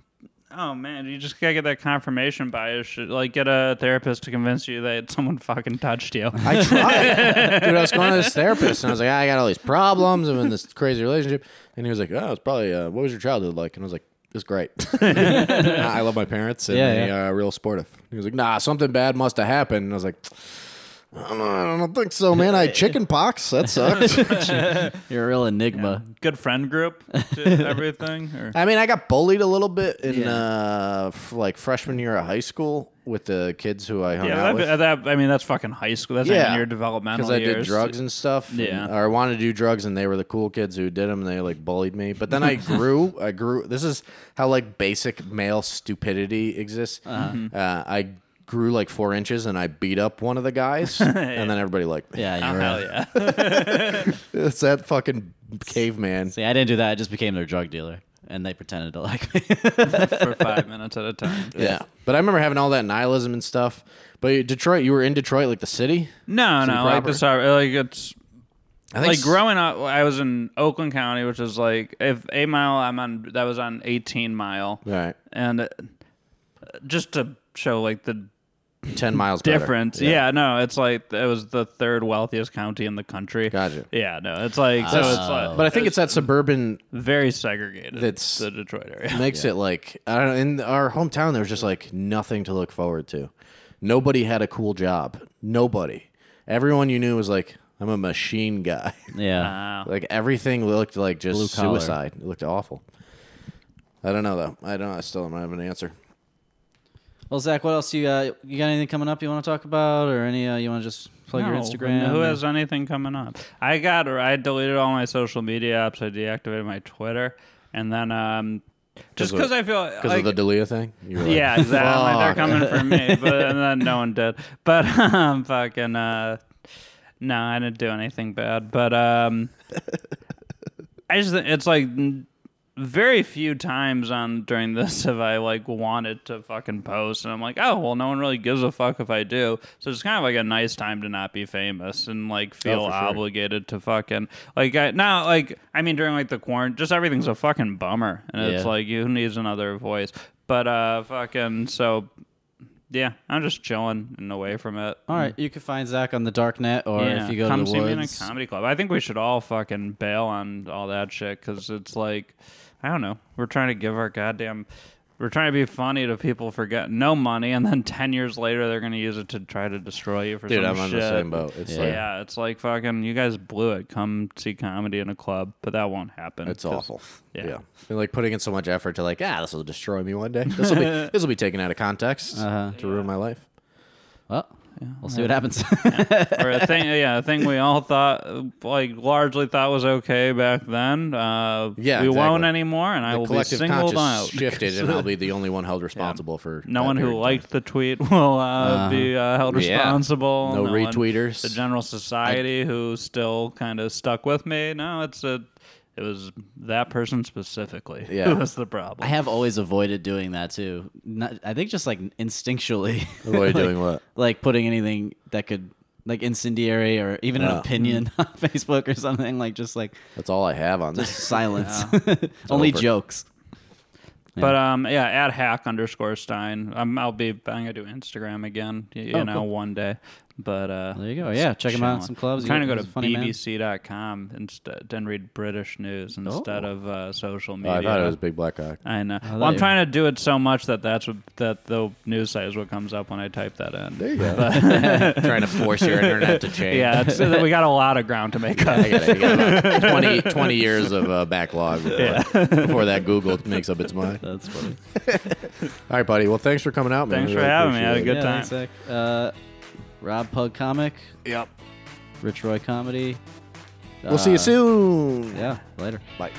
[SPEAKER 3] oh man, you just gotta get that confirmation bias. Should, like, get a therapist to convince you that someone fucking touched you.
[SPEAKER 1] I tried. Dude, I was going to this therapist and I was like, "Ah, I got all these problems. I'm in this crazy relationship. And he was like, Oh, it's probably, uh, what was your childhood like? And I was like, It was great. I love my parents and
[SPEAKER 2] Yeah,
[SPEAKER 1] they
[SPEAKER 2] yeah.
[SPEAKER 1] are real supportive. He was like, Nah, something bad must have happened. And I was like, I don't, know, I don't think so, man. I had chicken pox. That sucks.
[SPEAKER 2] You're a real enigma.
[SPEAKER 3] Good friend group, did everything. Or
[SPEAKER 1] I mean, I got bullied a little bit in
[SPEAKER 2] Yeah.
[SPEAKER 1] uh, f- like freshman year of high school with the kids who I hung
[SPEAKER 3] yeah,
[SPEAKER 1] out with.
[SPEAKER 3] that, that, I mean, that's fucking high school. That's
[SPEAKER 1] Yeah.
[SPEAKER 3] yeah, your
[SPEAKER 1] because
[SPEAKER 3] developmental
[SPEAKER 1] I
[SPEAKER 3] years.
[SPEAKER 1] did drugs and stuff.
[SPEAKER 3] Yeah.
[SPEAKER 1] and- or I wanted to do drugs, and they were the cool kids who did them, and they like bullied me. But then I grew. I grew. This is how like basic male stupidity exists.
[SPEAKER 3] Uh-huh. Mm-hmm.
[SPEAKER 1] Uh, I grew like four inches, and I beat up one of the guys, and then everybody liked me.
[SPEAKER 2] Yeah, you're right.
[SPEAKER 3] Hell yeah.
[SPEAKER 1] it's that fucking caveman.
[SPEAKER 2] See, I didn't do that. I just became their drug dealer. and they pretended to like me.
[SPEAKER 3] for five minutes at a time.
[SPEAKER 1] Yeah. But I remember having all that nihilism and stuff. But Detroit, you were in Detroit, like the city?
[SPEAKER 3] No,
[SPEAKER 1] City
[SPEAKER 3] no, like
[SPEAKER 1] proper.
[SPEAKER 3] the suburb, like it's
[SPEAKER 1] I
[SPEAKER 3] like
[SPEAKER 1] s-
[SPEAKER 3] growing up. I was in Oakland County, which is like if a mile, I'm on that was on 18 mile,
[SPEAKER 1] All right.
[SPEAKER 3] and uh, just to show like the
[SPEAKER 1] 10 miles better.
[SPEAKER 3] difference. Yeah. no, it's like it was the third wealthiest county in the country.
[SPEAKER 1] Gotcha.
[SPEAKER 3] Yeah, no, it's like so it's like,
[SPEAKER 1] Uh, But I think it's that suburban
[SPEAKER 3] very segregated.
[SPEAKER 1] That's-
[SPEAKER 3] the Detroit area.
[SPEAKER 1] makes it like I don't know. In our hometown, there was just like nothing to look forward to. Nobody had a cool job. Nobody. Everyone you knew was like, "I'm a machine guy."
[SPEAKER 2] yeah.
[SPEAKER 3] Wow.
[SPEAKER 1] like everything looked like just
[SPEAKER 2] Blue collar.
[SPEAKER 1] suicide. It looked awful. I don't know though. I don't. I still don't have an answer.
[SPEAKER 2] Well, Zach, what else you got? You got anything coming up you want to talk about, or any uh, you want to just plug your
[SPEAKER 3] No,
[SPEAKER 2] Instagram?
[SPEAKER 3] Who
[SPEAKER 2] or-
[SPEAKER 3] has anything coming up? I got. I deleted all my social media apps. I deactivated my Twitter, and then um,
[SPEAKER 1] 'Cause
[SPEAKER 3] just
[SPEAKER 1] of-
[SPEAKER 3] because I feel
[SPEAKER 1] Because
[SPEAKER 3] like,
[SPEAKER 1] of the Dalia thing. You were like,
[SPEAKER 3] yeah, exactly. I'm
[SPEAKER 1] "Fuck."
[SPEAKER 3] like, They're coming for me, but and then no one did. But um, fucking uh, no, I didn't do anything bad. But um, I just think it's like n- very few times on during this have I like wanted to fucking post, and I'm like, oh well, no one really gives a fuck if I do. So it's kind of like a nice time to not be famous and like feel
[SPEAKER 1] Oh, for sure.
[SPEAKER 3] obligated to fucking like I, now like I mean during like the quarantine, just everything's a fucking bummer, and it's
[SPEAKER 2] Yeah.
[SPEAKER 3] like who needs another voice? But uh, fucking so. Yeah, I'm just chilling and away from it.
[SPEAKER 2] All right, you can find Zach on the dark net, or
[SPEAKER 3] Mm. Yeah,
[SPEAKER 2] if you go
[SPEAKER 3] come
[SPEAKER 2] to the
[SPEAKER 3] see me in a
[SPEAKER 2] woods.
[SPEAKER 3] comedy club. I think we should all fucking bail on all that shit because it's like, I don't know. We're trying to give our goddamn. We're trying to be funny to people for getting no money, and then ten years later they're gonna use it to try to destroy you for
[SPEAKER 1] Dude,
[SPEAKER 3] some
[SPEAKER 1] I'm on
[SPEAKER 3] shit.
[SPEAKER 1] the same boat. It's
[SPEAKER 3] Yeah.
[SPEAKER 1] like
[SPEAKER 3] it's like fucking. You guys blew it. Come see comedy in a club, but that won't happen.
[SPEAKER 1] it's
[SPEAKER 3] 'cause-
[SPEAKER 1] awful.
[SPEAKER 3] yeah.
[SPEAKER 1] Yeah. And like putting in so much effort to like, ah, this will destroy me one day. This will be this will be taken out of context
[SPEAKER 2] Uh-huh.
[SPEAKER 1] to ruin my life.
[SPEAKER 2] Well, we'll see what happens.
[SPEAKER 3] or a thing, yeah, a thing we all thought, like, largely thought was okay back then. Uh,
[SPEAKER 1] Yeah,
[SPEAKER 3] we won't
[SPEAKER 1] exactly.
[SPEAKER 3] anymore, and I
[SPEAKER 1] the
[SPEAKER 3] will be
[SPEAKER 1] collective
[SPEAKER 3] singled
[SPEAKER 1] conscious
[SPEAKER 3] out.
[SPEAKER 1] shifted, and I'll be the only one held responsible for
[SPEAKER 3] No
[SPEAKER 1] that
[SPEAKER 3] one who
[SPEAKER 1] period of
[SPEAKER 3] liked the tweet will uh, be uh, held
[SPEAKER 1] Yeah.
[SPEAKER 3] responsible.
[SPEAKER 1] No
[SPEAKER 3] one-
[SPEAKER 1] retweeters.
[SPEAKER 3] The general society who still kind of stuck with me. No, it's a. It was that person specifically
[SPEAKER 1] Yeah.
[SPEAKER 3] who was the
[SPEAKER 2] I
[SPEAKER 3] problem.
[SPEAKER 2] have always avoided doing that too. Not, I think just like instinctually,
[SPEAKER 1] time. What are you doing? What?
[SPEAKER 2] like putting anything that could like incendiary or even an
[SPEAKER 1] Yeah.
[SPEAKER 2] opinion
[SPEAKER 3] Mm.
[SPEAKER 2] on Facebook or something like just like
[SPEAKER 1] That's all I have on this.
[SPEAKER 2] silence, only
[SPEAKER 1] over.
[SPEAKER 2] jokes.
[SPEAKER 3] but um, yeah, at hack underscore Stein. I'm, I'll be. I'm gonna do Instagram again. You, you
[SPEAKER 2] Oh,
[SPEAKER 3] know,
[SPEAKER 2] cool.
[SPEAKER 3] one day. But uh,
[SPEAKER 2] There you go. Yeah, check him out in
[SPEAKER 3] chilling.
[SPEAKER 2] some clubs.
[SPEAKER 3] I'm trying to go to
[SPEAKER 2] He's a funny man.
[SPEAKER 3] bbc.com instead and read British news
[SPEAKER 2] Oh.
[SPEAKER 3] instead of uh, social
[SPEAKER 1] Oh,
[SPEAKER 3] media.
[SPEAKER 1] I thought it was Big Black Cock.
[SPEAKER 3] I know. well,
[SPEAKER 2] there
[SPEAKER 3] I'm
[SPEAKER 2] you
[SPEAKER 3] trying to do it so much that that's what, that the news site is what comes up when I type that in.
[SPEAKER 1] There you go. Trying to force your internet to change.
[SPEAKER 3] Yeah, it's, we got a lot of ground to make up.
[SPEAKER 1] I get it. You got about 20, 20 years of uh, backlog before, before that Google makes up its mind.
[SPEAKER 2] That's funny.
[SPEAKER 1] All right, buddy. Well, thanks for coming out, man.
[SPEAKER 3] Thanks
[SPEAKER 1] We
[SPEAKER 3] for
[SPEAKER 1] really
[SPEAKER 3] having me. I had a
[SPEAKER 1] appreciate
[SPEAKER 2] yeah,
[SPEAKER 3] Good time.
[SPEAKER 2] thanks, Zach. Uh, Rob Pug Comic. Yep. Rich Roy Comedy.
[SPEAKER 3] Uh,
[SPEAKER 1] it. We'll see you soon.
[SPEAKER 2] Yeah, later.
[SPEAKER 1] Bye.